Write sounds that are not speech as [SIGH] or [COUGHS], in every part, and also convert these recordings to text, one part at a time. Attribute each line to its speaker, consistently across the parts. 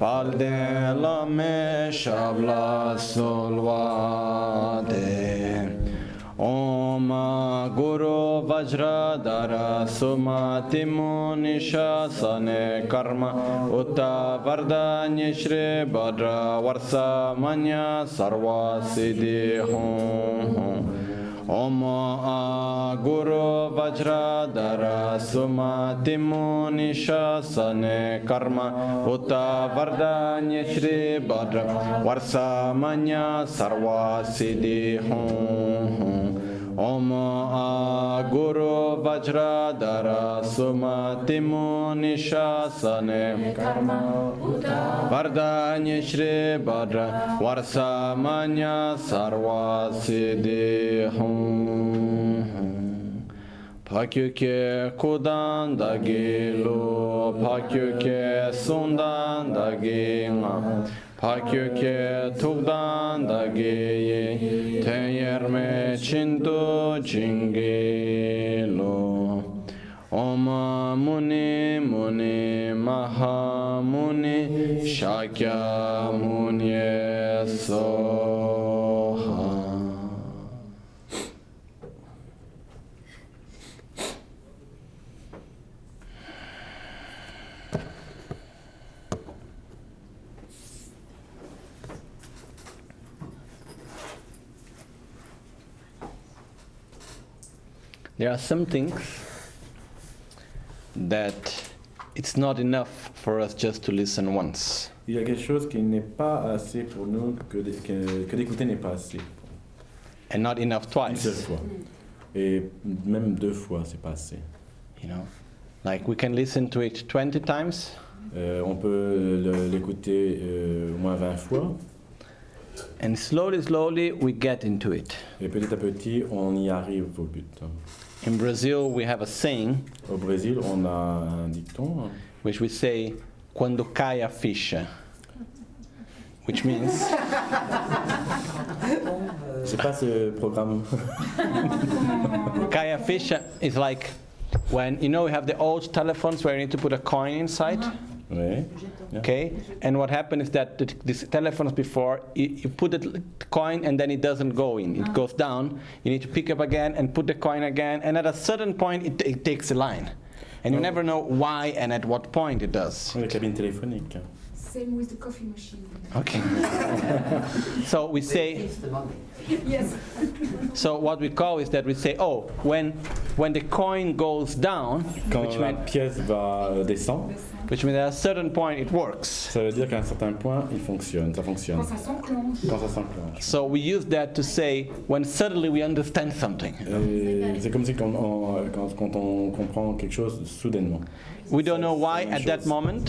Speaker 1: Alde la me shabla solvate Om Guru Vajradhara Sumati Munishasane Karma Uta Vardhanya Shri Bhadra Varsamanya Sarva Siddhi Hum Hum Om आ गुरु वज्रधर सुमतिमुनिशने कर्म उत वरदान्य श्री भद्र वर्षमन्य सर्वा सिद्धि हूँ ओम आ गुरु वज्रधर सुमतिमुनिशने कर्म वरदान्य श्री भद्र वर्षमन्य सर्वा सिद्धि हूँ Pakyuke kudan da gelu, pakyuke sundan da genga, pakyuke tukdan da geyi, ten yerme çindu çingelu. Oma muni muni maha muni şakya muni soha. there are some things that it's not enough for us just to listen once.
Speaker 2: Il y a quelque chose qui n'est pas assez pour nous, que, d'é- que, que d'écouter n'est pas assez.
Speaker 1: and not enough
Speaker 2: Une seule
Speaker 1: twice.
Speaker 2: fois. Et même deux fois, c'est pas assez.
Speaker 1: You know, like we can listen to it 20 times,
Speaker 2: Euh, on peut le- l'écouter euh, au moins 20 fois,
Speaker 1: and slowly, slowly we get into it.
Speaker 2: et petit à petit, on y arrive au but.
Speaker 1: In Brazil, we have a saying
Speaker 2: Au Brésil, on a un dicton hein,
Speaker 1: which we say, "Quando cai a ficha," which means
Speaker 3: Euh.
Speaker 2: J'ai pas ce programme. [LAUGHS]
Speaker 1: cai a ficha is like when you know we have the old telephones where you need to put a coin inside.
Speaker 2: Ouais.
Speaker 1: Okay, and what happened is that the, these telephones before you, you put the l- coin and then it doesn't go in; it goes down. You need to pick up again and put the coin again, and at a certain point it, it takes a line, and you never know why and at what point it does.
Speaker 2: La cabine téléphonique.
Speaker 3: Same with the coffee machine.
Speaker 1: Okay, [LAUGHS] so we say.
Speaker 3: yes.
Speaker 1: So what we call is that we say, oh, when when the coin goes down,
Speaker 2: Quand
Speaker 1: which
Speaker 2: la
Speaker 1: mean-
Speaker 2: pièce va euh, descendre,
Speaker 1: which means at a certain point it works.
Speaker 2: ça veut dire qu'à un certain point, il fonctionne, ça fonctionne.
Speaker 3: Quand ça s'enclenche.
Speaker 2: Quand ça s'enclenche.
Speaker 1: So we use that to say when suddenly we understand something.
Speaker 2: Et C'est comme si quand on, quand, quand on comprend quelque chose soudainement.
Speaker 1: We don't know why
Speaker 2: Same
Speaker 1: at that
Speaker 2: shoes.
Speaker 1: moment.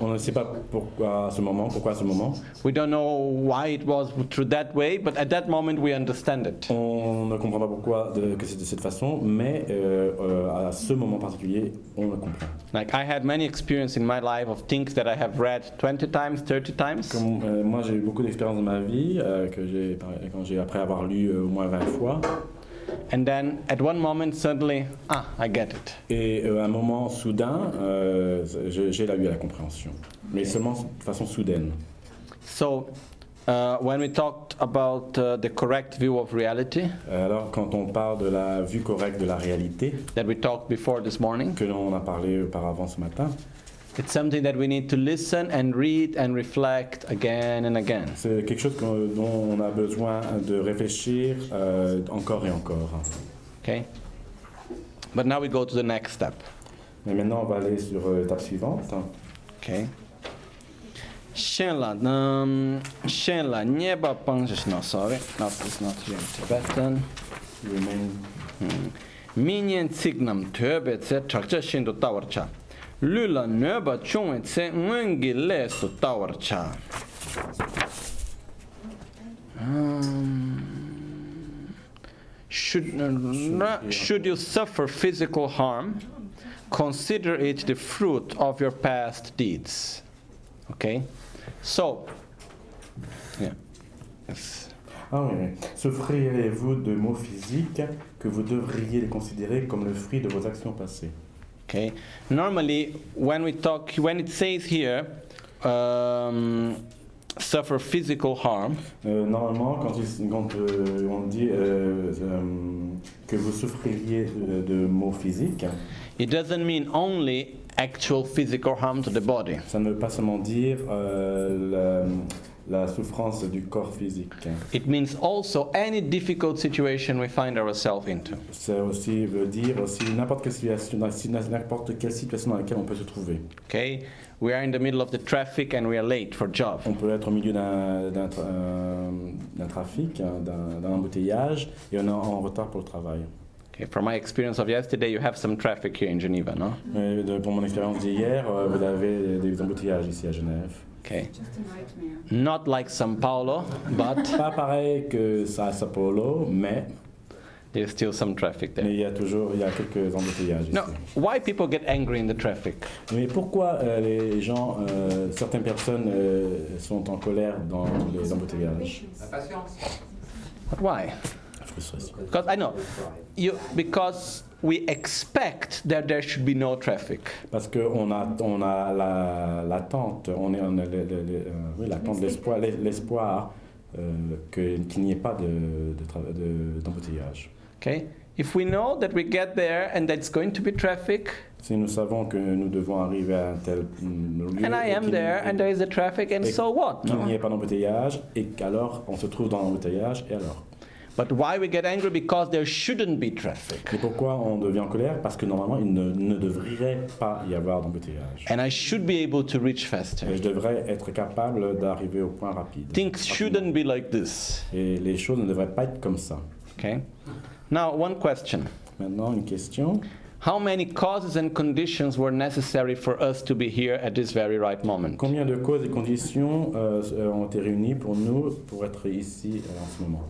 Speaker 2: On ne sait pas pourquoi à ce moment, pourquoi à ce moment.
Speaker 1: We don't know why it was through that way, but at that moment we understand it.
Speaker 2: On ne comprend pas pourquoi de- que c'est de cette façon, mais euh, euh, à ce moment particulier, on le comprend.
Speaker 1: Like I had many experience in my life of things that I have read 20 times, 30 times,
Speaker 2: Comme, euh, moi, j'ai eu beaucoup d'expérience dans ma vie, euh, que j'ai, par- quand j'ai, après avoir lu euh, au moins 20 fois.
Speaker 1: and then at one moment suddenly, ah, I get it.
Speaker 2: Et euh, à un moment soudain, euh, je- j'ai là eu à la compréhension. Mais seulement de façon soudaine.
Speaker 1: So uh, when we talked about uh, the correct view of reality
Speaker 2: Euh, Alors, quand on parle de la vue correcte de la réalité,
Speaker 1: that we talked before this morning,
Speaker 2: que l'on a parlé auparavant ce matin,
Speaker 1: it's something that we need to listen and read and reflect again and again.
Speaker 2: c'est quelque chose qu'on- dont on a besoin de réfléchir euh, encore et encore.
Speaker 1: Okay? But now we go to the next step.
Speaker 2: Mais maintenant, on va aller sur euh, l'étape suivante.
Speaker 1: Okay. Shen la, um, Shen la nieba pang, just no, sorry, not, it's not here in Tibetan.
Speaker 2: Le même-
Speaker 1: Minyen tsignam töbe tse chakcha shin do tawarcha. Lula nöba chungwe tse ngengi le su tawarcha. Um, Should, ra- should you suffer physical harm, consider it the fruit of your past deeds. Okay? So, yeah. Yes.
Speaker 2: Ah oui, oui. Souffrirez-vous de maux physiques que vous devriez les considérer comme le fruit de vos actions passées
Speaker 1: Okay. Normally, when we talk, when it says here, um, suffer physical harm,
Speaker 2: Euh, normalement, quand, il- quand, euh, on dit euh, euh, que vous souffririez euh, de maux physiques,
Speaker 1: it doesn't mean only actual physical harm to the body.
Speaker 2: ça ne veut pas seulement dire euh, la, la souffrance du corps physique.
Speaker 1: It means also any difficult situation we find ourselves into.
Speaker 2: Ça aussi veut dire aussi n'importe quelle situation, dans- si- n'importe quelle situation dans laquelle on peut se trouver.
Speaker 1: Okay? We are in the middle of the traffic and we are late for job.
Speaker 2: On peut être au milieu d'un d'un tra- euh, d'un trafic, hein, d'un d'un embouteillage, et on est en- en retard pour le travail.
Speaker 1: Okay, from my experience of yesterday, you have some traffic here in Geneva, no?
Speaker 2: Mais de- pour mon expérience d'hier, euh, vous avez des embouteillages ici à Genève.
Speaker 1: Okay.
Speaker 3: Just a nightmare.
Speaker 1: Not like São Paulo, but [LAUGHS]
Speaker 2: Pas pareil que ça à Sao Paulo, mais
Speaker 1: there's still some traffic
Speaker 2: mais
Speaker 1: there.
Speaker 2: il y a toujours il y a quelques embouteillages
Speaker 1: No,
Speaker 2: ici.
Speaker 1: why people get angry in the traffic?
Speaker 2: Mais pourquoi euh, les gens, euh, certaines personnes euh, sont en colère dans les embouteillages
Speaker 4: La patience.
Speaker 1: But why?
Speaker 2: Frustration.
Speaker 1: Because I know you because we expect that there should be no traffic.
Speaker 2: Parce qu'on a, on a la- l'attente, on est on a le- le- le- euh, oui, l'attente, l'espoir, l'es- l'espoir euh, que- qu'il n'y ait pas de- de tra- de- d'embouteillage.
Speaker 1: Okay? If we know that we get there and that it's going to be traffic,
Speaker 2: si nous savons que nous devons arriver à un tel mm, lieu,
Speaker 1: and I
Speaker 2: et
Speaker 1: am
Speaker 2: qu'il-
Speaker 1: there and there is a traffic and so what?
Speaker 2: qu'il n'y
Speaker 1: no?
Speaker 2: ait pas d'embouteillage, et qu'alors on se trouve dans l'embouteillage, et alors
Speaker 1: But why we get angry? Because there shouldn't be traffic.
Speaker 2: Et pourquoi on devient en colère Parce que normalement, il ne, ne devrait pas y avoir d'embouteillage.
Speaker 1: And I should be able to reach
Speaker 2: Et
Speaker 1: faster.
Speaker 2: je devrais être capable d'arriver au point rapide.
Speaker 1: Things shouldn't be like this.
Speaker 2: Et les choses ne devraient pas être comme ça.
Speaker 1: Okay. Now, one question.
Speaker 2: Maintenant, une question.
Speaker 1: How many causes and conditions were necessary for us to be here at this very right moment?
Speaker 2: Combien de causes et conditions euh, euh, ont été réunies pour nous pour être ici euh, en ce moment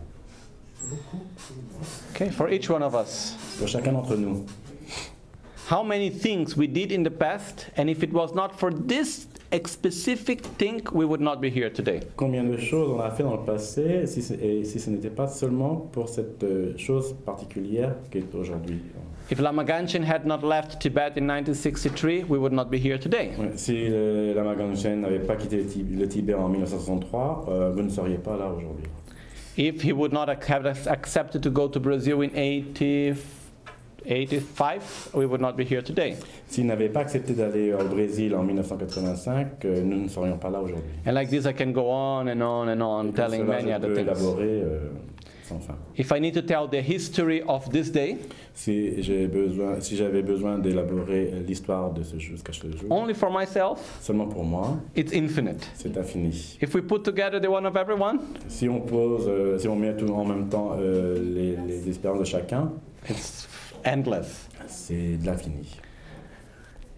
Speaker 1: Okay, for each one of us.
Speaker 2: Pour chacun d'entre nous.
Speaker 1: How many things we did in the past, and if it was not for this ex- specific thing, we would not be here today.
Speaker 2: Combien de choses on a fait dans le passé si ce- et si ce n'était pas seulement pour cette euh, chose particulière qui est aujourd'hui
Speaker 1: If Lama Ganchen had not left Tibet in 1963, we would not be here today.
Speaker 2: Ouais, Si le- Lama Ganchen n'avait pas quitté le, Ti- le Tibet en 1963, euh, vous ne seriez pas là aujourd'hui.
Speaker 1: If he would not ac- have ac- accepted to go to Brazil in 80, 85, we would not be here today.
Speaker 2: S'il n'avait pas accepté d'aller au Brésil en 1985, euh, nous ne serions pas là aujourd'hui.
Speaker 1: And like this, I can go on and on and on,
Speaker 2: Et comme
Speaker 1: telling
Speaker 2: cela,
Speaker 1: many
Speaker 2: je
Speaker 1: other
Speaker 2: peux
Speaker 1: things.
Speaker 2: élaborer euh, sans fin.
Speaker 1: If I need to tell the history of this day,
Speaker 2: Si j'ai besoin, si j'avais besoin d'élaborer euh, l'histoire de ce jour jusqu'à ce jour,
Speaker 1: only for myself,
Speaker 2: seulement pour moi,
Speaker 1: it's infinite.
Speaker 2: c'est infini.
Speaker 1: If we put together the one of everyone,
Speaker 2: Si on pose, euh, si on met tout en même temps euh, les, les espérances de chacun,
Speaker 1: it's endless.
Speaker 2: c'est de l'infini.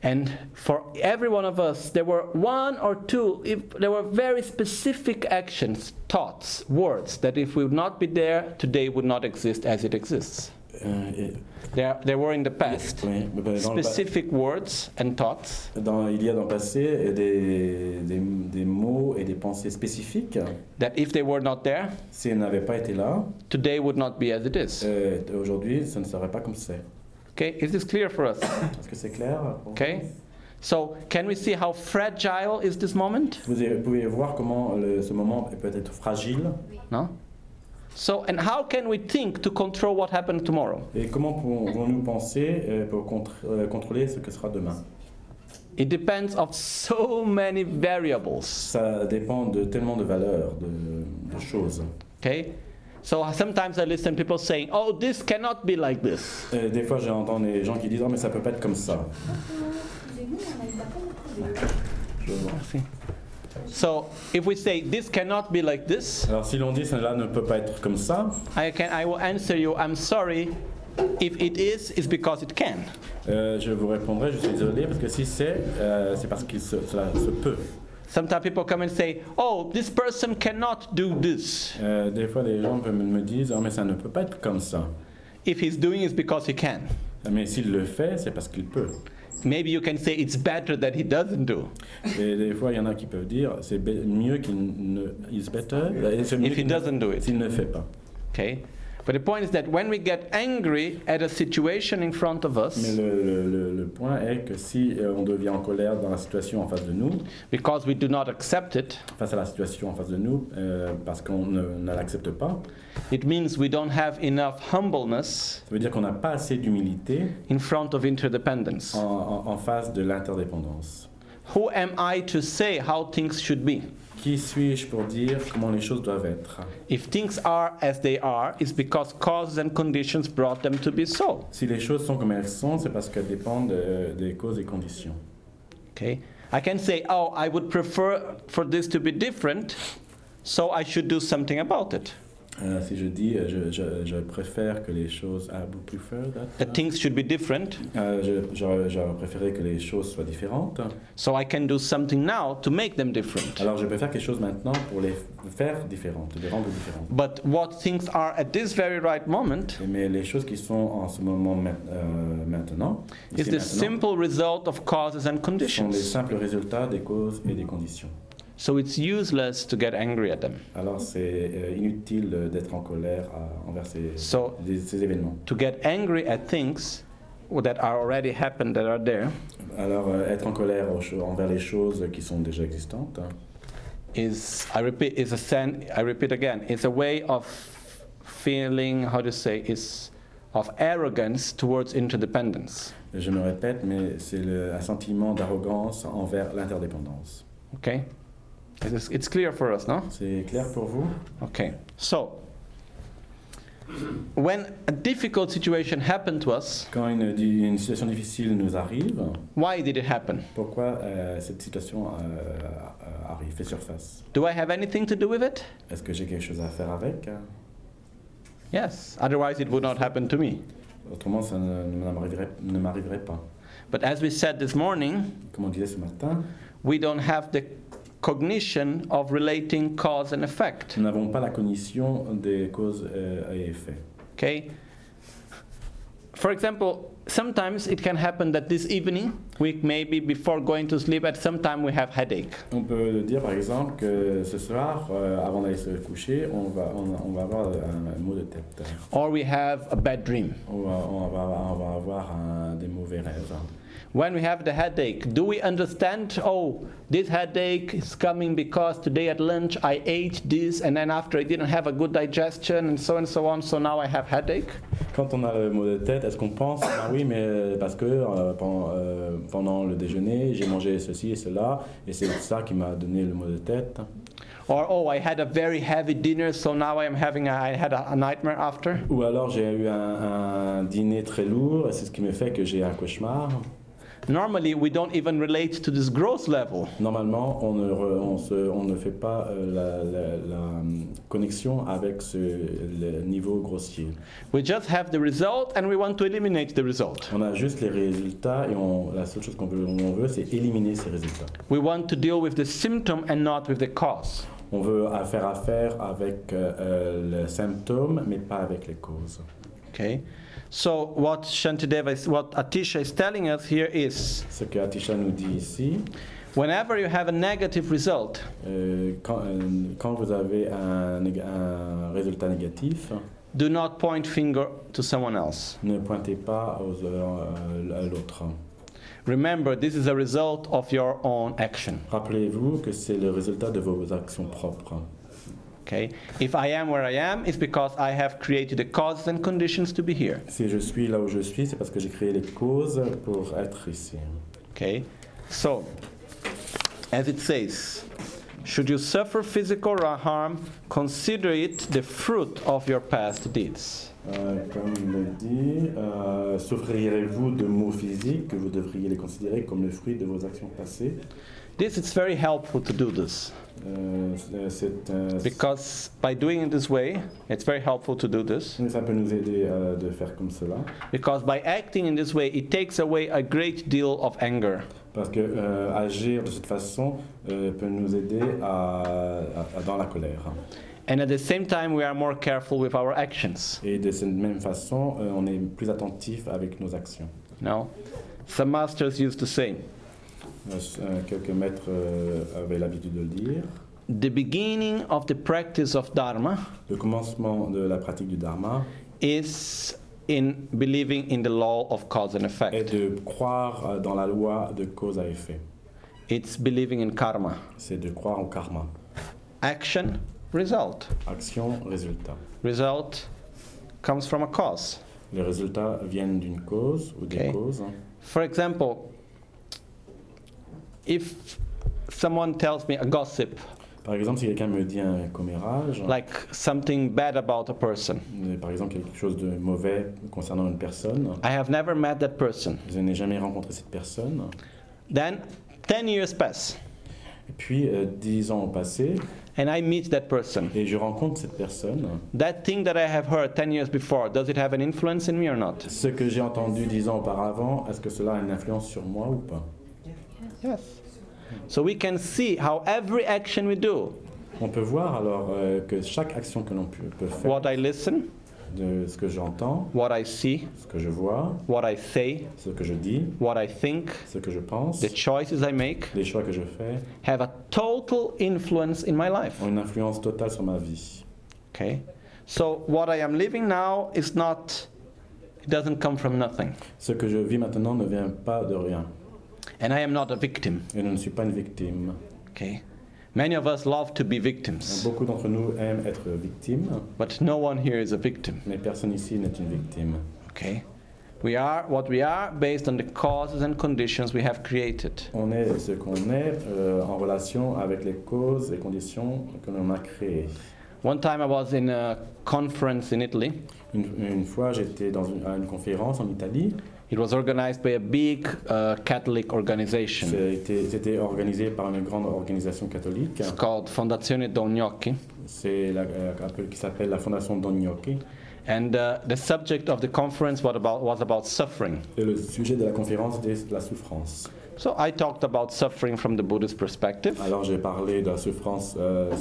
Speaker 1: And for every one of us, there were one or two, if there were very specific actions, thoughts, words that if we would not be there, today would not exist as it exists.
Speaker 2: Euh, et-
Speaker 1: There, there were in the past
Speaker 2: oui, mais dans le pa-
Speaker 1: specific words and thoughts
Speaker 2: dans- il y a dans le passé des, des, des mots et des pensées spécifiques.
Speaker 1: that if they were not there,
Speaker 2: Si elles n'avaient pas été là,
Speaker 1: today would not be as it is.
Speaker 2: euh, aujourd'hui, ça ne serait pas comme c'est.
Speaker 1: Okay, is this clear for us?
Speaker 2: Est-ce que c'est clair pour
Speaker 1: Okay? So, can we see how fragile is this moment?
Speaker 2: vous Vous pouvez voir comment le- ce moment peut être fragile
Speaker 1: No? So, and how can we think to control what happens tomorrow?
Speaker 2: Et comment pouvons-nous penser euh, pour contr- euh, contrôler ce que sera demain
Speaker 1: It depends of so many variables.
Speaker 2: Ça dépend de tellement de valeurs, de, de choses.
Speaker 1: Okay? So, sometimes I listen people saying, "Oh, this cannot be like this."
Speaker 2: Euh, des fois, j'entends des gens qui disent Oh, mais ça peut pas être comme ça.
Speaker 3: Excusez-nous, on a eu d'accord de trouver.
Speaker 1: Ah,
Speaker 2: Je vois.
Speaker 1: So, if we say this cannot be like this,
Speaker 2: Alors, si l'on dit cela ne peut pas être comme ça,
Speaker 1: I can I will answer you, "I'm sorry. If it is, it's because it can."
Speaker 2: euh, je vous répondrai Je suis désolé, parce que si c'est, euh, c'est parce que ce- cela se peut.
Speaker 1: Sometimes people come and say, "Oh, this person cannot do this."
Speaker 2: Euh, des fois, les gens peuvent me- me disent Oh, mais ça ne peut pas être comme ça.
Speaker 1: If he's doing it, it's because he can.
Speaker 2: Mais s'il le fait, c'est parce qu'il peut.
Speaker 1: Maybe you can say it's better that he doesn't do.
Speaker 2: Et des fois, il y en a qui peuvent dire C'est be- mieux qu'il ne. Is better. euh, c'est mieux
Speaker 1: If he
Speaker 2: qu'il ne-
Speaker 1: doesn't do it.
Speaker 2: S'il ne fait pas.
Speaker 1: Okay? But the point is that when we get angry at a situation in front of
Speaker 2: Mais
Speaker 1: us,
Speaker 2: le, le- le- le point est que si euh, on devient en colère dans la situation en face de nous,
Speaker 1: because we do not accept it,
Speaker 2: face à la situation en face de nous, euh, parce qu'on ne, ne l'accepte pas,
Speaker 1: it means we don't have enough humbleness
Speaker 2: ça veut dire qu'on n'a pas assez d'humilité
Speaker 1: in front of interdependence.
Speaker 2: en, en- en face de l'interdépendance.
Speaker 1: Who am I to say how things should be?
Speaker 2: Qui suis-je pour dire comment les choses doivent être
Speaker 1: If things are as they are, it's because causes and conditions brought them to be so.
Speaker 2: Si les choses sont comme elles sont, c'est parce qu'elles dépendent euh, des causes et conditions.
Speaker 1: Okay? I can say, oh, I would prefer for this to be different, so I should do something about it.
Speaker 2: Euh, si je dis, euh, je, je- je préfère que les choses... ah, I would prefer that.
Speaker 1: That things should be different,
Speaker 2: Euh, je- J'aurais j'aurais préféré que les choses soient différentes.
Speaker 1: so I can do something now to make them different.
Speaker 2: Alors je peux faire quelque chose maintenant pour les faire différentes, les rendre différentes.
Speaker 1: But what things are at this very right moment
Speaker 2: Mais les choses qui sont en ce moment ma- euh, maintenant,
Speaker 1: is the
Speaker 2: ici maintenant
Speaker 1: simple result of causes and
Speaker 2: sont les
Speaker 1: conditions.
Speaker 2: simples résultats des causes et des conditions.
Speaker 1: So it's useless to get angry at them.
Speaker 2: Alors c'est euh, inutile euh, d'être en colère à- envers ces,
Speaker 1: So
Speaker 2: des- ces événements.
Speaker 1: to get angry at things that are already happened that are there
Speaker 2: Alors euh, être en colère aux cho- envers les choses qui sont déjà existantes,
Speaker 1: is i repeat is a sen i repeat again it's a way of feeling how to say is of arrogance towards interdependence
Speaker 2: je me répète, mais c'est le- un sentiment d'arrogance envers l'interdépendance.
Speaker 1: okay It is- it's clear for us no
Speaker 2: C'est clair pour vous
Speaker 1: okay so when a difficult situation happened to us
Speaker 2: Quand une, di- une situation difficile nous arrive,
Speaker 1: why did it happen
Speaker 2: pourquoi euh, cette situation euh, euh, arrive, fait surface
Speaker 1: do i have anything to do with it
Speaker 2: Est-ce que j'ai quelque chose à faire avec
Speaker 1: yes otherwise it would not happen to me
Speaker 2: Autrement, ça ne, ne m'arriverait- ne m'arriverait pas.
Speaker 1: but as we said this morning
Speaker 2: Comme on disait ce matin,
Speaker 1: we don't have the cognition of relating cause and effect.
Speaker 2: nous n'avons pas la cognition des causes euh, et effets.
Speaker 1: Okay? For example, sometimes it can happen that this evening, we maybe before going to sleep, at some time we have headache.
Speaker 2: On peut dire par exemple que ce soir, euh, avant d'aller se coucher, on va, on, on va avoir un, mot de tête.
Speaker 1: Or we have a bad dream.
Speaker 2: On va, on va, on va avoir un- des mauvais rêves.
Speaker 1: When we have the headache, do we understand? Oh, this headache is coming because today at lunch I ate this, and then after I didn't have a good digestion, and so and so on. So now I have headache.
Speaker 2: Quand on a le mot de tête, est-ce qu'on pense Ah oui, mais parce que euh, pen- euh, pendant le déjeuner, j'ai mangé ceci et cela, et c'est ça qui m'a donné le mot de tête.
Speaker 1: Or oh, I had a very heavy dinner, so now I am having a, I had a, a nightmare after.
Speaker 2: Ou alors j'ai eu un, un dîner très lourd, et c'est ce qui me fait que j'ai un cauchemar.
Speaker 1: Normally, we don't even relate to this gross level.
Speaker 2: Normalement, on ne, re- on se- on ne fait pas euh, la, la- la, hum, connexion avec ce, le niveau grossier.
Speaker 1: We just have the result and we want to eliminate the result.
Speaker 2: On a juste les résultats et on, la seule chose qu'on veut, on veut, c'est éliminer ces résultats.
Speaker 1: We want to deal with the symptom and not with the cause.
Speaker 2: On veut à- faire affaire avec euh, euh, le symptôme, mais pas avec les causes.
Speaker 1: Okay? So, what Shantideva is, what Atisha is telling us here is
Speaker 2: Ce que Atisha nous dit ici,
Speaker 1: whenever you have a negative result,
Speaker 2: euh, quand, euh, quand vous avez un, nég- un résultat négatif,
Speaker 1: do not point finger to someone else.
Speaker 2: Ne pointez pas aux, euh, à l'autre.
Speaker 1: Remember, this is a result of your own action.
Speaker 2: Rappelez-vous que c'est le résultat de vos actions propres.
Speaker 1: Okay? If I am where I am, it's because I have created the causes and conditions to be here.
Speaker 2: Si je suis là où je suis, c'est parce que j'ai créé les causes pour être ici.
Speaker 1: Okay? So, as it says, should you suffer physical ra- harm, consider it the fruit of your past deeds.
Speaker 2: Euh, comme il le dit, euh, souffrirez-vous de maux physiques que vous devriez les considérer comme le fruit de vos actions passées
Speaker 1: This is very helpful to do this
Speaker 2: Euh, c'est- c'est, euh,
Speaker 1: because by doing it this way, it's very helpful to do this
Speaker 2: ça peut nous aider euh, de faire comme cela.
Speaker 1: because by acting in this way, it takes away a great deal of anger.
Speaker 2: Parce que euh, agir de cette façon euh, peut nous aider à- à- à- dans la colère.
Speaker 1: And at the same time, we are more careful with our actions.
Speaker 2: Et de cette même façon, euh, on est plus attentif avec nos actions.
Speaker 1: You know? Some masters used to say,
Speaker 2: Euh, s- euh, quelques maîtres euh, avaient l'habitude de le dire.
Speaker 1: the beginning of the practice of Dharma
Speaker 2: Le commencement de la pratique du dharma
Speaker 1: is in believing in the law of cause and
Speaker 2: est
Speaker 1: effect.
Speaker 2: de croire euh, dans la loi de cause à effet.
Speaker 1: It's believing in karma.
Speaker 2: C'est de croire en karma.
Speaker 1: Action, result.
Speaker 2: Action, résultat.
Speaker 1: Result comes from a cause.
Speaker 2: Les résultats viennent d'une cause ou des
Speaker 1: Ok.
Speaker 2: causes. hein.
Speaker 1: For example, if someone tells me a gossip,
Speaker 2: Par exemple, si quelqu'un me dit un commérage,
Speaker 1: like something bad about a person,
Speaker 2: euh, par exemple quelque chose de mauvais concernant une personne,
Speaker 1: I have never met that person.
Speaker 2: je n'ai jamais rencontré cette personne.
Speaker 1: Then 10 years pass
Speaker 2: Et puis, euh, dix ans ont passé
Speaker 1: and I meet that person.
Speaker 2: et je rencontre cette personne.
Speaker 1: That thing that I have heard 10 years before, does it have an influence in me or not?
Speaker 2: Ce que j'ai entendu dix ans auparavant, est-ce que cela a une influence sur moi ou pas
Speaker 1: Yes. So we can see how every action we do,
Speaker 2: On peut voir alors euh, que chaque action que l'on peut peut faire,
Speaker 1: what I listen,
Speaker 2: de ce que j'entends,
Speaker 1: what I see,
Speaker 2: ce que je vois,
Speaker 1: what I say,
Speaker 2: ce que je dis,
Speaker 1: what I think,
Speaker 2: ce que je pense,
Speaker 1: the choices I make,
Speaker 2: les choix que je fais,
Speaker 1: have a total influence in my life.
Speaker 2: ont une influence totale sur ma vie.
Speaker 1: Okay? So what I am living now is not, it doesn't come from nothing.
Speaker 2: Ce que je vis maintenant ne vient pas de rien.
Speaker 1: And I am not a victim.
Speaker 2: Et je ne suis pas une victime.
Speaker 1: Okay? Many of us love to be victims,
Speaker 2: Beaucoup d'entre nous aiment être victimes,
Speaker 1: but no one here is a victim.
Speaker 2: mais personne ici n'est une victime.
Speaker 1: Okay? We are what we are based on the causes and conditions we have created.
Speaker 2: On est ce qu'on est euh, en relation avec les causes et conditions que l'on a créées.
Speaker 1: One time I was in a conference in Italy.
Speaker 2: Une, une fois, j'étais dans une, à une conférence en Italie.
Speaker 1: It was organized by a big uh, Catholic organization.
Speaker 2: C'était c'était organisé par une grande organisation catholique.
Speaker 1: It's called Fondazione Don Gnocchi.
Speaker 2: C'est la- euh, appel- qui s'appelle la Fondation Don Gnocchi.
Speaker 1: And uh, the subject of the conference was about, was about suffering.
Speaker 2: Et le sujet de la conférence était la souffrance.
Speaker 1: So I talked about suffering from the Buddhist perspective.
Speaker 2: Alors j'ai parlé de la souffrance euh,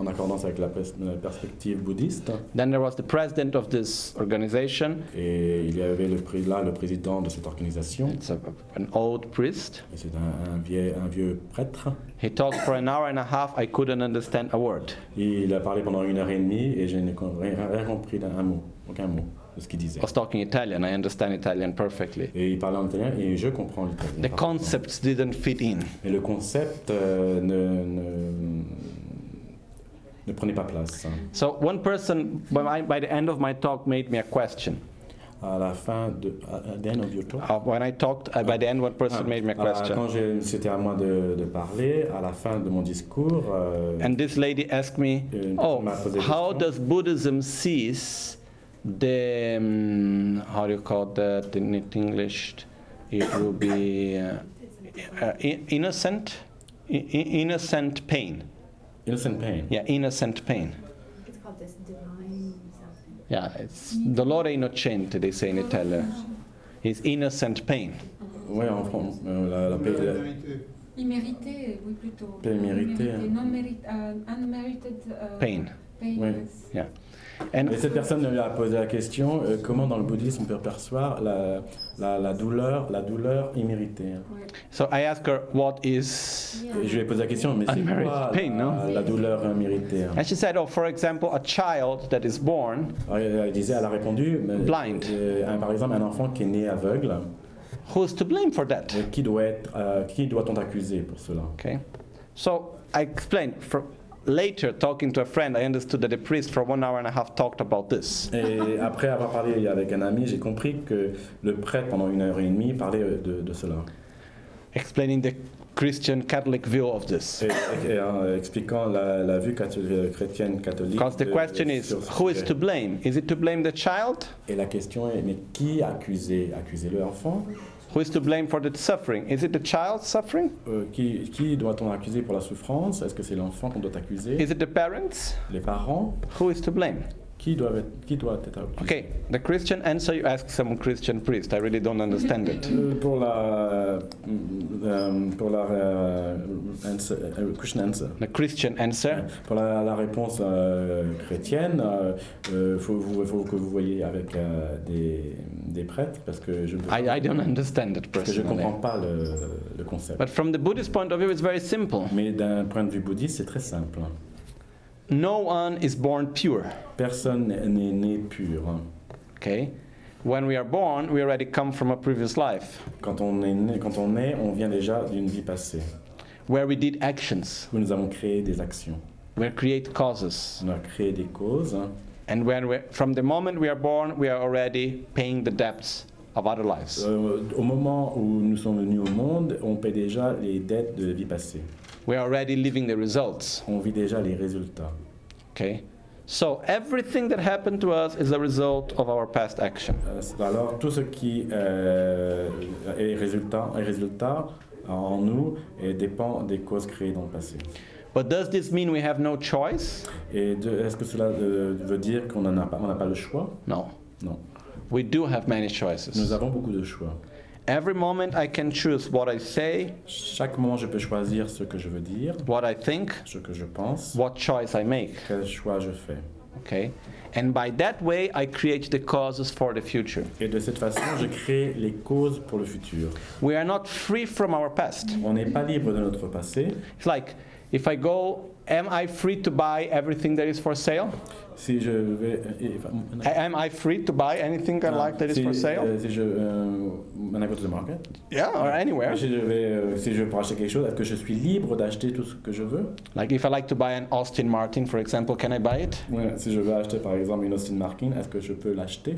Speaker 2: en accordance avec la, pers- la perspective bouddhiste.
Speaker 1: Then there was the president of this organization.
Speaker 2: Et il y avait le, pré- là le président de cette organisation.
Speaker 1: It's a, an old priest.
Speaker 2: Et C'est un, un vieil, un vieux prêtre.
Speaker 1: He talked for an hour and a half. I couldn't understand a word.
Speaker 2: Il a parlé pendant une heure et demie et je n'ai com- rien, rien compris d'un un mot, aucun mot de ce qu'il disait.
Speaker 1: I was talking Italian. I understand Italian perfectly.
Speaker 2: Et il parlait en italien et je comprends l'italien.
Speaker 1: The
Speaker 2: parfaitement.
Speaker 1: concepts didn't fit in.
Speaker 2: Mais le concept euh, ne, ne, ne prenait pas place.
Speaker 1: So one person, by, my, by the end of my talk, made me a question.
Speaker 2: À la fin de... à- à- the end of your talk?
Speaker 1: Uh, when I talked, uh, by the end, one person made me a
Speaker 2: Ah,
Speaker 1: question.
Speaker 2: quand j'ai- c'était à moi de, de parler, à la fin de mon discours, euh,
Speaker 1: And this lady asked me,
Speaker 2: Une
Speaker 1: "Oh,
Speaker 2: m'a posé des
Speaker 1: how
Speaker 2: questions.
Speaker 1: does Buddhism sees the um, how do you call that in it- English? It will be uh, uh, i- innocent, I- i- innocent pain.
Speaker 2: Innocent Pain.
Speaker 1: Yeah, innocent pain.
Speaker 5: It's called this divine something.
Speaker 1: Yeah, it's dolore innocente. They say in Italian. It's innocent pain.
Speaker 2: Oui, en France, euh, la, la paix- la-
Speaker 3: Immérité, oui plutôt.
Speaker 2: Paix méritée,
Speaker 3: Immérité,
Speaker 2: hein.
Speaker 3: Non mérit, euh, unmerited euh,
Speaker 1: Pain.
Speaker 3: pain,
Speaker 2: Ouais.
Speaker 3: yes.
Speaker 1: Yeah, and
Speaker 2: Et cette personne lui a posé la question euh, comment dans le bouddhisme on peut percevoir la, la, la douleur, la douleur imméritée.
Speaker 3: Ouais.
Speaker 1: so I asked her, "What is?"
Speaker 3: Yeah.
Speaker 2: Et je lui ai posé la question mais c'est
Speaker 1: Unmerited Ah,
Speaker 2: quoi
Speaker 1: pain,
Speaker 2: la,
Speaker 1: non
Speaker 2: la douleur imméritée
Speaker 1: And she said, "Oh, for example, a child that is born."
Speaker 2: Alors, elle, elle disait, elle a répondu mais-
Speaker 1: Blind.
Speaker 2: euh, un- par exemple, un enfant qui est né aveugle,
Speaker 1: Who's to blame for that?
Speaker 2: euh, qui doit être, euh, qui doit-on accuser pour cela
Speaker 1: Okay. So I explained. For later, talking to a friend, I understood that the priest for one hour and a half talked about this. [LAUGHS]
Speaker 2: Et après avoir parlé avec un ami, j'ai compris que le prêtre, pendant une heure et demie, parlait euh, de, de cela,
Speaker 1: Explaining the Christian Catholic view of this.
Speaker 2: et, et en expliquant la, la vue catho- chrétienne catholique.
Speaker 1: Because the
Speaker 2: de-
Speaker 1: question is,
Speaker 2: sur ce
Speaker 1: who is
Speaker 2: sujet.
Speaker 1: to blame? Is it to blame the child?
Speaker 2: Et la question est, mais qui accuser Accuser le enfant
Speaker 1: Who is to blame for the suffering? Is it the child's suffering?
Speaker 2: Euh, Qui, qui doit-on accuser pour la souffrance Est-ce que c'est l'enfant qu'on doit accuser
Speaker 1: Is it the parents?
Speaker 2: Les parents
Speaker 1: Who is to blame?
Speaker 2: Qui doit être, qui doit être abouti
Speaker 1: Okay, the Christian answer you ask some Christian priest. I really don't understand it.
Speaker 2: Euh, Pour la. euh, Pour la. euh, answer- euh, Question answer.
Speaker 1: The Christian answer.
Speaker 2: Pour la, la réponse euh, chrétienne, il faut, vous- faut que vous voyez avec euh, des, des prêtres parce que je ne
Speaker 1: I, I don't understand it
Speaker 2: parce que je
Speaker 1: personally.
Speaker 2: comprends pas le, le concept.
Speaker 1: But from the Buddhist point of view, it's very simple.
Speaker 2: Mais d'un point de vue bouddhiste, c'est très simple.
Speaker 1: No one is born pure.
Speaker 2: Personne n'est- n'est né pur. hein.
Speaker 1: Okay? When we are born, we already come from a previous life
Speaker 2: Quand on est né, quand on, est, on vient déjà d'une vie passée
Speaker 1: where we did actions,
Speaker 2: où nous avons créé des actions,
Speaker 1: where create causes.
Speaker 2: on a créé des causes. hein.
Speaker 1: And when we, from the moment we are born, we are already paying the debts of other lives.
Speaker 2: Euh, au moment où nous sommes venus au monde, on paie déjà les dettes de la vie passée.
Speaker 1: We are already living the results.
Speaker 2: On vit déjà les résultats.
Speaker 1: Okay? So everything that happened to us is a result of our past action.
Speaker 2: Euh, Alors tout ce qui euh, est résultat, est résultat en nous et dépend des causes créées dans le passé.
Speaker 1: But does this mean we have no choice?
Speaker 2: Et de- est-ce que cela euh, veut dire qu'on n'en a pas, on n'a pas le choix
Speaker 1: No.
Speaker 2: Non.
Speaker 1: We do have many
Speaker 2: Nous
Speaker 1: choices.
Speaker 2: avons beaucoup de choix.
Speaker 1: Every moment I can choose what I say,
Speaker 2: Chaque moment, je peux choisir ce que je veux dire,
Speaker 1: what I think,
Speaker 2: ce que je pense,
Speaker 1: what choice I make.
Speaker 2: quel choix je fais.
Speaker 1: Okay? And by that way, I create the causes for the future.
Speaker 2: Et de cette façon, je crée les causes pour le futur.
Speaker 1: We are not free from our past.
Speaker 2: On n'est pas libre de notre passé.
Speaker 1: It's like, if I go, am I free to buy everything that is for sale?
Speaker 2: Si je vais, eh, enfin,
Speaker 1: A- am I free to buy anything I like that is
Speaker 2: si,
Speaker 1: for sale?
Speaker 2: euh, si je, euh, on a go to the market.
Speaker 1: Yeah, or anywhere.
Speaker 2: Si je vais, euh, si je veux pour acheter quelque chose, est-ce que je suis libre d'acheter tout ce que je veux
Speaker 1: Like, if I like to buy an Austin Martin, for example, can I buy it?
Speaker 2: Ouais, euh, Si je veux acheter par exemple une Austin Martin, est-ce que je peux l'acheter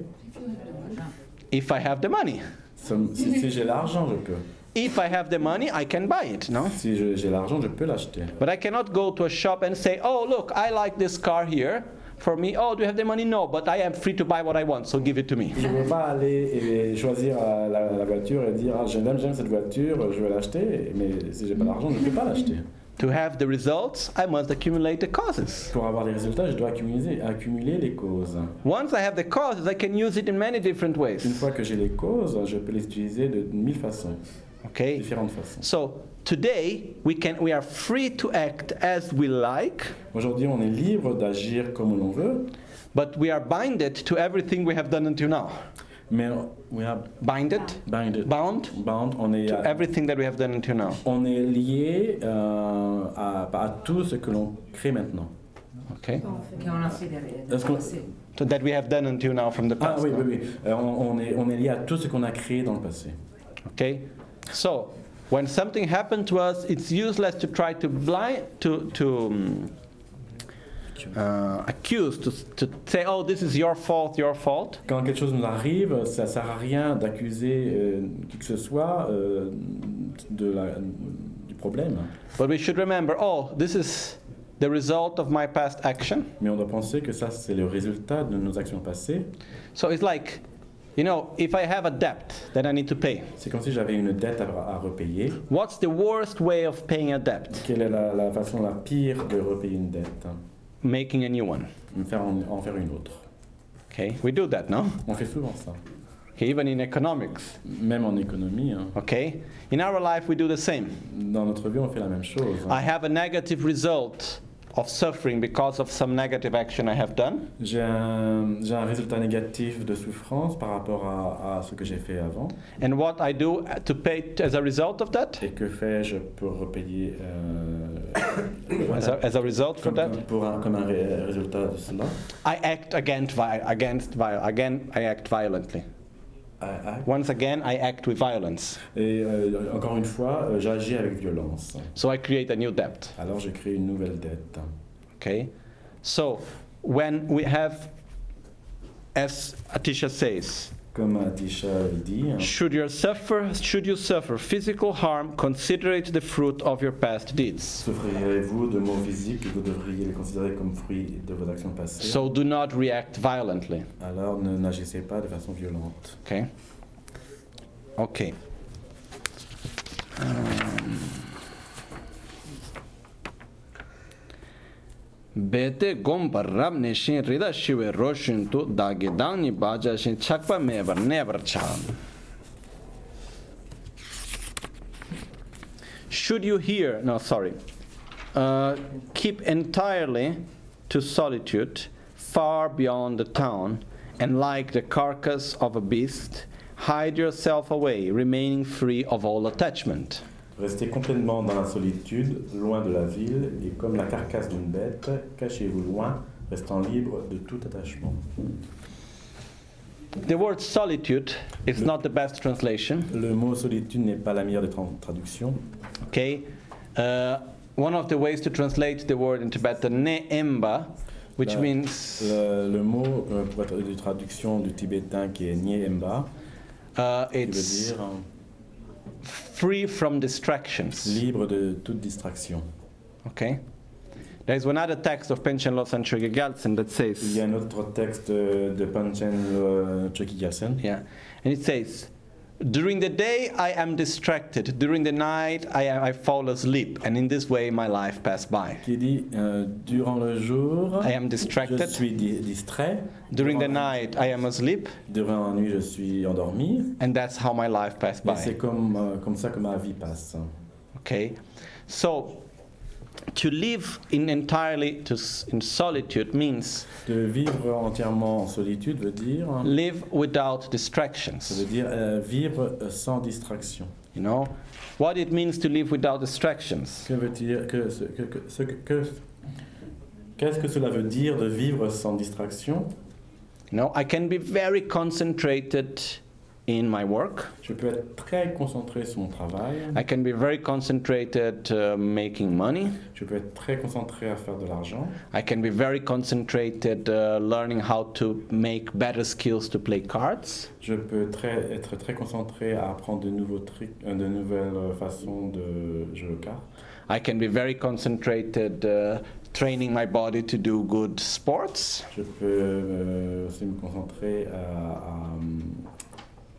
Speaker 1: If I have the money.
Speaker 2: Som- Si, si j'ai l'argent, je peux.
Speaker 1: If I have the money, I can buy it, no?
Speaker 2: Si je- j'ai l'argent, je peux l'acheter.
Speaker 1: But I cannot go to a shop and say, oh, look, I like this car here. For me, oh, do you have the money? No, but I am free to buy what I want, so give it to me.
Speaker 2: Je ne veux pas aller et choisir euh, la, la voiture et dire ah, j'aime, j'aime cette voiture, je veux l'acheter, mais si j'ai pas l'argent, je ne peux pas l'acheter.
Speaker 1: To have the results, I must accumulate the causes.
Speaker 2: Pour avoir des résultats, je dois accumuler, accumuler les causes.
Speaker 1: Once I have the causes, I can use it in many different
Speaker 2: Une
Speaker 1: ways.
Speaker 2: fois que j'ai les causes, je peux les utiliser de mille façons,
Speaker 1: Okay?
Speaker 2: différentes façons.
Speaker 1: So today we can we are free to act as we like,
Speaker 2: Aujourd'hui, on est libre d'agir comme on en veut,
Speaker 1: but we are binded to everything we have done until now.
Speaker 2: mais we are
Speaker 1: Binded,
Speaker 2: bound.
Speaker 1: bound
Speaker 2: Bound, on est,
Speaker 1: to
Speaker 2: euh,
Speaker 1: everything that we have done until now.
Speaker 2: on est lié euh, à, à tout ce que l'on crée maintenant.
Speaker 1: Okay?
Speaker 5: Bon, on fait
Speaker 6: Che
Speaker 5: bien.
Speaker 6: on a fait derrière.
Speaker 2: Est-ce qu'on-
Speaker 6: Sì.
Speaker 1: So that we have done until now from the
Speaker 2: Ah
Speaker 1: past.
Speaker 2: oui,
Speaker 1: no?
Speaker 2: oui, oui. Euh, on, on est, on est lié à tout ce qu'on a créé dans le passé.
Speaker 1: Okay? So, when something happened to us, it's useless to try to blind, to, to um, uh, accuse, to, to say, oh, this is your fault, your fault.
Speaker 2: Quand quelque chose nous arrive, ça sert à rien d'accuser euh, qui que ce soit euh, de la, du problème.
Speaker 1: But we should remember, oh, this is the result of my past action.
Speaker 2: Mais on doit penser que ça, c'est le résultat de nos actions passées.
Speaker 1: So it's like, you know, if I have a debt that I need to pay,
Speaker 2: C'est comme si j'avais une dette à, à repayer.
Speaker 1: what's the worst way of paying a debt?
Speaker 2: Quelle est la, la façon la pire de repayer une dette
Speaker 1: Making a new one.
Speaker 2: Me faire en, en faire une autre.
Speaker 1: Okay? We do that, no?
Speaker 2: On fait souvent ça.
Speaker 1: Okay, even in economics.
Speaker 2: Même en économie, hein.
Speaker 1: Okay? In our life, we do the same.
Speaker 2: dans notre vie, on fait la même chose.
Speaker 1: I have a negative result of suffering because of some negative action I have done.
Speaker 2: J'ai un, j'ai un résultat négatif de souffrance par rapport à, à ce que j'ai fait avant.
Speaker 1: And what I do to pay t- as a result of that,
Speaker 2: Et que fais-je pour repayer euh,
Speaker 1: as a, as a result for
Speaker 2: comme,
Speaker 1: that,
Speaker 2: comme- pour un, comme un ré- résultat de cela
Speaker 1: I act against, vi- against vi- again I act violently.
Speaker 2: Ah, ah.
Speaker 1: Once again, I act with violence.
Speaker 2: Et euh, encore une fois, euh, j'agis avec violence.
Speaker 1: So I create a new debt.
Speaker 2: Alors je crée une nouvelle dette.
Speaker 1: Okay? So when we have, as Atisha says,
Speaker 2: Comme Adisha le dit, hein,
Speaker 1: should you suffer, should you suffer physical harm, consider it the fruit of your past deeds.
Speaker 2: souffrirez-vous de maux physiques que vous devriez les considérer comme fruits de vos actions passées
Speaker 1: So do not react violently.
Speaker 2: Alors ne n'agissez pas de façon violente.
Speaker 1: Okay. Okay. Um, bete gom ram ne shin rida shiwe ro shin tu da ge dang ni ba ja shin chakpa me bar ne bar cha should you hear no sorry uh, keep entirely to solitude far beyond the town and like the carcass of a beast hide yourself away remaining free of all attachment
Speaker 2: Restez complètement dans la solitude, loin de la ville, et comme la carcasse d'une bête, cachez-vous loin, restant libre de tout attachement.
Speaker 1: the word solitude is not the best translation
Speaker 2: Le mot solitude n'est pas la meilleure des tra- traductions.
Speaker 1: Okay. Uh, one of the ways to translate the word in Tibetan, neemba, which
Speaker 2: Right.
Speaker 1: means
Speaker 2: Le, le mot euh, pour être de traduction du tibétain qui est Nyemba,
Speaker 1: uh,
Speaker 2: qui veut
Speaker 1: it's
Speaker 2: dire hein,
Speaker 1: free from distractions.
Speaker 2: libre de toute distraction.
Speaker 1: Okay. There's another text of Panchen Lobsang Tröge Gyaltsen that
Speaker 2: Il y
Speaker 1: says,
Speaker 2: a un autre texte euh, de Panchen euh, Chokigasen.
Speaker 1: yeah, and it says, during the day I am distracted, during the night I, am, I fall asleep, and in this way my life passed by.
Speaker 2: qui dit euh, durant le jour
Speaker 1: I am
Speaker 2: je
Speaker 1: distracted.
Speaker 2: suis di- distrait
Speaker 1: During the
Speaker 2: durant,
Speaker 1: night I am asleep,
Speaker 2: durant la nuit je suis endormi
Speaker 1: and that's how my life passed
Speaker 2: et
Speaker 1: by.
Speaker 2: c'est comme euh, comme ça que ma vie passe
Speaker 1: Okay, so to live in entirely to, s- in solitude means
Speaker 2: de vivre entièrement en solitude veut dire
Speaker 1: live without
Speaker 2: ça veut
Speaker 1: distractions.
Speaker 2: dire euh, vivre euh, sans distraction
Speaker 1: You know what it means to live without distractions.
Speaker 2: que veut dire que ce que, que- ce que- que- qu'est-ce que cela veut dire de vivre sans distraction
Speaker 1: You know, I can be very concentrated in my work.
Speaker 2: je peux être très concentré sur mon travail
Speaker 1: I can be very concentrated uh, making money.
Speaker 2: je peux être très concentré à faire de l'argent
Speaker 1: I can be very concentrated uh, learning how to make better skills to play cards.
Speaker 2: Je peux très, être très concentré à apprendre de nouveaux trucs, euh, de nouvelles euh, façons de jouer aux cartes.
Speaker 1: I can be very concentrated uh, training my body to do good sports.
Speaker 2: Je peux euh, aussi me concentrer à, à, à-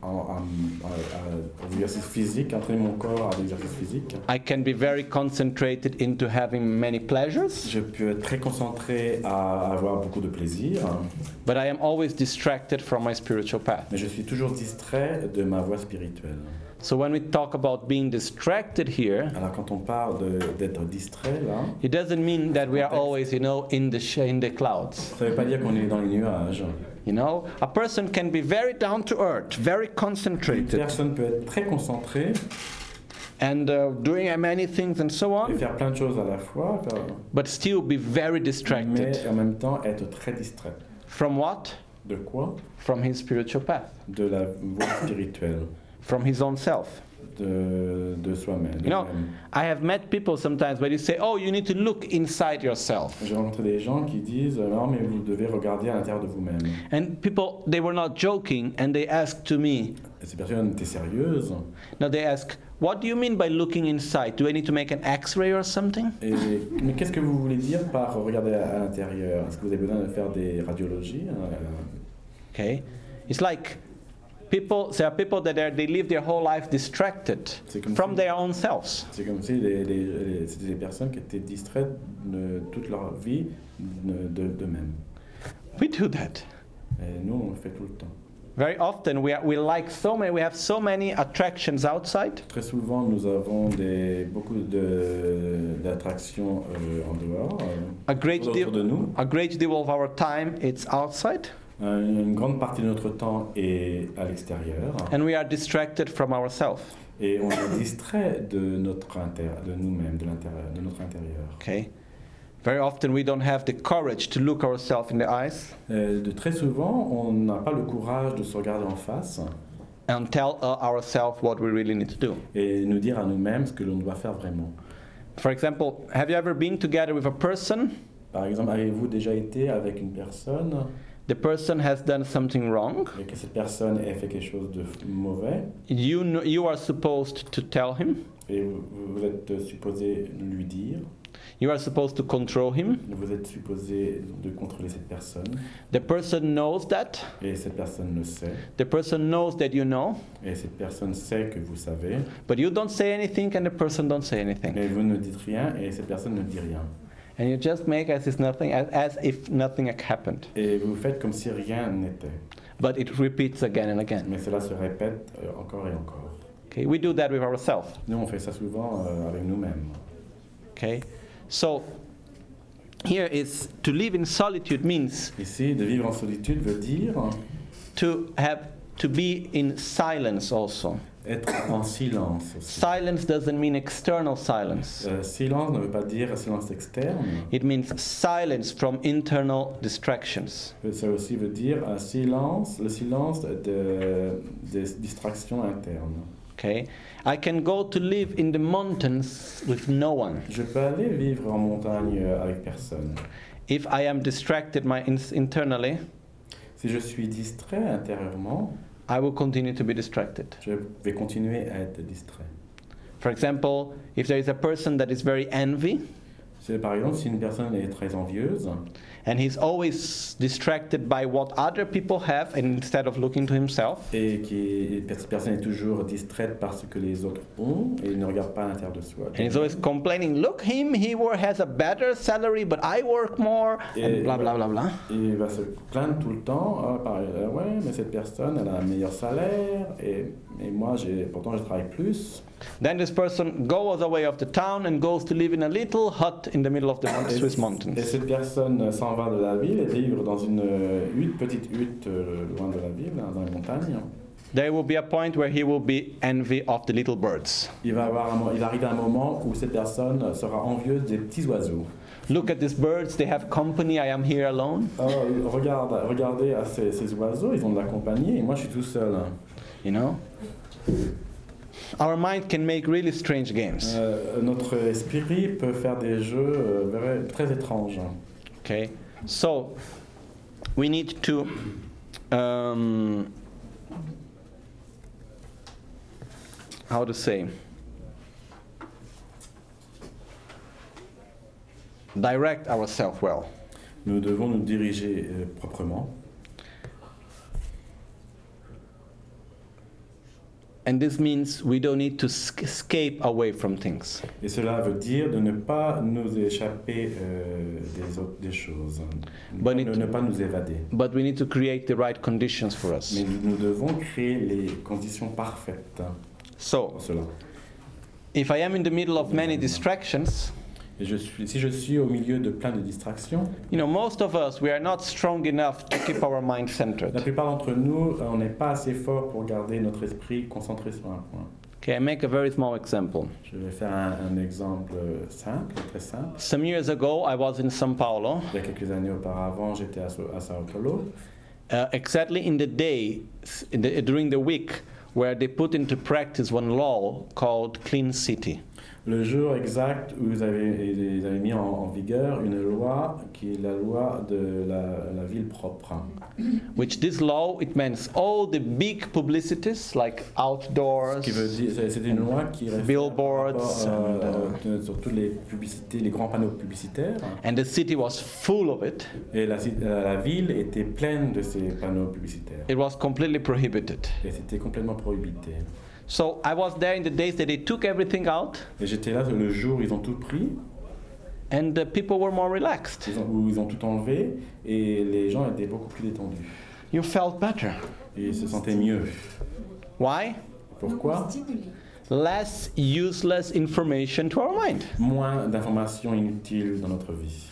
Speaker 2: à- à- à l'exercice physique, entraîner mon corps à l'exercice physique.
Speaker 1: I can be very concentrated into having many pleasures,
Speaker 2: Je peux être très concentré à avoir beaucoup de plaisir,
Speaker 1: but I am always distracted from my spiritual path.
Speaker 2: mais je suis toujours distrait de ma voie spirituelle.
Speaker 1: So when we talk about being distracted here,
Speaker 2: Alors quand on parle de- d'être distrait, là,
Speaker 1: it doesn't mean that we are always, you know, in the sh- in the clouds.
Speaker 2: ça ne veut pas dire qu'on est dans les nuages.
Speaker 1: You know, a person can be very down to earth, very
Speaker 2: Une
Speaker 1: concentrated,
Speaker 2: personne peut être très concentrée
Speaker 1: and uh, doing many things and so
Speaker 2: et
Speaker 1: on,
Speaker 2: faire plein de choses à la fois. faire-
Speaker 1: but still be very
Speaker 2: mais
Speaker 1: distracted
Speaker 2: en même temps être très distrait.
Speaker 1: from what?
Speaker 2: De quoi
Speaker 1: From his spiritual path,
Speaker 2: De la voie spirituelle,
Speaker 1: from his own self.
Speaker 2: de, de soi-même. de
Speaker 1: You know,
Speaker 2: lui-même.
Speaker 1: I have met people sometimes where you say, "Oh, you need to look inside yourself."
Speaker 2: J'ai rencontré des gens qui disent euh, non, mais vous devez regarder à l'intérieur de vous-même.
Speaker 1: And people, they were not joking, and they asked to me,
Speaker 2: Et ces personnes étaient sérieuses
Speaker 1: now they ask, what do you mean by looking inside? Do I need to make an x ray or something?
Speaker 2: et mais qu'est-ce que vous voulez dire par regarder à, à l'intérieur Est-ce que vous avez besoin de faire des radiologies Euh,
Speaker 1: Okay. It's like people, there are people that are, they live their whole life distracted
Speaker 2: C'est comme
Speaker 1: from
Speaker 2: si-
Speaker 1: their own selves.
Speaker 2: C'est comme si les- les- les- c'était des personnes qui étaient distraites de toute leur vie de- de- d'eux-mêmes.
Speaker 1: We do that.
Speaker 2: Et nous, on le fait tout le temps.
Speaker 1: Very often we, are, we like so many, we have so many attractions outside
Speaker 2: Très souvent, nous avons des, beaucoup de- d'attractions euh, en dehors,
Speaker 1: A
Speaker 2: euh,
Speaker 1: great
Speaker 2: autour
Speaker 1: deal-
Speaker 2: de nous.
Speaker 1: a great deal of our time it's outside
Speaker 2: Un- Une grande partie de notre temps est à l'extérieur
Speaker 1: and we are distracted from ourselves
Speaker 2: et on est distrait de notre intér- de nous-mêmes, de l'intérieur, de notre intérieur.
Speaker 1: okay very often we don't have the courage to look ourselves in the eyes
Speaker 2: Euh, de très souvent, on n'a pas le courage de se regarder en face
Speaker 1: and tell uh, ourselves what we really need to do.
Speaker 2: et nous dire à nous-mêmes ce que l'on doit faire vraiment.
Speaker 1: For example, have you ever been together with a person?
Speaker 2: Par exemple, avez-vous déjà été avec une personne
Speaker 1: The person has done something wrong.
Speaker 2: et que cette personne ait fait quelque chose de mauvais
Speaker 1: You know, you are supposed to tell him.
Speaker 2: et vous, vous êtes supposé lui dire
Speaker 1: You are supposed to control him.
Speaker 2: Vous êtes supposé de contrôler cette personne,
Speaker 1: The person knows that.
Speaker 2: et cette personne le sait,
Speaker 1: The person knows that you know,
Speaker 2: et cette personne sait que vous savez,
Speaker 1: but you don't say anything and the person don't say anything.
Speaker 2: mais vous ne dites rien, et cette personne ne dit rien.
Speaker 1: and you just make as if nothing, as, as if nothing had happened.
Speaker 2: Et vous faites comme si rien n'était.
Speaker 1: But it repeats again and again.
Speaker 2: Mais cela se répète euh, encore et encore.
Speaker 1: Okay, we do that with ourselves.
Speaker 2: Nous, on fait ça souvent euh, avec nous-mêmes.
Speaker 1: Okay, so here is to live in solitude means
Speaker 2: Ici, de vivre en solitude veut dire
Speaker 1: to have to be in silence also.
Speaker 2: être en silence. aussi.
Speaker 1: Silence doesn't mean external silence.
Speaker 2: Euh, silence ne veut pas dire silence externe.
Speaker 1: It means silence from internal distractions.
Speaker 2: Euh, Ça aussi veut dire un silence, le silence de, des distractions internes.
Speaker 1: Okay, I can go to live in the mountains with no one.
Speaker 2: Je peux aller vivre en montagne euh, avec personne.
Speaker 1: If I am distracted my ins internally,
Speaker 2: Si je suis distrait intérieurement,
Speaker 1: I will continue to be distracted.
Speaker 2: je vais continuer à être distrait.
Speaker 1: For example, if there is a person that is very envy
Speaker 2: C'est par exemple si une personne est très envieuse
Speaker 1: and he's always distracted by what other people have and instead of looking to himself,
Speaker 2: et qui cette personne est toujours distraite par ce que les autres ont et ne regarde pas à l'intérieur de soi.
Speaker 1: and he's always complaining, look him, he wor- has a better salary but I work more and
Speaker 2: Eh,
Speaker 1: blah blah
Speaker 2: voilà.
Speaker 1: blah blah.
Speaker 2: Et il va se plaindre tout le temps, Ah, par- euh, ouais, mais cette personne, elle a un meilleur salaire, et, et moi, j'ai, pourtant, je travaille plus.
Speaker 1: Then this person goes away of the town and goes to live in a little hut in the middle of the mount-
Speaker 2: Et-
Speaker 1: Swiss
Speaker 2: Et
Speaker 1: mountains.
Speaker 2: cette personne euh, s'en va de la ville et vivre dans une euh, hutte, petite hutte euh, loin de la ville, hein, dans les montagnes.
Speaker 1: There will be a point where he will be envy of the little birds.
Speaker 2: Il va, avoir un mo- il va arriver un moment où cette personne sera envieuse des petits oiseaux.
Speaker 1: Look at these birds, they have company, I am here alone.
Speaker 2: Oh, regarde, regardez à ces, ces oiseaux, ils ont de la compagnie et moi je suis tout seul.
Speaker 1: you know our mind can make really strange games
Speaker 2: Euh, notre esprit peut faire des jeux euh, vrai- très étranges.
Speaker 1: okay so we need to um, how to say direct ourselves well
Speaker 2: Nous devons nous diriger euh, proprement.
Speaker 1: and this means we don't need to sc- escape away from things
Speaker 2: Et cela veut dire de ne pas nous échapper euh, des, autres, des choses,
Speaker 1: Bonne
Speaker 2: ne,
Speaker 1: étude.
Speaker 2: ne pas nous évader.
Speaker 1: but we need to create the right conditions for us
Speaker 2: Mais nous devons créer les conditions parfaites hein,
Speaker 1: so
Speaker 2: pour cela.
Speaker 1: if i am in the middle of many distractions
Speaker 2: Et je suis, si je suis au milieu de plein de distractions,
Speaker 1: You know, most of us, we are not strong enough to keep our mind
Speaker 2: la
Speaker 1: centered.
Speaker 2: plupart d'entre nous, euh, on n'est pas assez fort pour garder notre esprit concentré sur un point.
Speaker 1: Okay, I make a very small example.
Speaker 2: Je vais faire un, un exemple euh, simple, très simple.
Speaker 1: Some years ago, I was in Sao Paulo.
Speaker 2: Il y a quelques années auparavant, j'étais à, Sao- à Sao Paulo.
Speaker 1: Uh, exactly in the day, s- in the, during the week, where they put into practice one law called Clean City.
Speaker 2: Le jour exact où ils avaient, ils avaient mis en, en vigueur une loi qui est la loi de la, la ville propre.
Speaker 1: Which this law, it means all the big publicities like
Speaker 2: Ce
Speaker 1: outdoors,
Speaker 2: qui veut dire, c'est c'est une loi qui reste
Speaker 1: Billboards
Speaker 2: euh, sur toutes les publicités, les grands panneaux publicitaires.
Speaker 1: and the city was full of it.
Speaker 2: Et la, ci- euh, la ville était pleine de ces panneaux publicitaires.
Speaker 1: It was completely prohibited.
Speaker 2: Et c'était complètement prohibité.
Speaker 1: So I was there in the days that they took everything out,
Speaker 2: Et j'étais là le jour où ils ont tout pris,
Speaker 1: and the people were more relaxed.
Speaker 2: ils ont- où ils ont tout enlevé, et les gens étaient beaucoup plus détendus.
Speaker 1: You felt better.
Speaker 2: Et ils se sentaient mieux.
Speaker 1: Why?
Speaker 2: Pourquoi
Speaker 3: Nouveaux stimuli.
Speaker 1: Less useless information to our mind.
Speaker 2: Moins d'informations inutiles dans notre vie.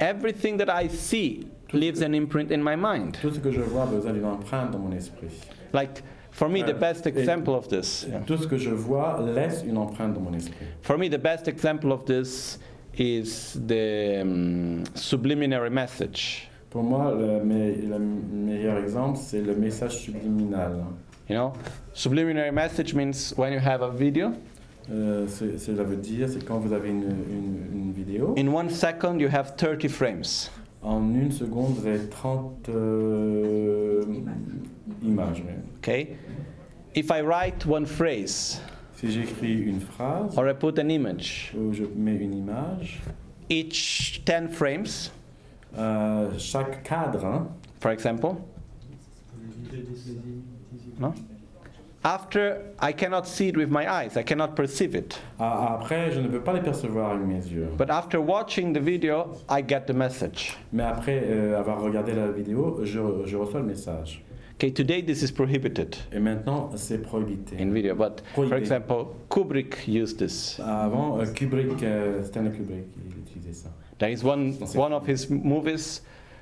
Speaker 1: Everything that I see leaves an imprint in my mind.
Speaker 2: Tout ce que je vois a besoin d'une empreinte dans mon esprit.
Speaker 1: Like, for me, the best example of this,
Speaker 2: Tout ce que je vois laisse une empreinte dans mon esprit.
Speaker 1: for me, the best example of this is the um, subliminary message.
Speaker 2: Pour moi, le, me- le meilleur exemple, c'est le message subliminal.
Speaker 1: You know, subliminary message means when you have a video,
Speaker 2: Euh, c'est- cela veut dire, c'est quand vous avez une, une- une vidéo,
Speaker 1: in one second you have 30 frames.
Speaker 2: en une seconde, vous avez 30 euh, images. oui.
Speaker 1: Okay? If I write one phrase
Speaker 2: Si j'écris une phrase,
Speaker 1: or I put an image,
Speaker 2: ou je mets une image,
Speaker 1: each 10 frames,
Speaker 2: euh, chaque cadre, hein,
Speaker 1: for example, After, I cannot see it with my eyes, I cannot perceive it.
Speaker 2: A- Après, je ne peux pas les percevoir avec mes yeux.
Speaker 1: But after watching the video, I get the message.
Speaker 2: Mais après euh, avoir regardé la vidéo, je, je reçois le message.
Speaker 1: Okay, today this is prohibited
Speaker 2: Et maintenant, c'est prohibité.
Speaker 1: in video, but for
Speaker 2: Prohibited.
Speaker 1: example, Kubrick used this.
Speaker 2: Avant, euh, Kubrick, euh, Stanley Kubrick, il utilisait ça.
Speaker 1: There is one, one of his movies,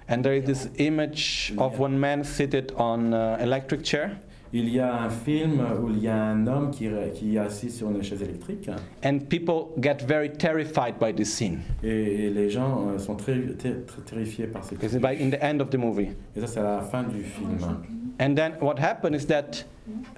Speaker 1: and there is this image of one man seated on uh, electric chair,
Speaker 2: Il y a un film où il y a un homme qui, re- qui est assis sur une chaise électrique
Speaker 1: and people get very terrified by this scene.
Speaker 2: et, et les gens euh, sont très, très- très terrifiés par cette
Speaker 1: This is by, in the end of the movie.
Speaker 2: Et ça, c'est à la fin du film.
Speaker 1: And then what happened is that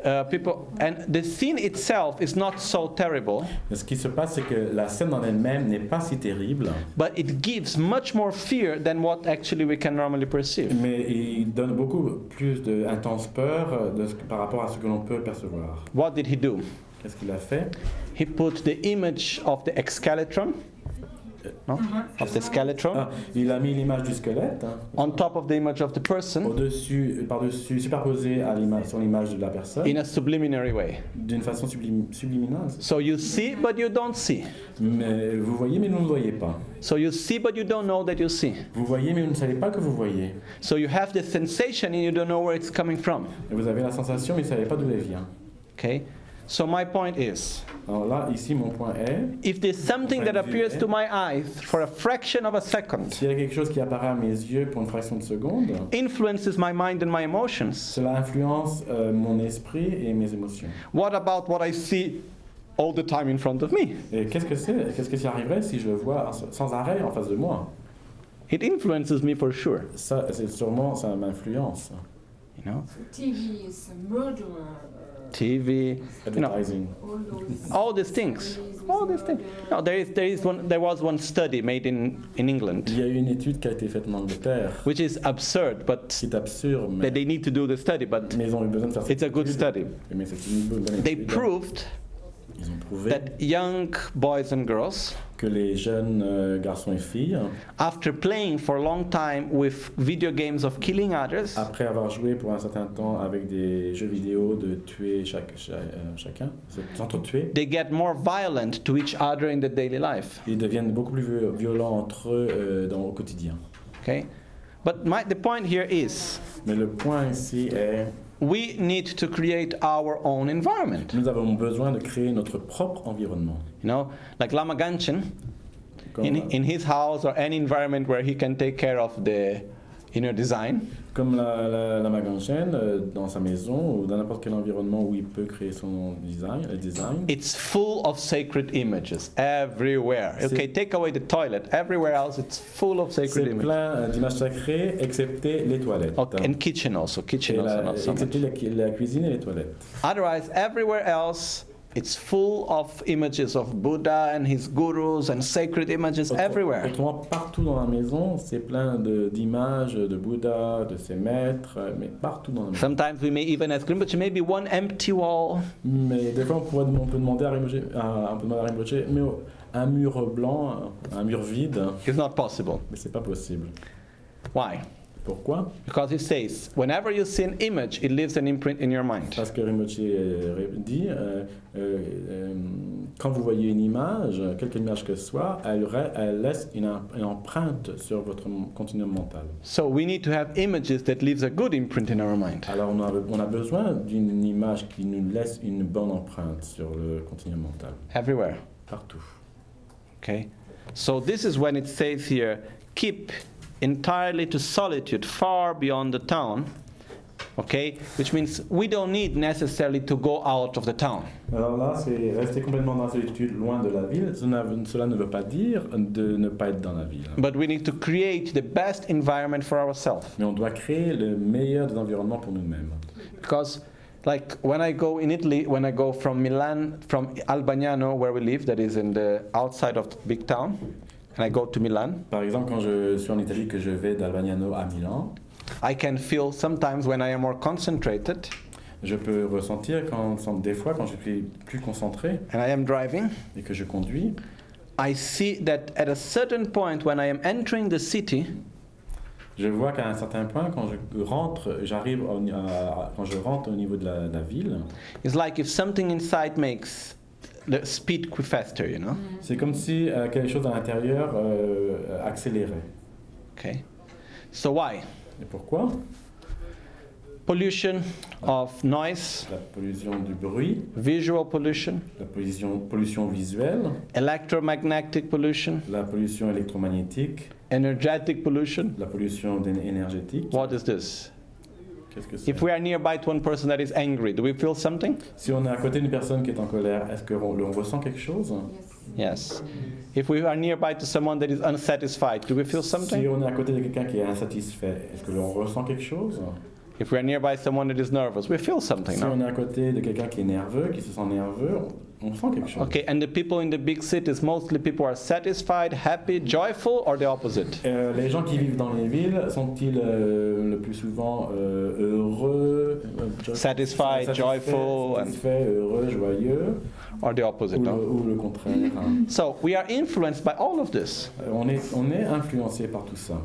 Speaker 1: uh, people, and the scene itself is not so terrible,
Speaker 2: Et ce qui se passe, c'est que la scène en elle-même n'est pas si terrible,
Speaker 1: but it gives much more fear than what actually we can normally perceive.
Speaker 2: mais il donne beaucoup plus d'intense peur euh, de ce que- par rapport à ce que l'on peut percevoir.
Speaker 1: What did he do?
Speaker 2: Qu'est-ce qu'il a fait
Speaker 1: He put the image of the excalatron, no? of the skeletron,
Speaker 2: Ah, Il a mis l'image du squelette hein,
Speaker 1: on top of the image of the person
Speaker 2: au-dessus, par-dessus, superposée à l'ima- sur l'image de la personne,
Speaker 1: in a subliminary way.
Speaker 2: d'une façon sublim- subliminale.
Speaker 1: So you see, but you don't see.
Speaker 2: Mais vous voyez, mais vous ne voyez pas.
Speaker 1: So you see, but you don't know that you see.
Speaker 2: Vous voyez, mais vous ne savez pas que vous voyez.
Speaker 1: So you have the sensation and you don't know where it's coming from.
Speaker 2: Et vous avez la sensation, mais vous ne savez pas d'où elle vient.
Speaker 1: Okay? So my point is.
Speaker 2: Alors là, ici, mon point est,
Speaker 1: If there's something that appears to my eyes for a fraction of a second,
Speaker 2: s'il y a quelque chose qui apparaît à mes yeux pour une fraction de seconde,
Speaker 1: influences my mind and my emotions,
Speaker 2: Cela influence euh, mon esprit et mes émotions.
Speaker 1: what about what I see all the time in front of me?
Speaker 2: Et qu'est-ce que c'est Qu'est-ce que ça arriverait si je le vois sans arrêt en face de moi
Speaker 1: It influences me for sure.
Speaker 2: Ça, c'est sûrement ça m'influence.
Speaker 1: You know,
Speaker 3: TV is a murderer. uh,
Speaker 1: TV, you know,
Speaker 2: Advertising.
Speaker 3: All those.
Speaker 1: all these things. All these things. No, there is there is one there was one study made in in England,
Speaker 2: Il y a eu une étude qui a été faite en Angleterre,
Speaker 1: which is absurd, but
Speaker 2: qui est absurde, mais,
Speaker 1: that they need to do the study, but
Speaker 2: mais ils ont eu besoin de faire
Speaker 1: it's
Speaker 2: cette
Speaker 1: a good
Speaker 2: étude.
Speaker 1: study.
Speaker 2: Mais c'est une bonne
Speaker 1: They
Speaker 2: étude.
Speaker 1: proved
Speaker 2: Ils ont prouvé
Speaker 1: that young boys and girls
Speaker 2: que les jeunes euh, garçons et filles,
Speaker 1: after playing for a long time with video games of killing others,
Speaker 2: après avoir joué pour un certain temps avec des jeux vidéo de tuer chaque, cha- euh, chacun, se- s'entretuer,
Speaker 1: they get more violent to each other in the daily life.
Speaker 2: ils deviennent beaucoup plus vi- violents entre eux euh, dans, au quotidien.
Speaker 1: Okay? But my, the point here is
Speaker 2: Mais le point ici est,
Speaker 1: we need to create our own environment.
Speaker 2: nous avons besoin de créer notre propre environnement.
Speaker 1: You know, like Lama Ganchen,
Speaker 2: Comme,
Speaker 1: in, in his house or any environment where he can take care of the inner design,
Speaker 2: comme la, la, la Maganchen, euh, dans sa maison ou dans n'importe quel environnement où il peut créer son design, euh, design
Speaker 1: it's full of sacred images everywhere.
Speaker 2: C'est-
Speaker 1: Okay, take away the toilet. Everywhere else, it's full of
Speaker 2: c'est
Speaker 1: sacred images.
Speaker 2: plein euh, d'images sacrées, excepté les toilettes.
Speaker 1: Okay, and kitchen also.
Speaker 2: Et
Speaker 1: Kitchen also,
Speaker 2: la,
Speaker 1: not so much.
Speaker 2: excepté la, cu- la cuisine et les toilettes.
Speaker 1: Otherwise, everywhere else, it's full of images of Buddha and his gurus and sacred images
Speaker 2: Autre-
Speaker 1: everywhere.
Speaker 2: Autrement, partout dans la maison, c'est plein de- d'images de, Bouddha, de ses maîtres, euh, mais partout dans la maison.
Speaker 1: Sometimes we may even have Grimbachi, maybe one empty wall.
Speaker 2: Mais des fois, on, pourrait, on peut demander à Rinpoche, à- on peut demander à Rinpoche, mais oh, un mur blanc, un mur vide,
Speaker 1: It's not possible.
Speaker 2: mais c'est pas possible.
Speaker 1: Why?
Speaker 2: Pourquoi
Speaker 1: Because he says, whenever you see an image, it leaves an imprint in your mind.
Speaker 2: Parce que Rinpoche euh, ré- dit, euh, euh, euh, quand vous voyez une image, quelque image que ce soit, elle, ra- elle laisse une, em- une empreinte sur votre mon- continuum mental.
Speaker 1: So we need to have images that leaves a good imprint in our mind.
Speaker 2: Alors on a, on a besoin d'une image qui nous laisse une bonne empreinte sur le continuum mental,
Speaker 1: Everywhere.
Speaker 2: partout.
Speaker 1: Okay? So this is when it says here, keep entirely to solitude far beyond the town. Okay? Which means we don't need necessarily to go out of the town.
Speaker 2: Alors là, c'est rester complètement dans la solitude, loin de la ville. Cela ne- cela ne veut pas dire de ne pas être dans la ville.
Speaker 1: But we need to create the best environment for ourselves.
Speaker 2: Mais on doit créer le meilleur des environnements pour nous-mêmes.
Speaker 1: Because like when I go in Italy, when I go from Milan, from Albagnano where we live, that is in the outside of the big town, and I go to Milan,
Speaker 2: Par exemple, quand je suis en Italie, que je vais d'Albagnano à Milan,
Speaker 1: I can feel sometimes when I am more concentrated
Speaker 2: je peux ressentir quand, des fois, quand je suis plus concentré
Speaker 1: and I am driving,
Speaker 2: et que je conduis,
Speaker 1: I see that at a certain point when I am entering the city,
Speaker 2: Je vois qu'à un certain point, quand je rentre, j'arrive au ni- à- quand je rentre au niveau de la, la ville,
Speaker 1: It's like if something inside makes the speed qu- faster, you know?
Speaker 2: c'est comme si euh, quelque chose à l'intérieur euh, accélérait.
Speaker 1: Okay. So why?
Speaker 2: Et pourquoi
Speaker 1: Pollution of noise,
Speaker 2: La pollution du bruit,
Speaker 1: visual pollution,
Speaker 2: la pollution, pollution visuelle,
Speaker 1: electromagnetic pollution,
Speaker 2: la pollution électromagnétique,
Speaker 1: energetic pollution.
Speaker 2: la pollution dé- énergétique.
Speaker 1: What is this?
Speaker 2: Qu'est-ce que c'est
Speaker 1: If we are nearby to one person that is angry, do we feel something?
Speaker 2: Si on est à côté d'une personne qui est en colère, est-ce qu'on on ressent quelque chose
Speaker 1: Yes. If we are nearby to someone that is unsatisfied, do we feel
Speaker 2: Si
Speaker 1: something?
Speaker 2: on est à côté de quelqu'un qui est insatisfait, est-ce que l'on ressent quelque chose
Speaker 1: If we are nearby someone that is nervous, we feel something.
Speaker 2: Si
Speaker 1: no?
Speaker 2: on est à côté de quelqu'un qui est nerveux, qui se sent nerveux, on on sent quelque chose.
Speaker 1: Okay, and the people in the big cities, mostly people are satisfied, happy, joyful, or the opposite?
Speaker 2: Euh, les gens qui vivent dans les villes sont-ils euh, le plus souvent euh, heureux, euh, joy-
Speaker 1: Satisfied,
Speaker 2: satisfaits,
Speaker 1: joyful, and-
Speaker 2: satisfaits, heureux, joyeux,
Speaker 1: Or the
Speaker 2: ou
Speaker 1: opposite?
Speaker 2: le,
Speaker 1: No?
Speaker 2: ou le contraire
Speaker 1: So we are influenced by all of this.
Speaker 2: Euh, on, est, on est influencé par tout ça.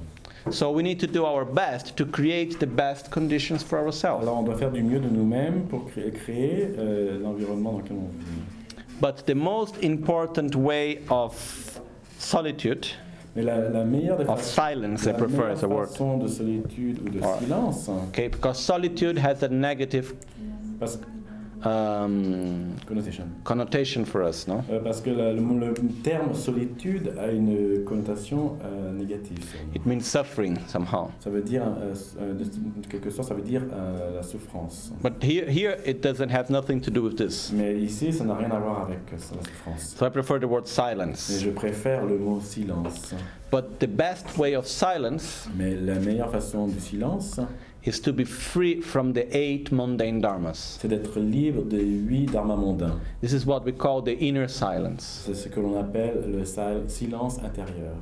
Speaker 1: So we need to do our best to create the best conditions for ourselves.
Speaker 2: Alors on doit faire du mieux de nous-mêmes pour cré- créer euh, l'environnement dans lequel on vit.
Speaker 1: But the most important way of solitude,
Speaker 2: Mais la, la meilleure des
Speaker 1: of
Speaker 2: façons,
Speaker 1: silence, I
Speaker 2: la
Speaker 1: prefer
Speaker 2: meilleure
Speaker 1: as a word.
Speaker 2: façon de solitude ou de
Speaker 1: Alright.
Speaker 2: silence,
Speaker 1: Okay, because solitude has a negative
Speaker 2: parce,
Speaker 1: um,
Speaker 2: connotation.
Speaker 1: connotation for us, no?
Speaker 2: Euh, parce que la- le, mot- le terme solitude a une connotation euh, négative. selon moi.
Speaker 1: It means suffering somehow.
Speaker 2: Ça veut dire, euh, euh, de de quelque sorte, ça veut dire euh, la souffrance.
Speaker 1: But here, here it doesn't have nothing to do with this.
Speaker 2: Mais ici, ça n'a rien à voir avec euh, ça, la souffrance.
Speaker 1: So I prefer the word
Speaker 2: Mais
Speaker 1: silence.
Speaker 2: je préfère le mot silence.
Speaker 1: But the best way of silence
Speaker 2: Mais la meilleure façon du silence,
Speaker 1: is to be free from the eight mundane dharmas.
Speaker 2: c'est d'être libre des huit dharmas mondains.
Speaker 1: This is what we call the inner silence,
Speaker 2: C'est ce que l'on appelle le sil- silence intérieur.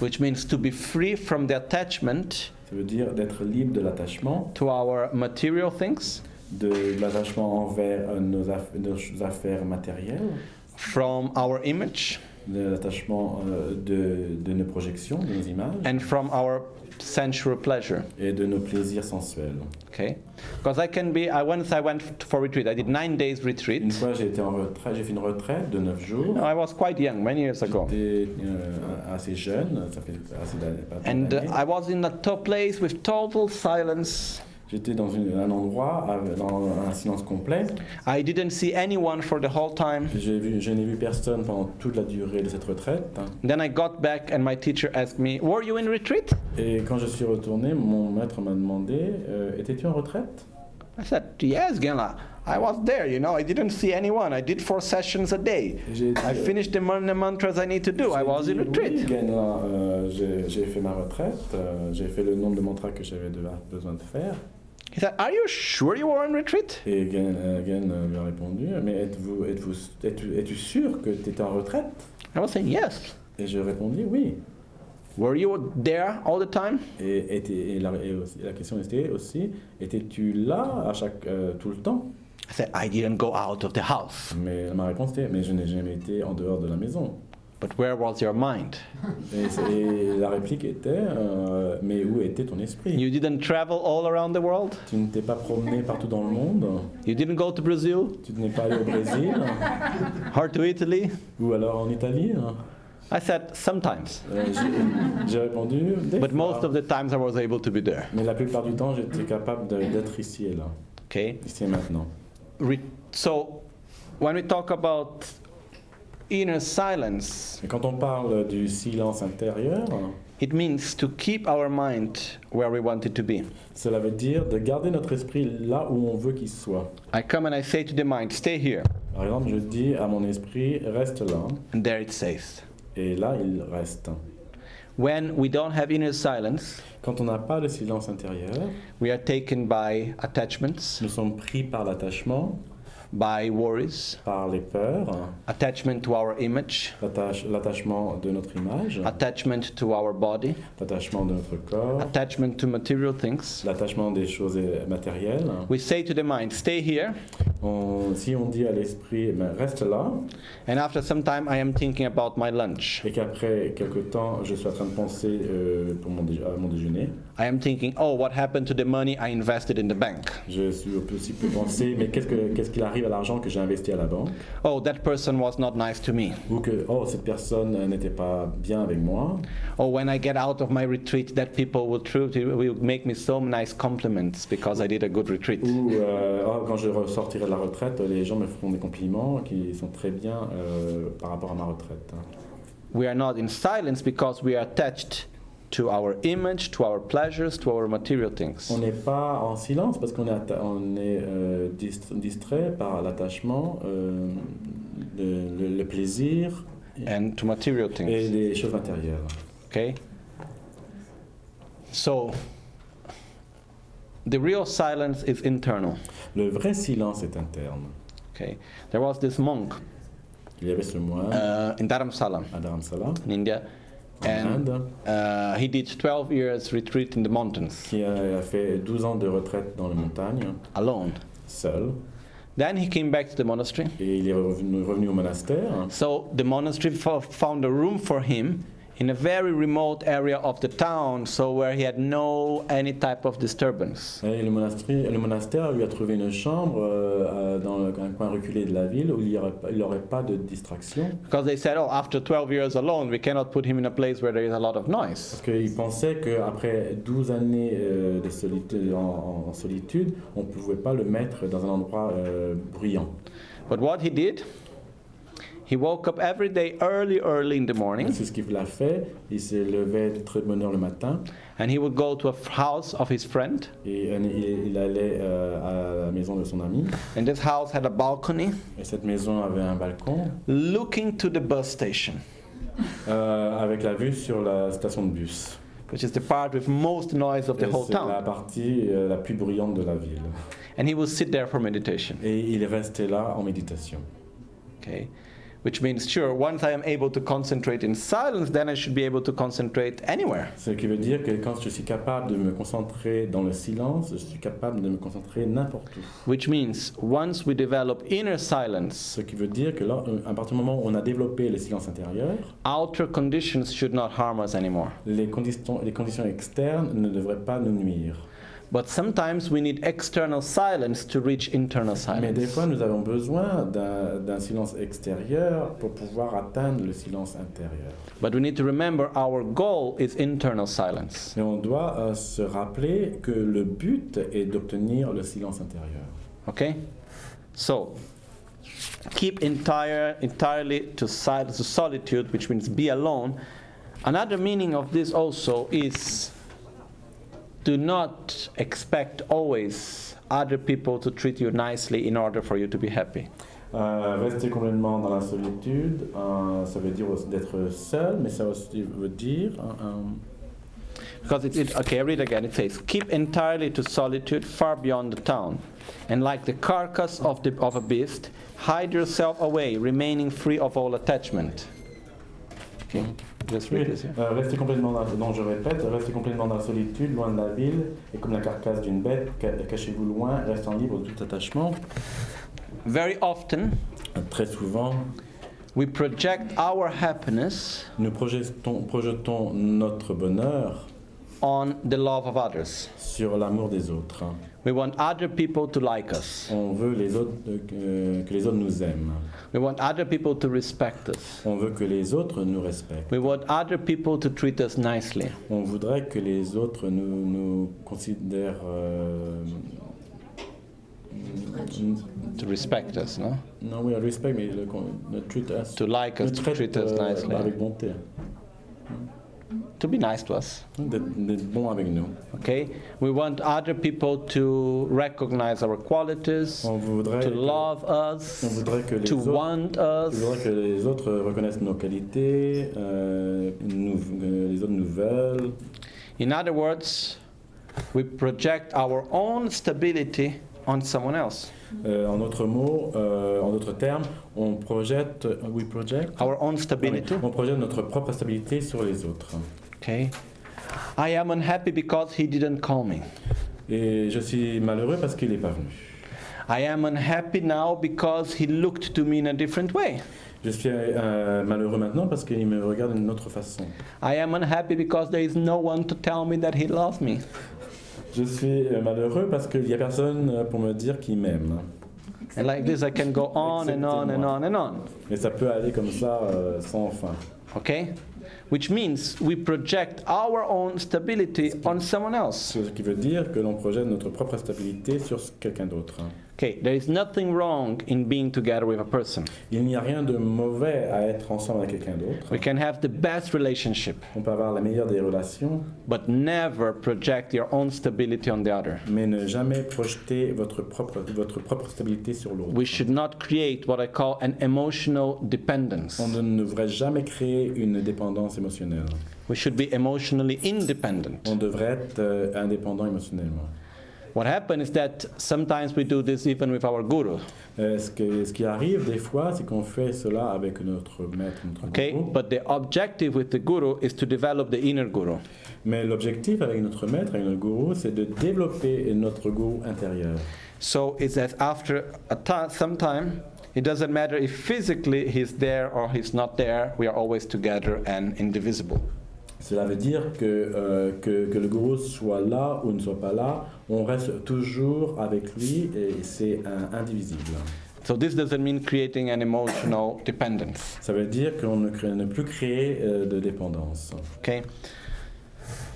Speaker 1: which means to be free from the attachment
Speaker 2: Ça veut dire d'être libre de l'attachement,
Speaker 1: to our material things,
Speaker 2: de l'attachement envers euh, nos, aff- nos affaires matérielles,
Speaker 1: from our image,
Speaker 2: de l'attachement euh, de, de nos projections, de nos images
Speaker 1: and from our sensual pleasure.
Speaker 2: et de nos plaisirs sensuels.
Speaker 1: Okay? Because I can be, I once I went for retreat, I did nine days
Speaker 2: Une
Speaker 1: retreat.
Speaker 2: fois, j'ai été en retraite, j'ai fait une retraite de 9 jours.
Speaker 1: No, I was quite young, many years ago.
Speaker 2: J'étais euh, assez jeune, ça fait assez d'années. pas tant
Speaker 1: And uh,
Speaker 2: d'années.
Speaker 1: I was in a top place with total silence.
Speaker 2: J'étais dans une- un endroit, avec- dans un silence complet.
Speaker 1: I didn't see anyone for the whole time.
Speaker 2: J'ai vu- je n'ai vu personne pendant toute la durée de cette retraite.
Speaker 1: Then I got back and my teacher asked me, Were you in retreat?
Speaker 2: Et quand je suis retourné, mon maître m'a demandé euh, Étais-tu en retraite
Speaker 1: I said, Yes, Gela. I was there, you know, I didn't see anyone. I did four sessions a day.
Speaker 2: J'ai
Speaker 1: I
Speaker 2: euh,
Speaker 1: finished the man- the mantras I need to do. I
Speaker 2: j'ai
Speaker 1: was
Speaker 2: dit,
Speaker 1: in
Speaker 2: Oui,
Speaker 1: retreat.
Speaker 2: Gaënla, euh, j'ai- j'ai fait ma retraite, euh, j'ai fait le nombre de mantras que j'avais de- besoin de faire.
Speaker 1: He said, Are you sure you were in retreat?
Speaker 2: Et Gaël euh, Gaël, euh, lui a répondu Mais êtes-vous, êtes-vous, êtes-vous- es-tu sûr que tu étais en retraite
Speaker 1: I was saying, Yes.
Speaker 2: Et je répondis Oui.
Speaker 1: Were you there all the time?
Speaker 2: Et, était- et la, et aussi- la question était aussi Étais-tu là à chaque, euh, tout le temps
Speaker 1: I said, I didn't go out of the house.
Speaker 2: Mais ma réponse était Mais je n'ai jamais été en dehors de la maison.
Speaker 1: But where was your mind?
Speaker 2: Et, c'est- et la réplique était euh, Mais où était ton esprit
Speaker 1: You didn't travel all around the world?
Speaker 2: Tu ne t'es pas promené partout dans le monde
Speaker 1: You didn't go to Brazil
Speaker 2: Tu n'es pas allé au Brésil
Speaker 1: or to Italy?
Speaker 2: Ou alors en Italie hein.
Speaker 1: I said, Sometimes.
Speaker 2: Euh, j'ai- J'ai répondu Des
Speaker 1: But
Speaker 2: fois.
Speaker 1: most of the times I was able to be there.
Speaker 2: Mais la plupart du temps, j'étais capable de- d'être ici et là.
Speaker 1: Okay.
Speaker 2: Ici et maintenant.
Speaker 1: Re- so when we talk about inner silence,
Speaker 2: Et quand on parle du silence intérieur,
Speaker 1: it means to keep our mind where we want it to be.
Speaker 2: cela veut dire de garder notre esprit là où on veut qu'il soit.
Speaker 1: I come and I say to the mind, stay here.
Speaker 2: Par exemple, je dis à mon esprit, reste là.
Speaker 1: And there it stays.
Speaker 2: Et là, il reste.
Speaker 1: When we don't have inner silence,
Speaker 2: Quand on n'a pas le silence intérieur,
Speaker 1: we are taken by attachments,
Speaker 2: nous sommes pris par l'attachement,
Speaker 1: by worries,
Speaker 2: par les peurs,
Speaker 1: attachment to our image,
Speaker 2: l'attache- l'attachement de notre image,
Speaker 1: Ah. attachment to our body,
Speaker 2: l'attachement de notre corps,
Speaker 1: attachment to material things.
Speaker 2: l'attachement des choses euh, matérielles.
Speaker 1: We say to the mind, stay here,
Speaker 2: On- si on dit à l'esprit, ben, reste là,
Speaker 1: and after some time I am thinking about my lunch.
Speaker 2: et qu'après quelques temps, je suis en train de penser euh, pour mon dé- à mon déjeuner,
Speaker 1: I am thinking, oh, what happened to the money I invested in the bank?
Speaker 2: je suis aussi peut penser, mais qu'est-ce que- qu'est-ce qu'il arrive à l'argent que j'ai investi à la banque
Speaker 1: Oh, that person was not nice to me.
Speaker 2: Ou que, oh, cette personne euh, n'était pas bien avec moi.
Speaker 1: Or Oh, when I get out of my retreat, that people will, tru- will make me so nice compliments because I did a good retreat.
Speaker 2: Ou euh, Oh, quand je ressortirai de la retraite, les gens me feront des compliments qui sont très bien euh, par rapport à ma retraite. hein.
Speaker 1: We are not in silence because we are attached to our image, to our pleasures, to our material things.
Speaker 2: On n'est pas en silence parce qu'on est, atta- on est euh, dist- distrait par l'attachement, euh, le, le- le plaisir
Speaker 1: And to material
Speaker 2: et
Speaker 1: things.
Speaker 2: les choses matérielles.
Speaker 1: Okay? So, the real silence is internal.
Speaker 2: Le vrai silence est interne.
Speaker 1: Okay? There was this monk
Speaker 2: Il y avait ce moine
Speaker 1: uh, in Dharamsala
Speaker 2: à Dharamsala,
Speaker 1: in India,
Speaker 2: en
Speaker 1: and
Speaker 2: Inde,
Speaker 1: uh, he did 12 years retreat in the mountains
Speaker 2: qui a, a fait 12 ans de retraite dans les montagnes,
Speaker 1: alone.
Speaker 2: seul.
Speaker 1: Then he came back to the monastery.
Speaker 2: Et il est revenu, revenu au monastère.
Speaker 1: So the monastery fo- found a room for him in a very remote area of the town, so where he had no any type of disturbance.
Speaker 2: Et le, monastère, le monastère lui a trouvé une chambre euh, euh, dans le- un coin reculé de la ville où il n'y aurait, pas- il n'y aurait pas de distraction.
Speaker 1: Because they said, oh, after 12 years alone, we cannot put him in a place where there is a lot of noise.
Speaker 2: Parce qu'il pensait qu'après 12 années euh, de solitude, en, en solitude, on ne pouvait pas le mettre dans un endroit euh, bruyant.
Speaker 1: But what he did, he woke up every day early, early in the morning,
Speaker 2: C'est ce qu'il a fait. Il se levait de très de bonne heure le matin
Speaker 1: and he would go to a f- house of his friend.
Speaker 2: et euh, il, il allait euh, à la maison de son ami.
Speaker 1: And this house had a balcony
Speaker 2: Et cette maison avait un balcon
Speaker 1: looking to the bus station,
Speaker 2: euh, avec la vue sur la station de bus.
Speaker 1: which is the part with most noise of
Speaker 2: Et
Speaker 1: the whole
Speaker 2: C'est la
Speaker 1: town.
Speaker 2: partie euh, la plus bruyante de la ville.
Speaker 1: And he would sit there for meditation.
Speaker 2: Et il restait là en méditation.
Speaker 1: Okay? Which means, sure, once I am able to concentrate in silence, then I should be able to concentrate anywhere.
Speaker 2: Ce qui veut dire que quand je suis capable de me concentrer dans le silence, je suis capable de me concentrer n'importe où.
Speaker 1: Which means, once we develop inner silence,
Speaker 2: Ce qui veut dire que là, euh, à partir du moment où on a développé le silence intérieur,
Speaker 1: outer conditions should not harm us anymore.
Speaker 2: les conditions, les conditions externes ne devraient pas nous nuire.
Speaker 1: But sometimes we need external silence to reach internal
Speaker 2: Mais des
Speaker 1: silence.
Speaker 2: fois, nous avons besoin d'un d'un silence extérieur pour pouvoir atteindre le silence intérieur.
Speaker 1: But we need to remember our goal is internal silence.
Speaker 2: Mais on doit euh, se rappeler que le but est d'obtenir le silence intérieur.
Speaker 1: Okay? So, keep entire, entirely to, sil- to solitude, which means be alone. Another meaning of this also is do not expect always other people to treat you nicely in order for you to be happy.
Speaker 2: Euh, rester complètement dans la solitude, euh, ça veut dire aussi d'être seul, mais ça aussi veut dire euh, euh,
Speaker 1: Because it's it, okay, I read again. It says, "Keep entirely to solitude, far beyond the town, and like the carcass of the of a beast, hide yourself away, remaining free of all attachment." Okay, just read this. here.
Speaker 2: euh, rester complètement dans, non, je répète, rester complètement dans la solitude, loin de la ville, et comme la carcasse d'une bête, ca- cachez-vous loin, restant libre de tout attachement.
Speaker 1: Very often,
Speaker 2: Euh, Très souvent,
Speaker 1: we project our happiness
Speaker 2: nous projetons, projetons notre bonheur
Speaker 1: on the love of others.
Speaker 2: sur l'amour des autres.
Speaker 1: We want other people to like us.
Speaker 2: On veut les autres, euh, que les autres nous aiment.
Speaker 1: We want other people to respect us.
Speaker 2: On veut que les autres nous respectent.
Speaker 1: We want other people to treat us nicely.
Speaker 2: On voudrait que les autres nous, nous considèrent. euh,
Speaker 1: To respect us, no?
Speaker 2: non, oui, respect, mais le, qu'on- le treat us.
Speaker 1: To like us,
Speaker 2: le
Speaker 1: to
Speaker 2: traite,
Speaker 1: treat us
Speaker 2: euh,
Speaker 1: nicely,
Speaker 2: Avec bonté.
Speaker 1: to be nice to us.
Speaker 2: D'être d'être bon avec nous.
Speaker 1: Okay? We want other people to recognize our qualities,
Speaker 2: On voudrait.
Speaker 1: to
Speaker 2: que-
Speaker 1: love us,
Speaker 2: on voudrait que les
Speaker 1: to
Speaker 2: autres.
Speaker 1: want
Speaker 2: on
Speaker 1: us.
Speaker 2: voudrait que les autres reconnaissent nos qualités, euh, nous, que les autres nous veulent.
Speaker 1: In other words, we project our own stability on someone else.
Speaker 2: Euh, en d'autres mots, euh, en d'autres termes, on projette, euh, we project,
Speaker 1: Our own stability.
Speaker 2: on projette notre propre stabilité sur les autres.
Speaker 1: Okay. I am unhappy because he didn't call me.
Speaker 2: Et je suis malheureux parce qu'il n'est pas venu.
Speaker 1: I am unhappy now because he looked to me in a different way.
Speaker 2: Je suis euh, malheureux maintenant parce qu'il me regarde d'une autre façon.
Speaker 1: I am unhappy because there is no one to tell me that he loves me.
Speaker 2: Je suis euh, malheureux parce qu'il n'y a personne euh, pour me dire qu'il m'aime.
Speaker 1: And like this, I can go on and on and on and on.
Speaker 2: Mais ça peut aller comme ça euh, sans fin.
Speaker 1: Okay? Which means we project our own stability on someone else.
Speaker 2: Ce qui veut dire que l'on projette notre propre stabilité sur quelqu'un d'autre.
Speaker 1: Okay, there is nothing wrong in being together with a person.
Speaker 2: Il n'y a rien de mauvais à être ensemble avec quelqu'un d'autre.
Speaker 1: We can have the best relationship,
Speaker 2: On peut avoir la meilleure des relations,
Speaker 1: but never project your own stability on the other.
Speaker 2: mais ne jamais projeter votre propre, votre propre stabilité sur l'autre.
Speaker 1: We should not create what I call an emotional dependence.
Speaker 2: On ne devrait jamais créer une dépendance émotionnelle.
Speaker 1: We should be emotionally independent.
Speaker 2: On devrait être euh, indépendant émotionnellement.
Speaker 1: What happens is that sometimes we do this even with our guru.
Speaker 2: Euh, ce, que- ce qui arrive des fois, c'est qu'on fait cela avec notre maître, notre
Speaker 1: Okay?
Speaker 2: guru.
Speaker 1: But the objective with the guru is to develop the inner guru.
Speaker 2: Mais l'objectif avec notre maître, avec notre gourou, c'est de développer notre gourou intérieur.
Speaker 1: So it's that after a ti- some time, it doesn't matter if physically he's there or he's not there, we are always together and indivisible.
Speaker 2: Cela veut dire que, euh, que, que le gourou soit là ou ne soit pas là, on reste toujours avec lui et c'est un- indivisible.
Speaker 1: So this doesn't mean creating an emotional dependence.
Speaker 2: Ça veut dire qu'on ne, crée- ne plus créer euh, de dépendance.
Speaker 1: Okay?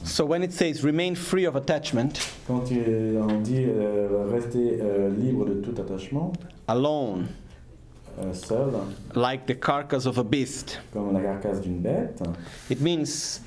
Speaker 1: So when it says remain free of attachment,
Speaker 2: Quand il- on dit euh, rester euh, libre de tout attachement,
Speaker 1: alone,
Speaker 2: euh, seul,
Speaker 1: like the carcass of a beast,
Speaker 2: comme la carcasse d'une bête,
Speaker 1: It means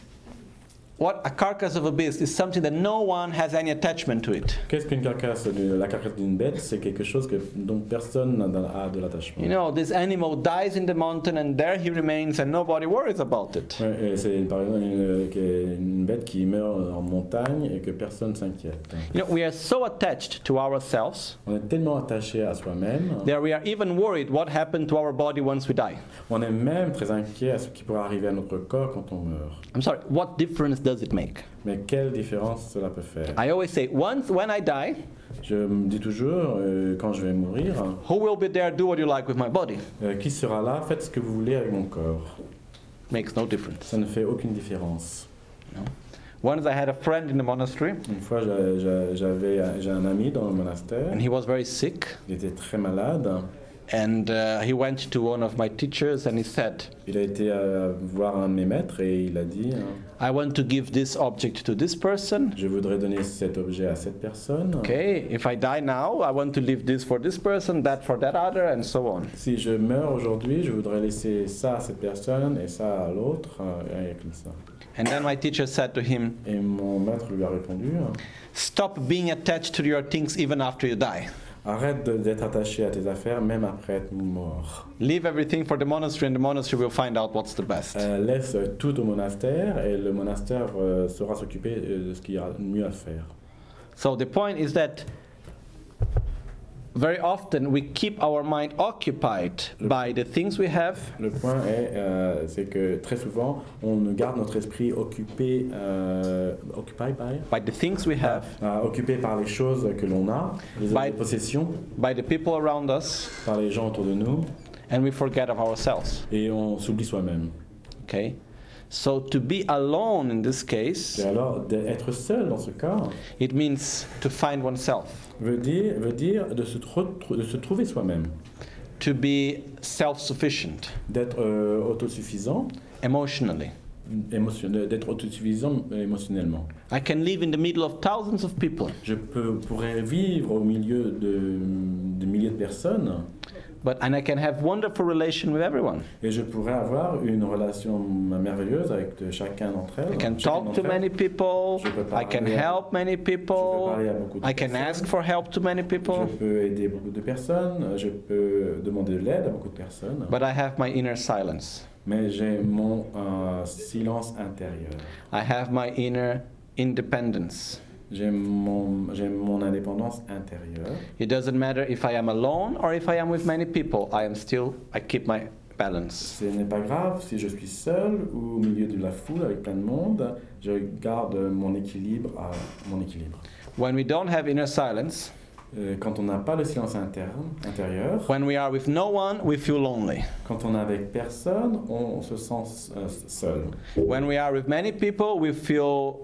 Speaker 1: what a carcass of a beast is something that no one has any attachment to it.
Speaker 2: Qu'est-ce qu'une carcasse de- La carcasse d'une bête, c'est quelque chose que, dont personne n'a a de l'attachement.
Speaker 1: You know, this animal dies in the mountain and there he remains and nobody worries about it.
Speaker 2: Ouais, et c'est par exemple une, que- une bête qui meurt en montagne et que personne s'inquiète.
Speaker 1: You know, we are so attached to ourselves
Speaker 2: On est tellement attaché à soi-même,
Speaker 1: that we are even worried what happened to our body once we die.
Speaker 2: on est même très inquiet à ce qui pourrait arriver à notre corps quand on meurt.
Speaker 1: I'm sorry, what difference does it make?
Speaker 2: Mais quelle différence cela peut faire
Speaker 1: I always say, once when I die,
Speaker 2: Je me dis toujours, euh, quand je vais mourir, hein,
Speaker 1: who will be there? Do what you like with my body.
Speaker 2: euh, qui sera là Faites ce que vous voulez avec mon corps.
Speaker 1: Makes no difference.
Speaker 2: Ça ne fait aucune différence.
Speaker 1: Once I had a friend in the monastery
Speaker 2: Une fois, j'a- j'a- j'avais j'ai un ami dans le monastère.
Speaker 1: and he was very sick
Speaker 2: Il était très malade.
Speaker 1: and uh, he went to one of my teachers and he said,
Speaker 2: Il a été euh, voir un de mes maîtres et il a dit euh,
Speaker 1: I want to give this object to this person.
Speaker 2: Je voudrais donner cet objet à cette personne.
Speaker 1: Okay, if I die now, I want to leave this for this person, that for that other, and so on.
Speaker 2: Si je meurs aujourd'hui, je voudrais laisser ça à cette personne et ça à l'autre, euh, et comme ça.
Speaker 1: And then my teacher said to him,
Speaker 2: Et mon maître lui a répondu euh,
Speaker 1: Stop being attached to your things even after you die.
Speaker 2: Arrête de- d'être attaché à tes affaires, même après être mort.
Speaker 1: Leave everything for the monastery, and the monastery will find out what's the best.
Speaker 2: Euh, laisse tout au monastère et le monastère euh, saura s'occuper euh, de ce qu'il y a de mieux à faire.
Speaker 1: So the point is that very often we keep our mind occupied by the things we have
Speaker 2: Le point est, euh, c'est que très souvent, on garde notre esprit occupé, euh, occupé by
Speaker 1: by the things we have,
Speaker 2: Euh, occupé par les choses que l'on a, les
Speaker 1: By-
Speaker 2: les possessions,
Speaker 1: by the people around us,
Speaker 2: par les gens autour de nous,
Speaker 1: and we forget of ourselves.
Speaker 2: et on s'oublie soi-même.
Speaker 1: Okay? So to be alone in this case,
Speaker 2: Et alors, d'être seul dans ce cas
Speaker 1: it means to find oneself,
Speaker 2: veut dire, veut dire de, se tro- de se trouver soi-même,
Speaker 1: to be self sufficient
Speaker 2: d'être euh, autosuffisant,
Speaker 1: emotionally.
Speaker 2: émotionne- d'être autosuffisant euh, émotionnellement.
Speaker 1: I can live in the middle of thousands of people,
Speaker 2: Je peux, pourrais vivre au milieu de, de milliers de personnes,
Speaker 1: but and I can have wonderful relation with everyone.
Speaker 2: et je pourrais avoir une relation merveilleuse avec euh, chacun d'entre elles.
Speaker 1: I can
Speaker 2: chacune
Speaker 1: talk to
Speaker 2: d'entre elles.
Speaker 1: many people,
Speaker 2: Je peux
Speaker 1: I can
Speaker 2: parler à-
Speaker 1: help many
Speaker 2: je peux parler à
Speaker 1: people,
Speaker 2: beaucoup de
Speaker 1: I can
Speaker 2: personnes.
Speaker 1: ask for help to many people,
Speaker 2: Je peux aider beaucoup de personnes, je peux demander de l'aide à beaucoup de personnes,
Speaker 1: but I have my inner silence.
Speaker 2: mais j'ai mon euh, silence intérieur,
Speaker 1: I have my inner independence.
Speaker 2: J'ai mon, j'ai mon indépendance intérieure.
Speaker 1: It doesn't matter if I am alone or if I am with many people. I am still, I keep my balance.
Speaker 2: Ce n'est pas grave si je suis seul ou au milieu de la foule avec plein de monde, je garde mon équilibre à mon équilibre.
Speaker 1: When we don't have inner silence,
Speaker 2: Euh, Quand on n'a pas le silence interne, intérieur,
Speaker 1: when we are with no one, we feel lonely.
Speaker 2: quand on est avec personne, on se sent euh, seul.
Speaker 1: When we are with many people, we feel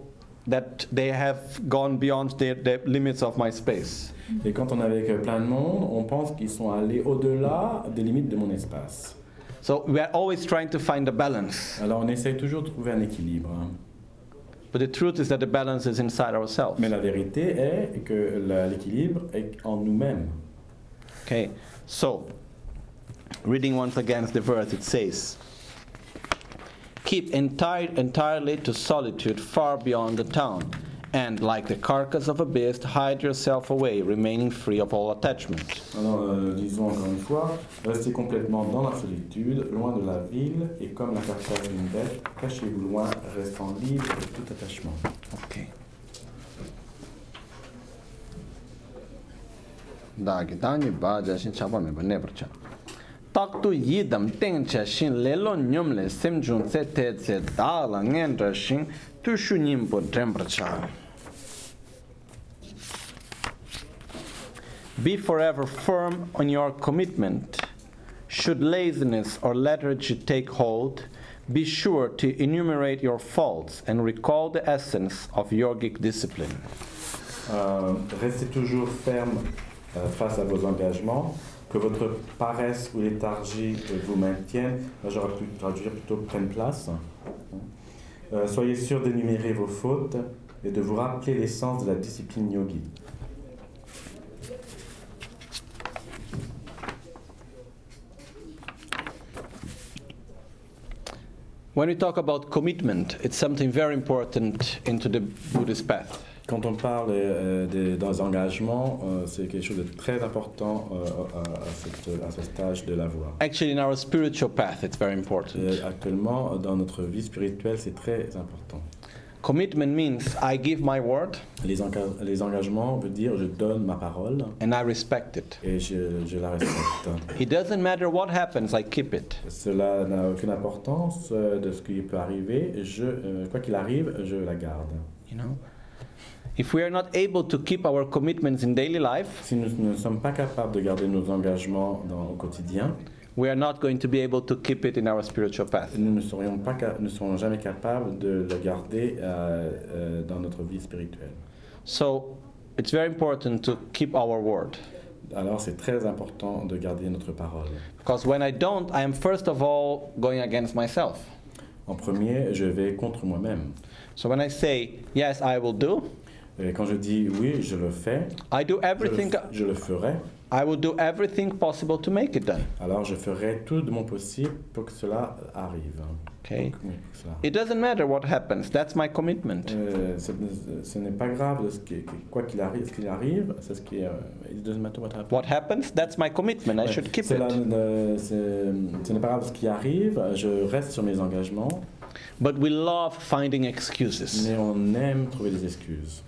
Speaker 1: that they have gone beyond the, the limits of my space.
Speaker 2: Et quand on est avec euh, plein de monde, on pense qu'ils sont allés au-delà des limites de mon espace.
Speaker 1: So we are always trying to find a balance.
Speaker 2: Alors on essaye toujours de trouver un équilibre. hein.
Speaker 1: But the truth is that the balance is inside ourselves.
Speaker 2: Mais la vérité est que la- l'équilibre est en nous-mêmes.
Speaker 1: Okay, so reading once again the verse, it says, Keep entire, entirely to solitude far beyond the town, and like the carcass of a beast, hide yourself away, remaining free of all attachment.
Speaker 2: Alors euh, disons encore une fois, restez complètement dans la solitude, loin de la ville, et comme la carcasse d'une bête, cachez-vous loin, restant libre de tout attachement.
Speaker 1: Okay. Dāgi dāngi bāja shīn chāpa mīpa nēpar chā. Tāk tu yīdam tēng chā shīn lēlo nyum lē sēm chūng tsē tē tsē dāla ngēn rā shīn tu shū nyim pō drēmpar chā. Be forever firm on your commitment. Should laziness or lethargy take hold, be sure to enumerate your faults and recall the essence of yogic discipline.
Speaker 2: Euh, restez toujours ferme euh, face à vos engagements, que votre paresse ou léthargie euh, vous maintienne. Là, j'aurais pu traduire plutôt prenne place. Euh, soyez sûr d'énumérer vos fautes et de vous rappeler l'essence de la discipline yogi.
Speaker 1: When we talk about commitment, it's something very important into the Buddhist path.
Speaker 2: Quand on parle euh, des, des engagements, euh, c'est quelque chose de très important euh, à, à cette- à ce stage de la voie.
Speaker 1: Actually, in our spiritual path, it's very
Speaker 2: Et euh,
Speaker 1: important.
Speaker 2: actuellement, dans notre vie spirituelle, c'est très important.
Speaker 1: Commitment means I give my word
Speaker 2: Les, enga- les engagements veut dire je donne ma parole
Speaker 1: and I respect it.
Speaker 2: et je, je la respecte.
Speaker 1: It doesn't matter what happens, I keep it.
Speaker 2: Cela n'a aucune importance euh, de ce qui peut arriver. Je, euh, quoi qu'il arrive, je la garde.
Speaker 1: You know, if we are not able to keep our commitments in daily life,
Speaker 2: Si nous ne sommes pas capables de garder nos engagements dans, au quotidien,
Speaker 1: we are not going to be able to keep it in our spiritual path.
Speaker 2: nous ne serions pas, ca- ne serons jamais capables de le garder euh, euh, dans notre vie spirituelle.
Speaker 1: So it's very important to keep our word.
Speaker 2: Alors c'est très important de garder notre parole.
Speaker 1: Because when I don't, I am first of all going against myself.
Speaker 2: En premier, je vais contre moi-même.
Speaker 1: So when I say, yes, I will do,
Speaker 2: Et quand je dis oui, je le fais,
Speaker 1: I do
Speaker 2: je le,
Speaker 1: everything,
Speaker 2: je le ferai,
Speaker 1: I will do everything possible to make it done.
Speaker 2: alors je ferai tout de mon possible pour que cela arrive.
Speaker 1: Okay?
Speaker 2: Pour que cela
Speaker 1: It doesn't matter what happens, that's my commitment.
Speaker 2: Euh, ce ce n'est pas grave, ce qui, quoi qu'il arrive, ce qu'il arrive, c'est ce qui est. euh, it doesn't matter what happens.
Speaker 1: What happens, that's my commitment, I
Speaker 2: Ouais,
Speaker 1: should keep
Speaker 2: cela
Speaker 1: it.
Speaker 2: ne- c'est- ce n'est pas grave ce qui arrive, je reste sur mes engagements,
Speaker 1: But we love finding excuses.
Speaker 2: mais on aime trouver des excuses.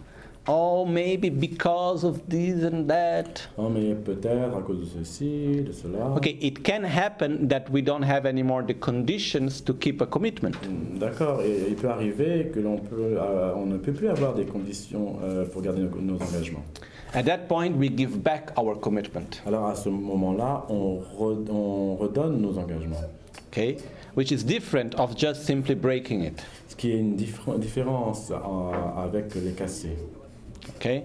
Speaker 1: Oh, maybe because of this and that.
Speaker 2: Oh, mais peut-être à cause de ceci, de cela.
Speaker 1: Okay, it can happen that we don't have any more the conditions to keep a commitment.
Speaker 2: Mm, D'accord, et il peut arriver que l'on peut, euh, on ne peut plus avoir des conditions euh, pour garder nos, nos engagements.
Speaker 1: At that point, we give back our commitment,
Speaker 2: Alors à ce moment-là, on, re- on redonne nos engagements,
Speaker 1: okay? Which is different of just simply breaking it,
Speaker 2: ce qui est une diffé- différence euh, avec les cassés.
Speaker 1: okay?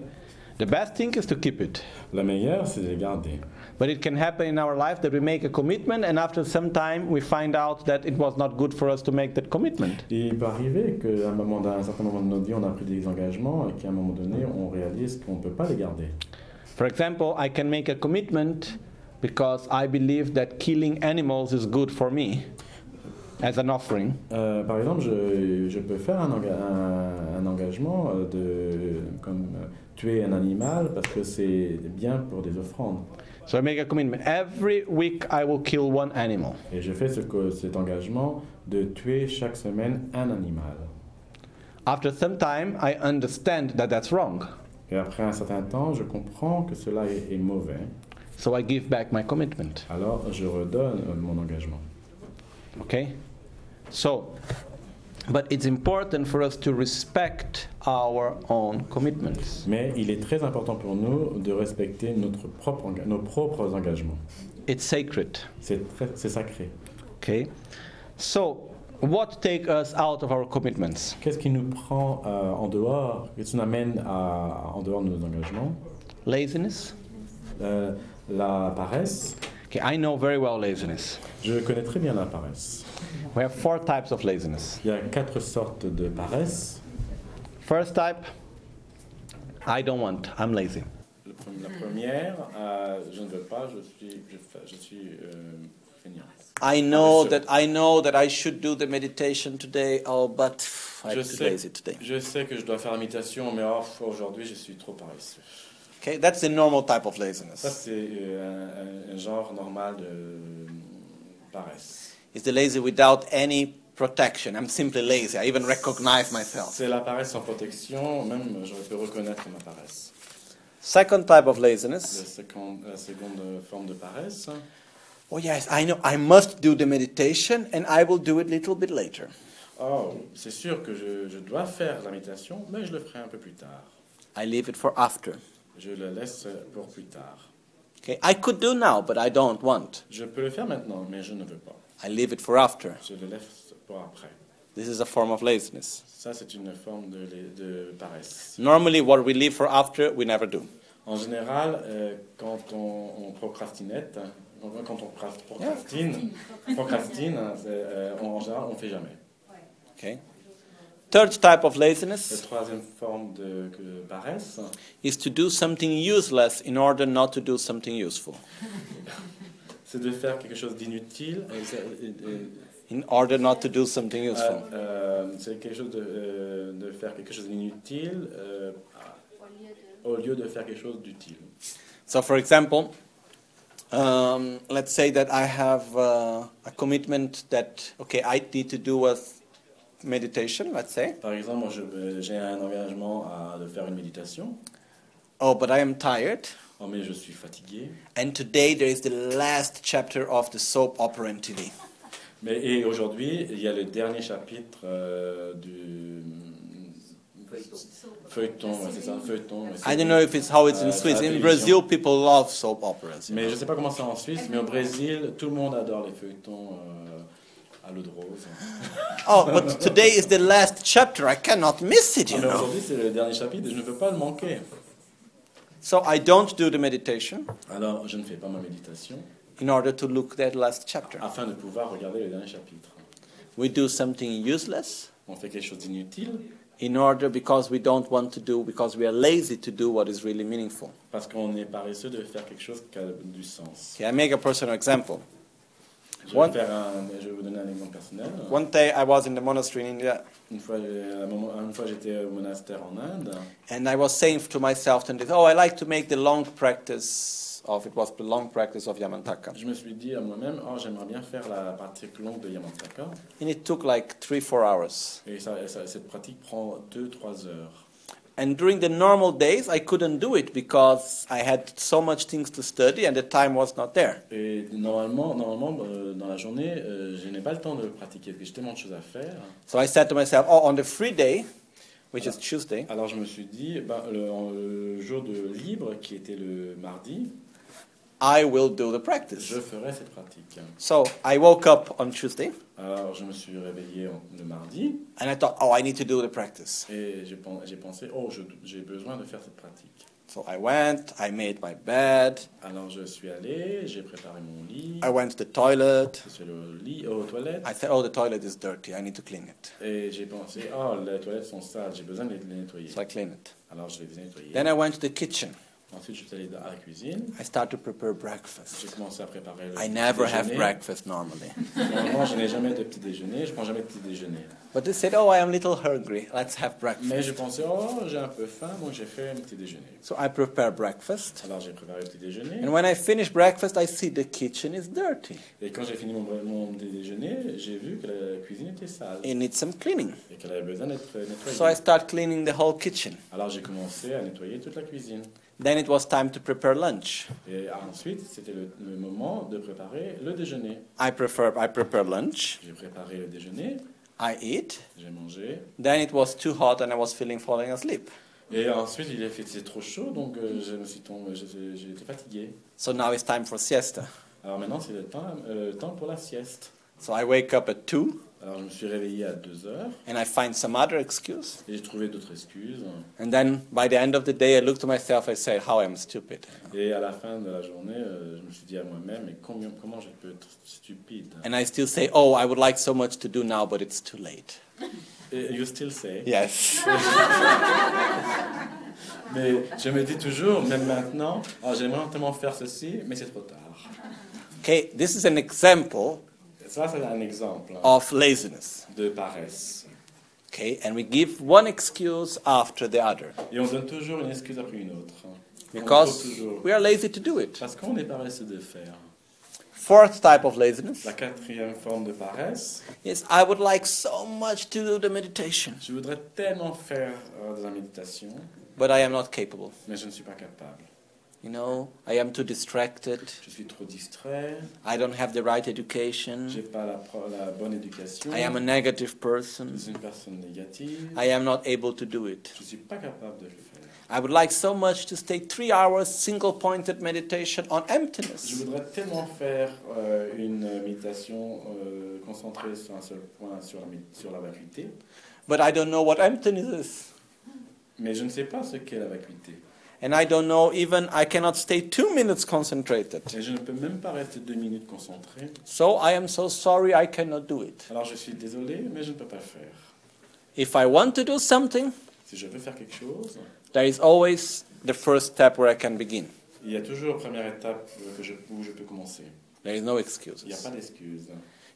Speaker 1: The best thing is to keep it.
Speaker 2: La meilleure, c'est de les garder.
Speaker 1: But it can happen in our life that we make a commitment and after some time we find out that it was not good for us to make that commitment.
Speaker 2: Et il peut arriver qu'à un, moment d'un- un certain moment de notre vie, on a pris des engagements et qu'à un moment donné, on réalise qu'on ne peut pas les garder.
Speaker 1: For example, I can make a commitment because I believe that killing animals is good for me as an offering.
Speaker 2: Euh, par exemple, je, je peux faire un, enga- un- un engagement euh, de comme, euh, tuer un animal parce que c'est bien pour des offrandes.
Speaker 1: So I make a commitment. Every week I will kill one animal.
Speaker 2: Et je fais ce que, cet engagement de tuer chaque semaine un animal.
Speaker 7: After some time, I understand that that's wrong.
Speaker 2: Et après un certain temps, je comprends que cela est, est mauvais.
Speaker 7: So I give back my commitment.
Speaker 2: Alors, je redonne euh, mon engagement.
Speaker 7: Okay? So, but it's important for us to respect our own commitments.
Speaker 2: Mais il est très important pour nous de respecter notre propre enga- nos propres engagements.
Speaker 7: It's sacred.
Speaker 2: C'est très- c'est sacré.
Speaker 7: Okay? So, what take us out of our commitments?
Speaker 2: Qu'est-ce qui nous prend euh, en dehors Qu'est-ce qui nous amène à- en dehors de nos engagements
Speaker 7: Laziness?
Speaker 2: Euh, La paresse.
Speaker 7: Okay, I know very well laziness.
Speaker 2: Je connais très bien la paresse.
Speaker 7: We have four types of laziness.
Speaker 2: Il y a quatre sortes de paresse.
Speaker 7: First type, I don't want, I'm lazy.
Speaker 2: Le pre- La première, euh, je ne veux pas, je suis, je, fa- je suis euh, fainéant.
Speaker 1: I know
Speaker 2: Sure.
Speaker 1: that I know that I should do the meditation today. Oh, but pff, I'm
Speaker 2: Je
Speaker 1: too
Speaker 2: sais.
Speaker 1: lazy today.
Speaker 2: Je sais que je dois faire la méditation, mais oh, pff, aujourd'hui, je suis trop paresseux.
Speaker 1: Okay, that's the normal type of
Speaker 2: Ça,
Speaker 1: laziness.
Speaker 2: c'est euh, un, un genre normal de euh, paresse.
Speaker 1: It's the lazy without any protection. I'm simply lazy. I even recognize myself.
Speaker 2: C'est la paresse sans protection, même je peux reconnaître ma paresse.
Speaker 1: Second type of
Speaker 2: La
Speaker 1: laziness.
Speaker 2: seconde, la seconde forme de paresse,
Speaker 1: Oh yes, I know I must do the meditation, and I will do it a little bit later.
Speaker 2: oh, c'est sûr que je, je dois faire la méditation, mais je le ferai un peu plus tard.
Speaker 1: I leave it for after.
Speaker 2: Je le laisse pour plus tard.
Speaker 1: Okay, I could do now, but I don't want.
Speaker 2: Je peux le faire maintenant, mais je ne veux pas.
Speaker 1: I leave it for after.
Speaker 2: Je le laisse pour après.
Speaker 1: This is a form of laziness.
Speaker 2: Ça, c'est une forme de, lé- de paresse.
Speaker 1: Normally, what we leave for after, we never do.
Speaker 2: En général, euh, quand on, on procrastinette, on voit quand on pra- procrastine, procrastine, c'est, euh, on, en général, on fait jamais.
Speaker 1: Okay. Third type of
Speaker 2: La
Speaker 1: laziness.
Speaker 2: troisième forme de que- paresse,
Speaker 1: is to do something useless in order not to do something useful,
Speaker 2: c'est de faire quelque chose d'inutile. et c'est- et- et-
Speaker 1: in order not to do something
Speaker 2: euh,
Speaker 1: useful.
Speaker 2: euh, c'est quelque chose de, euh, de faire quelque chose d'inutile euh, au lieu de faire quelque chose d'utile.
Speaker 1: So, for example, um, let's say that I have uh, a commitment that, okay, I need to do a meditation, let's say.
Speaker 2: Par exemple, moi, je- j'ai un engagement à, de faire une méditation,
Speaker 1: Oh, but I am tired.
Speaker 2: oh, mais je suis fatigué.
Speaker 1: And today there is the last chapter of the soap opera in TV.
Speaker 2: Mais, et aujourd'hui, il y a le dernier chapitre euh, du feuilleton, ouais, c'est ça, feuilleton. ouais,
Speaker 1: I
Speaker 2: c'est-
Speaker 1: don't know if it's how it's
Speaker 2: Uh,
Speaker 1: in Swiss. In
Speaker 2: television.
Speaker 1: Brazil, people love soap operas. you
Speaker 2: Mais
Speaker 1: know.
Speaker 2: je sais pas comment c'est en Suisse, mais au Brésil, tout le monde adore les feuilletons euh, à l'eau de rose.
Speaker 1: Oh, but today is the last chapter. I cannot miss it,
Speaker 2: Ah,
Speaker 1: you
Speaker 2: mais
Speaker 1: know.
Speaker 2: aujourd'hui, c'est le dernier chapitre et je ne peux pas le manquer.
Speaker 1: So I don't do the meditation.
Speaker 2: Alors, je ne fais pas ma méditation
Speaker 1: in order to look that last chapter.
Speaker 2: afin de pouvoir regarder le dernier chapitre.
Speaker 1: We do something useless
Speaker 2: On fait quelque chose d'inutile
Speaker 1: in order because we don't want to do, because we are lazy to do what is really meaningful.
Speaker 2: parce qu'on est paresseux de faire quelque chose qui a du sens.
Speaker 1: Okay, I make a personal example.
Speaker 2: Je
Speaker 1: One-
Speaker 2: vais, faire un- je vais vous donner un exemple personnel.
Speaker 1: One day I was in the monastery in India
Speaker 2: Une fois, j'ai- à un moment- une fois j'étais au monastère en Inde.
Speaker 1: and I was saying to myself, and oh, I like to make the long practice of, it was the long practice of Yamantaka.
Speaker 2: Je me suis dit à moi-même, oh, j'aimerais bien faire la pratique longue de Yamantaka.
Speaker 1: And it took like three, four hours.
Speaker 2: Et ça, ça- cette pratique prend 2-3 heures.
Speaker 1: And during the normal days, I couldn't do it because I had so much things to study and the time was not there.
Speaker 2: Et normalement, normalement euh, dans la journée, euh, je n'ai pas le temps de pratiquer parce que j'ai tellement de choses à faire.
Speaker 1: So I said to myself, oh, on the free day, which is Tuesday,
Speaker 2: Alors je me suis dit, bah, le, en- le jour de libre, qui était le mardi,
Speaker 1: I will do the practice.
Speaker 2: je ferai cette pratique.
Speaker 1: So I woke up on Tuesday
Speaker 2: Alors je me suis réveillé en- le mardi
Speaker 1: and I thought, oh, I need to do the practice.
Speaker 2: et j'ai pen- j'ai pensé, oh, je- j'ai besoin de faire cette pratique.
Speaker 1: So I went, I made my bed,
Speaker 2: Alors je suis allé, j'ai préparé mon lit,
Speaker 1: I went to the toilet.
Speaker 2: je suis allé au lit, aux toilettes.
Speaker 1: I said, oh, the toilet is dirty, I need to clean it.
Speaker 2: Et j'ai pensé, oh, les toilettes sont sales, j'ai besoin de les les nettoyer.
Speaker 1: So I cleaned it.
Speaker 2: Alors je les ai nettoyées.
Speaker 1: Then I went to the kitchen.
Speaker 2: Ensuite, je suis allé à la cuisine.
Speaker 1: I start to prepare
Speaker 2: J'ai
Speaker 1: breakfast.
Speaker 2: commencé à préparer le
Speaker 1: I never
Speaker 2: petit
Speaker 1: have
Speaker 2: déjeuner.
Speaker 1: breakfast normally.
Speaker 2: Normalement, je n'ai jamais de petit déjeuner. Je prends jamais de petit déjeuner.
Speaker 1: But they said, oh, I am little hungry. Let's have breakfast.
Speaker 2: Mais je pensais, oh, j'ai un peu faim, donc j'ai fait un petit déjeuner.
Speaker 1: So I prepare breakfast.
Speaker 2: Alors, j'ai préparé le petit déjeuner.
Speaker 1: And when I finish breakfast, I see the kitchen is dirty.
Speaker 2: Et quand j'ai fini mon, mon petit déjeuner, j'ai vu que la cuisine était sale
Speaker 1: It needs some cleaning.
Speaker 2: et qu'elle avait besoin d'être nettoyée.
Speaker 1: So I start cleaning the whole kitchen.
Speaker 2: Alors, j'ai commencé à nettoyer toute la cuisine.
Speaker 1: Then it was time to prepare lunch.
Speaker 2: Et ensuite, c'était le, le moment de préparer le déjeuner.
Speaker 1: I prefer I prepare lunch.
Speaker 2: J'ai préparé le déjeuner,
Speaker 1: I eat.
Speaker 2: j'ai mangé.
Speaker 1: Then it was too hot and I was feeling falling asleep.
Speaker 2: Et ensuite, il a fait c'était trop chaud, donc euh, je me suis tombé, j'ai- j'ai été fatigué.
Speaker 1: So now it's time for siesta.
Speaker 2: Alors maintenant, c'est le temps, euh, le temps pour la sieste.
Speaker 1: So I wake up at 2
Speaker 2: Alors je me suis réveillé à 2 heures
Speaker 1: and I find some other excuse.
Speaker 2: et j'ai trouvé d'autres excuses. hein.
Speaker 1: And then by the end of the day I look to myself I say how I'm stupid.
Speaker 2: Et à la fin de la journée, euh, je me suis dit à moi-même, mais combien, comment je peux être stupide hein?
Speaker 1: And I still say, "Oh, I would like so much to do now, but it's too late."
Speaker 2: Et you still say.
Speaker 1: Yes.
Speaker 2: Mais je me dis toujours, même maintenant, Ah, j'aimerais tellement faire ceci, mais c'est trop tard.
Speaker 1: [LAUGHS] Okay, this is an example
Speaker 2: Ça, c'est un exemple hein,
Speaker 1: of laziness.
Speaker 2: de paresse.
Speaker 1: Okay, and we give one excuse after the other
Speaker 2: Et on donne toujours une excuse après une autre. hein. On trouve
Speaker 1: because
Speaker 2: toujours.
Speaker 1: we are lazy to do it.
Speaker 2: Parce qu'on est paresseux de faire.
Speaker 1: Fourth type of laziness
Speaker 2: La quatrième forme de paresse,
Speaker 1: is I would like so much to do the meditation,
Speaker 2: je voudrais tellement faire euh, de la méditation,
Speaker 1: but I am not capable.
Speaker 2: mais je ne suis pas capable.
Speaker 1: You know, I am too distracted.
Speaker 2: Je suis trop distrait,
Speaker 1: I don't have the right education.
Speaker 2: j'ai pas la, pro- la bonne éducation,
Speaker 1: I am a negative
Speaker 2: je
Speaker 1: person.
Speaker 2: suis une personne négative,
Speaker 1: I am not able to do it.
Speaker 2: je ne suis pas capable de le faire.
Speaker 1: I would like so much to stay three hours single pointed meditation on
Speaker 2: Je
Speaker 1: emptiness,
Speaker 2: voudrais tellement faire euh, une méditation euh, concentrée sur un seul point, sur la, mé- sur la vacuité,
Speaker 1: but I don't know what emptiness is.
Speaker 2: mais je ne sais pas ce qu'est la vacuité.
Speaker 1: And I don't know even, I cannot stay two minutes concentrated.
Speaker 2: Et je ne peux même pas rester deux minutes concentré.
Speaker 1: So I am so sorry I cannot do it.
Speaker 2: Alors je suis désolé, mais je ne peux pas le faire.
Speaker 1: If I want to do something,
Speaker 2: Si je veux faire quelque chose,
Speaker 1: there is always the first step where I can begin.
Speaker 2: il y a toujours une première étape euh, que je- où je peux commencer.
Speaker 1: There is no
Speaker 2: Il n'y a
Speaker 1: excuses.
Speaker 2: pas d'excuse.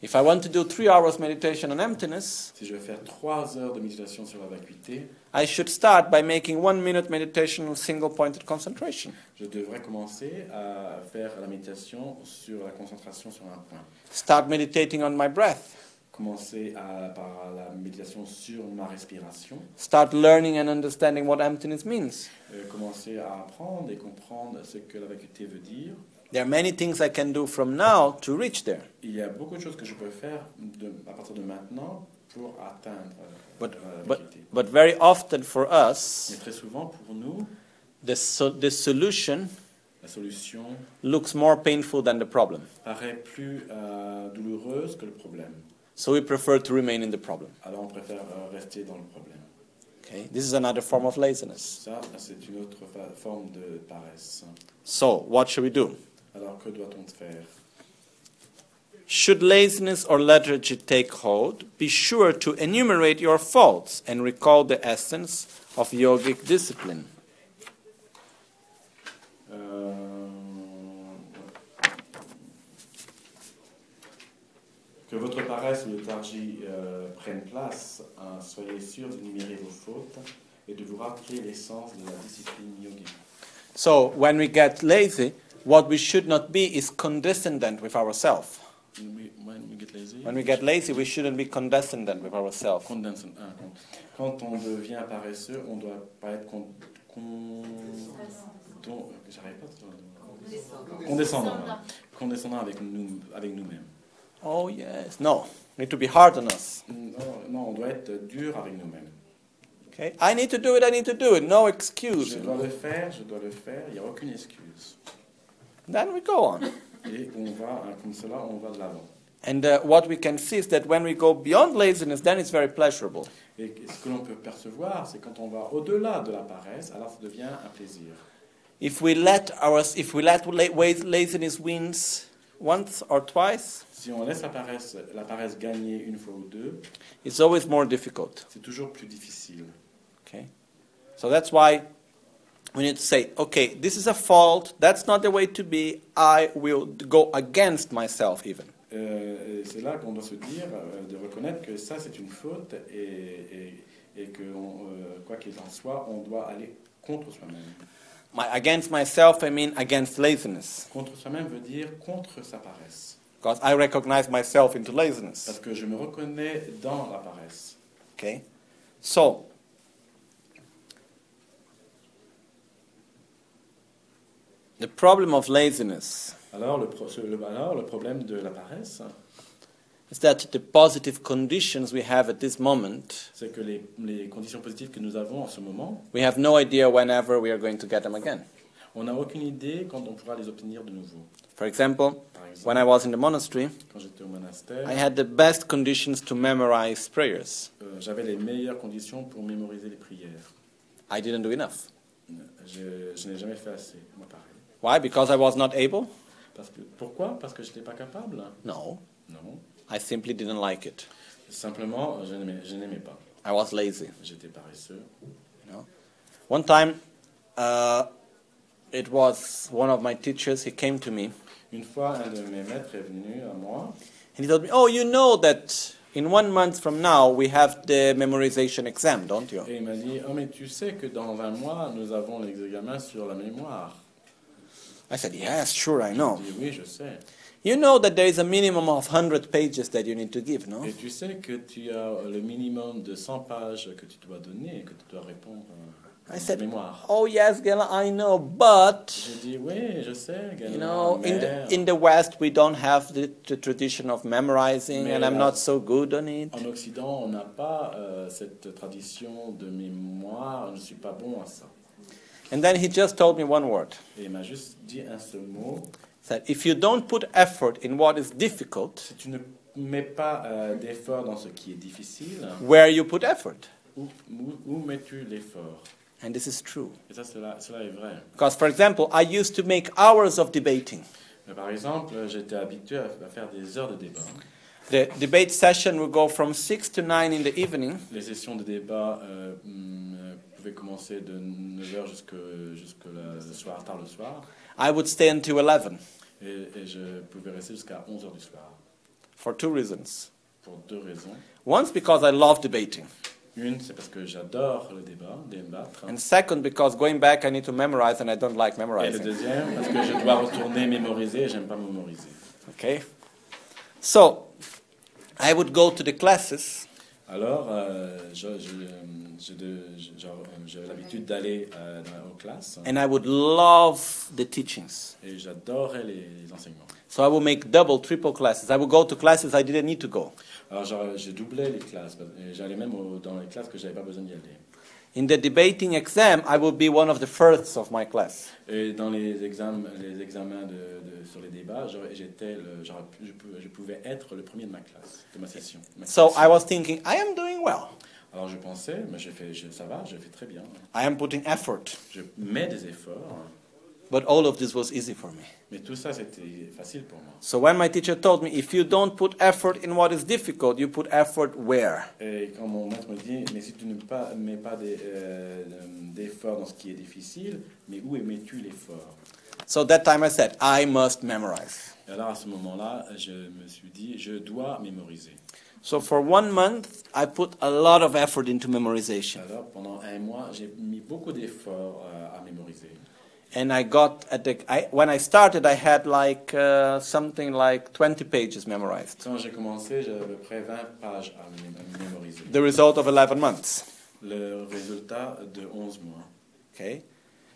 Speaker 1: If I want to do three hours meditation on emptiness,
Speaker 2: Si je veux faire trois heures de méditation sur la vacuité,
Speaker 1: I should start by making one minute meditation on single pointed concentration.
Speaker 2: je devrais commencer à faire la méditation sur la concentration sur un point.
Speaker 1: Start meditating on my breath.
Speaker 2: Commencer à- par la méditation sur ma respiration.
Speaker 1: Start learning and understanding what emptiness means.
Speaker 2: Euh, commencer à apprendre et comprendre ce que la vacuité veut dire.
Speaker 1: There are many things I can do from now to reach there.
Speaker 2: Il y a beaucoup de choses que je peux faire de- à partir de maintenant pour atteindre euh,
Speaker 1: But-
Speaker 2: la vacuité.
Speaker 1: But very often for
Speaker 2: Mais
Speaker 1: us,
Speaker 2: très souvent, pour nous,
Speaker 1: the, so- the solution
Speaker 2: la solution
Speaker 1: looks more painful than the problem.
Speaker 2: paraît plus euh, douloureuse que le problème.
Speaker 1: So we prefer to remain in the problem.
Speaker 2: Alors on préfère euh, rester dans le problème.
Speaker 1: Okay? This is another form of laziness.
Speaker 2: Ça, c'est une autre fa- forme de paresse.
Speaker 1: So, what should we do?
Speaker 2: Alors que doit-on faire
Speaker 1: Should laziness or lethargy take hold, be sure to enumerate your faults and recall the essence of yogic discipline.
Speaker 2: Euh, Que votre paresse ou léthargie euh, prenne place, hein, soyez sûr d'énumérer vos fautes et de vous rappeler l'essence de la discipline yogique.
Speaker 1: So, when we get lazy, what we should not be is condescendent with ourselves. When we get lazy, we shouldn't be condescendent with ourselves.
Speaker 2: Condense- ah, con- Quand on devient paresseux, on doit pas être con- con- don- j'arrive pas à trouver le mot. condescendant. voilà. Condescendant avec nous avec nous-mêmes.
Speaker 1: Oh, yes. No, need to be hard on us.
Speaker 2: Non, non, on doit être dur avec nous-mêmes.
Speaker 1: Okay? I need to do it, I need to do it. No excuse.
Speaker 2: Je dois le faire, je dois le faire, il n'y a aucune excuse.
Speaker 1: Then we go on.
Speaker 2: Et on va, hein, comme cela, on va de l'avant.
Speaker 1: And uh, what we can see is that when we go beyond laziness, then it's very pleasurable.
Speaker 2: Et ce que l'on peut percevoir, c'est quand on va au-delà de la paresse, alors ça devient un plaisir.
Speaker 1: If we let our, if we let la- wa- laziness wins once or twice,
Speaker 2: Si on laisse la paresse, la paresse gagner une fois ou deux,
Speaker 1: it's always more difficult.
Speaker 2: c'est toujours plus difficile.
Speaker 1: Okay, so that's why we need to say, okay, this is a fault, that's not the way to be, I will go against myself even.
Speaker 2: Euh, et c'est là qu'on doit se dire, euh, de reconnaître que ça c'est une faute et, et, et que on, euh, quoi qu'il en soit, on doit aller contre soi-même.
Speaker 1: My, against myself, I mean against laziness,
Speaker 2: Contre soi-même veut dire contre sa paresse.
Speaker 1: because I recognize myself into
Speaker 2: Parce
Speaker 1: laziness.
Speaker 2: que je me reconnais dans la paresse.
Speaker 1: Okay? So, the problem of laziness
Speaker 2: Alors le, pro- ce- le- alors, le problème de la paresse, hein,
Speaker 1: is that the positive conditions we have at this moment,
Speaker 2: c'est que les, les conditions positives que nous avons en ce moment,
Speaker 1: we have no idea whenever we are going to get them again.
Speaker 2: on n'a aucune idée quand on pourra les obtenir de nouveau.
Speaker 1: For example,
Speaker 2: Par exemple,
Speaker 1: when I was in the monastery,
Speaker 2: quand j'étais au monastère,
Speaker 1: I had the best conditions to memorize prayers.
Speaker 2: euh, j'avais les meilleures conditions pour mémoriser les prières.
Speaker 1: I didn't do enough.
Speaker 2: Je, je n'ai jamais fait assez, moi pareil.
Speaker 1: Why? Because I was not able?
Speaker 2: Parce que, pourquoi Parce que je n'étais pas capable
Speaker 1: No.
Speaker 2: Non.
Speaker 1: I simply didn't like it.
Speaker 2: Simplement, je n'aimais, je n'aimais pas.
Speaker 1: I was lazy.
Speaker 2: J'étais paresseux.
Speaker 1: You know? One time, uh, it was one of my teachers, he came to me
Speaker 2: Une fois, un de mes maîtres est venu à moi.
Speaker 1: and he told me, Oh, you know that in one month from now we have the memorization exam, don't you?
Speaker 2: Et il m'a dit, oh mais tu sais que dans un mois, nous avons les examens sur la mémoire.
Speaker 1: I said, Yes, sure, I
Speaker 2: Je
Speaker 1: know.
Speaker 2: dis, oui, je sais.
Speaker 1: You know that there is a minimum of 100 pages that you need to give, no?
Speaker 2: Et tu sais que tu as le minimum de 100 pages que tu dois donner et que tu dois répondre euh,
Speaker 1: I
Speaker 2: en
Speaker 1: said,
Speaker 2: mémoire.
Speaker 1: Oh, yes, Gela, I know, but.
Speaker 2: J'ai dit, oui, je sais, Galen,
Speaker 1: You know, in
Speaker 2: mais
Speaker 1: the, in the West, we don't have the, the tradition of memorizing, and I'm not so good on it.
Speaker 2: en Occident, on n'a pas euh, cette tradition de mémoire. Je ne suis pas bon à ça.
Speaker 1: And then he just told me one word.
Speaker 2: Et il m'a juste dit un seul mot.
Speaker 1: That if you don't put effort in what is difficult,
Speaker 2: Si tu ne mets pas euh, d'effort dans ce qui est difficile,
Speaker 1: where you put effort.
Speaker 2: où, où- où mets-tu l'effort
Speaker 1: And this is true.
Speaker 2: Et ça, cela, cela est vrai.
Speaker 1: Because, for example, I used to make hours of debating.
Speaker 2: Mais par exemple, euh, j'étais habitué à à faire des heures de débat.
Speaker 1: The debate session would go from 6 to 9 in the evening,
Speaker 2: Les sessions de débat euh, hum, euh, pouvaient commencer de 9h jusque, jusque le soir, tard le soir,
Speaker 1: I would stay until 11
Speaker 2: et, et je pouvais rester jusqu'à 11h du soir,
Speaker 1: for two reasons.
Speaker 2: pour deux raisons.
Speaker 1: Once, because I love debating,
Speaker 2: Une, c'est parce que j'adore le débat, débattre.
Speaker 1: and second, because going back, I need to memorize, and I don't like
Speaker 2: Et le
Speaker 1: memorizing.
Speaker 2: deuxième, parce que je dois retourner mémoriser, et j'aime pas mémoriser.
Speaker 1: Okay? So, I would go to the classes
Speaker 2: Alors, euh, je- je, euh, je de- je- genre, euh, j'avais l'habitude d'aller euh, dans- aux classes
Speaker 1: and I would love the teachings.
Speaker 2: et j'adorais les, les enseignements.
Speaker 1: So I would make double, triple classes. I would go to classes I didn't need to go.
Speaker 2: Alors, genre, je doublais les classes et j'allais même au- dans les classes que j'avais pas besoin d'y aller.
Speaker 1: In the debating exam, I would be one of the firsts of my class.
Speaker 2: Et dans les examens, les examens de, de- sur les débats, j'aurais- j'étais le- j'aurais pu- je, pou- je pouvais être le premier de ma classe, de ma session. ma
Speaker 1: So
Speaker 2: session.
Speaker 1: I was thinking, I am doing well.
Speaker 2: Alors, je pensais, mais je fais, je- ça va, je fais très bien.
Speaker 1: I am putting effort.
Speaker 2: Je mets des efforts,
Speaker 1: But all of this was easy for me.
Speaker 2: mais tout ça, c'était facile pour moi.
Speaker 1: So when my teacher told me, if you don't put effort in what is difficult, you put effort where?
Speaker 2: Et quand mon maître me dit, mais si tu ne pas, mets pas des, euh, d'efforts dans ce qui est difficile, mais où mets-tu l'effort
Speaker 1: So that time I said, I must memorize.
Speaker 2: Et alors à ce moment-là, je me suis dit, je dois mémoriser.
Speaker 1: So for one month, I put a lot of effort into memorization.
Speaker 2: Alors pendant un mois, j'ai mis beaucoup d'efforts euh, à mémoriser.
Speaker 1: And I got at the I, when I started, I had like uh, something like 20 pages memorized.
Speaker 2: Quand j'ai commencé, j'avais à peu près 20 pages à mé- à mémoriser.
Speaker 1: The result of 11 months.
Speaker 2: Le résultat de 11 mois.
Speaker 1: Okay,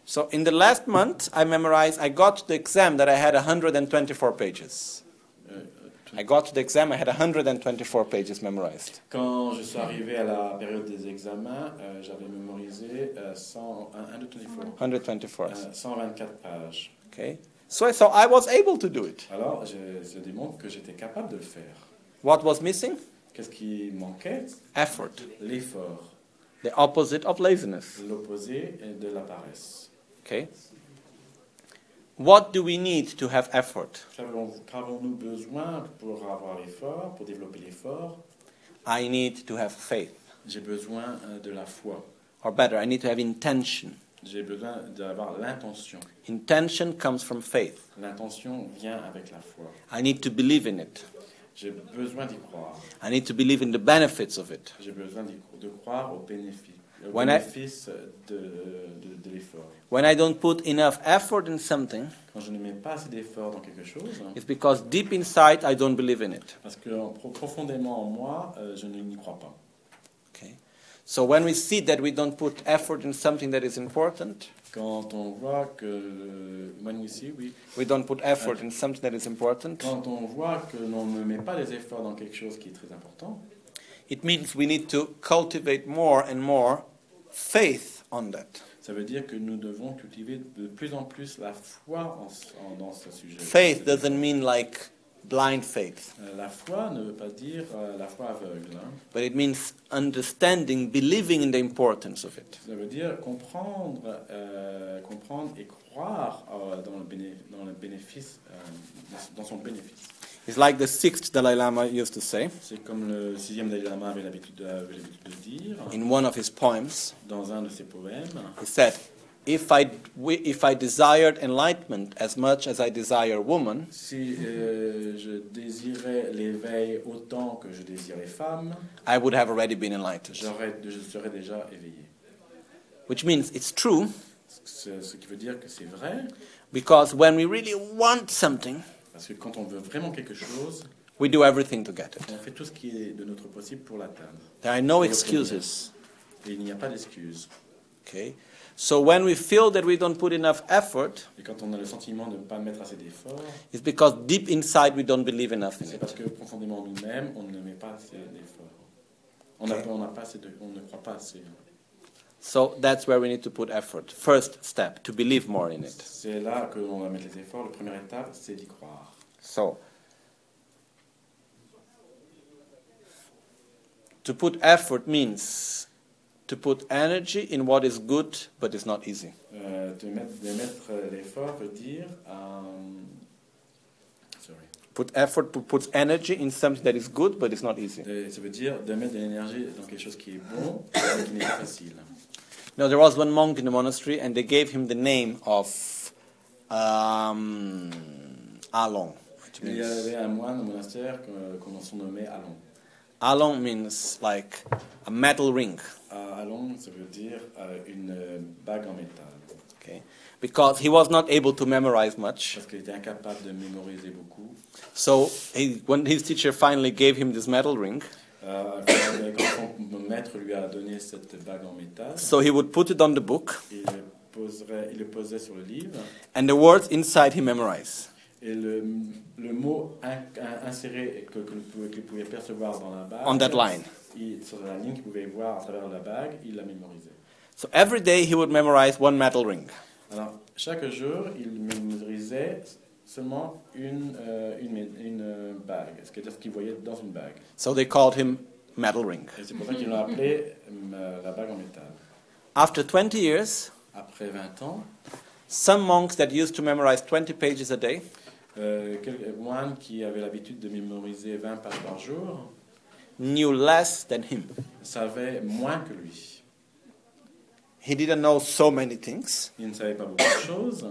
Speaker 1: so in the last month, I memorized. I got to the exam that I had 124 pages.
Speaker 2: Euh, tout-
Speaker 1: I got to the exam. I had 124 pages memorized.
Speaker 2: Quand je suis arrivé à la période des examens, euh, j'avais mémorisé euh, 100, un, un de tous les fois,
Speaker 1: 124.
Speaker 2: euh, 124 pages.
Speaker 1: Okay, so I- so I was able to do it.
Speaker 2: Alors, je, je démontre que j'étais capable de le faire.
Speaker 1: What was missing?
Speaker 2: Qu'est-ce qui manquait
Speaker 1: Effort,
Speaker 2: L'effort,
Speaker 1: the opposite of laziness.
Speaker 2: l'opposé de la paresse.
Speaker 1: Okay. What do we need to have effort?
Speaker 2: Qu'avons- Qu'avons-nous besoin pour avoir l'effort, pour développer l'effort
Speaker 1: I need to have faith.
Speaker 2: J'ai besoin euh, de la foi,
Speaker 1: or better, I need to have intention.
Speaker 2: J'ai besoin d'avoir l'intention.
Speaker 1: Intention comes from faith.
Speaker 2: L'intention vient avec la foi.
Speaker 1: I need to believe in it.
Speaker 2: J'ai besoin d'y croire.
Speaker 1: I need to believe in the benefits of it.
Speaker 2: J'ai besoin d'y cro- de croire au bénéfice, au
Speaker 1: When I-
Speaker 2: bénéfice de, de, de l'effort.
Speaker 1: When I don't put enough effort in something,
Speaker 2: Quand je ne mets pas assez d'effort dans quelque chose,
Speaker 1: it's because deep inside I don't believe in it.
Speaker 2: parce que en pro- profondément en moi, euh, je n'y crois pas.
Speaker 1: Okay? So when we see that we don't put effort in something that is important,
Speaker 2: Quand on voit que, euh, when we see, oui,
Speaker 1: we don't put effort in something that is important,
Speaker 2: quand on voit que l'on ne met pas les efforts dans quelque chose qui est très important,
Speaker 1: it means we need to cultivate more and more faith on that.
Speaker 2: ça veut dire que nous devons cultiver de plus en plus la foi en, ce- en- dans ce sujet.
Speaker 1: Faith doesn't mean like blind faith,
Speaker 2: Euh, La foi ne veut pas dire euh, la foi aveugle. hein.
Speaker 1: but it means understanding, believing in the importance of it.
Speaker 2: Ça veut dire comprendre, euh, comprendre et croire euh, dans, le béné- dans le bénéfice, euh, dans- dans son bénéfice.
Speaker 1: It's like the sixth Dalai Lama used to say
Speaker 2: C'est comme le sixième Dalai Lama avait l'habitude de, avait l'habitude de dire
Speaker 1: in one of his poems.
Speaker 2: dans un de ses poèmes.
Speaker 1: He said, if I, we- if I desired enlightenment as much as I desire woman,
Speaker 2: Si euh, je désirais l'éveil autant que je désirais femme,
Speaker 1: I would have already been enlightened.
Speaker 2: j'aurais- je serais déjà éveillé.
Speaker 1: Which means it's true
Speaker 2: Ce, ce qui veut dire que c'est vrai,
Speaker 1: because when we really want something,
Speaker 2: parce que quand on veut vraiment quelque chose,
Speaker 1: we do everything to get it.
Speaker 2: on fait tout ce qui est de notre possible pour l'atteindre.
Speaker 1: There are no excuses.
Speaker 2: Et il n'y a pas d'excuse.
Speaker 1: Okay? So when we feel that we don't put enough effort,
Speaker 2: Et quand on a le sentiment de ne pas mettre assez d'efforts,
Speaker 1: it's because deep inside we don't believe enough in
Speaker 2: c'est parce
Speaker 1: it.
Speaker 2: que profondément en nous-mêmes, on ne met pas assez d'efforts. On, n'a
Speaker 1: Ok.
Speaker 2: pas- on n'a pas assez de- on ne croit pas assez.
Speaker 1: So that's where we need to put effort. First step, to believe more in it.
Speaker 2: C'est là que l'on va mettre les efforts. La première étape, c'est d'y croire.
Speaker 1: So, to put effort means to put energy in what is good but is not easy.
Speaker 2: Euh, de mettre, de mettre l'effort veut dire... euh, sorry.
Speaker 1: Put effort to put energy in something that is good but is not easy.
Speaker 2: De- ça veut dire de mettre de l'énergie dans quelque chose qui est bon, mais qui n'est pas facile.
Speaker 1: Now, there was one monk in the monastery and they gave him the name of um, Alon. Which
Speaker 2: Il y
Speaker 1: means,
Speaker 2: avait un moine au monastère que- qu'on en surnommait Alon.
Speaker 1: Alon means like a metal ring,
Speaker 2: Euh, Alon, ça veut dire euh, une euh, bague en métal.
Speaker 1: okay? Because he was not able to memorize much.
Speaker 2: parce qu'il était incapable de mémoriser beaucoup.
Speaker 1: So he, when his teacher finally gave him this metal ring,
Speaker 2: Euh, quand quand son [COUGHS] maître lui a donné cette bague en métal,
Speaker 1: so he would put it on the book,
Speaker 2: il, le poserait- il le posait sur le livre
Speaker 1: and the words inside he memorized.
Speaker 2: et le, le mot in- in- inséré que, que, le pou- qu'il pouvait percevoir dans la bague,
Speaker 1: On that line.
Speaker 2: il- sur la ligne qu'il pouvait voir à travers la bague, il la mémorisait.
Speaker 1: So every day he would memorize one metal ring.
Speaker 2: Alors, chaque jour, il mémorisait seulement une, euh, une, mé- une, euh, bague, c'est-à-dire ce qu'il voyait dans une bague.
Speaker 1: So they called him metal ring.
Speaker 2: Et c'est pour ça qu'ils l'ont appelé euh, la bague en métal.
Speaker 1: After 20 years,
Speaker 2: Après 20 ans,
Speaker 1: some monks that used to memorize 20 pages a day,
Speaker 2: Euh, quel- moines qui avaient l'habitude de mémoriser 20 pages par jour
Speaker 1: knew less than him.
Speaker 2: savaient moins que lui.
Speaker 1: He didn't know so many things,
Speaker 2: Il ne savait pas beaucoup de choses,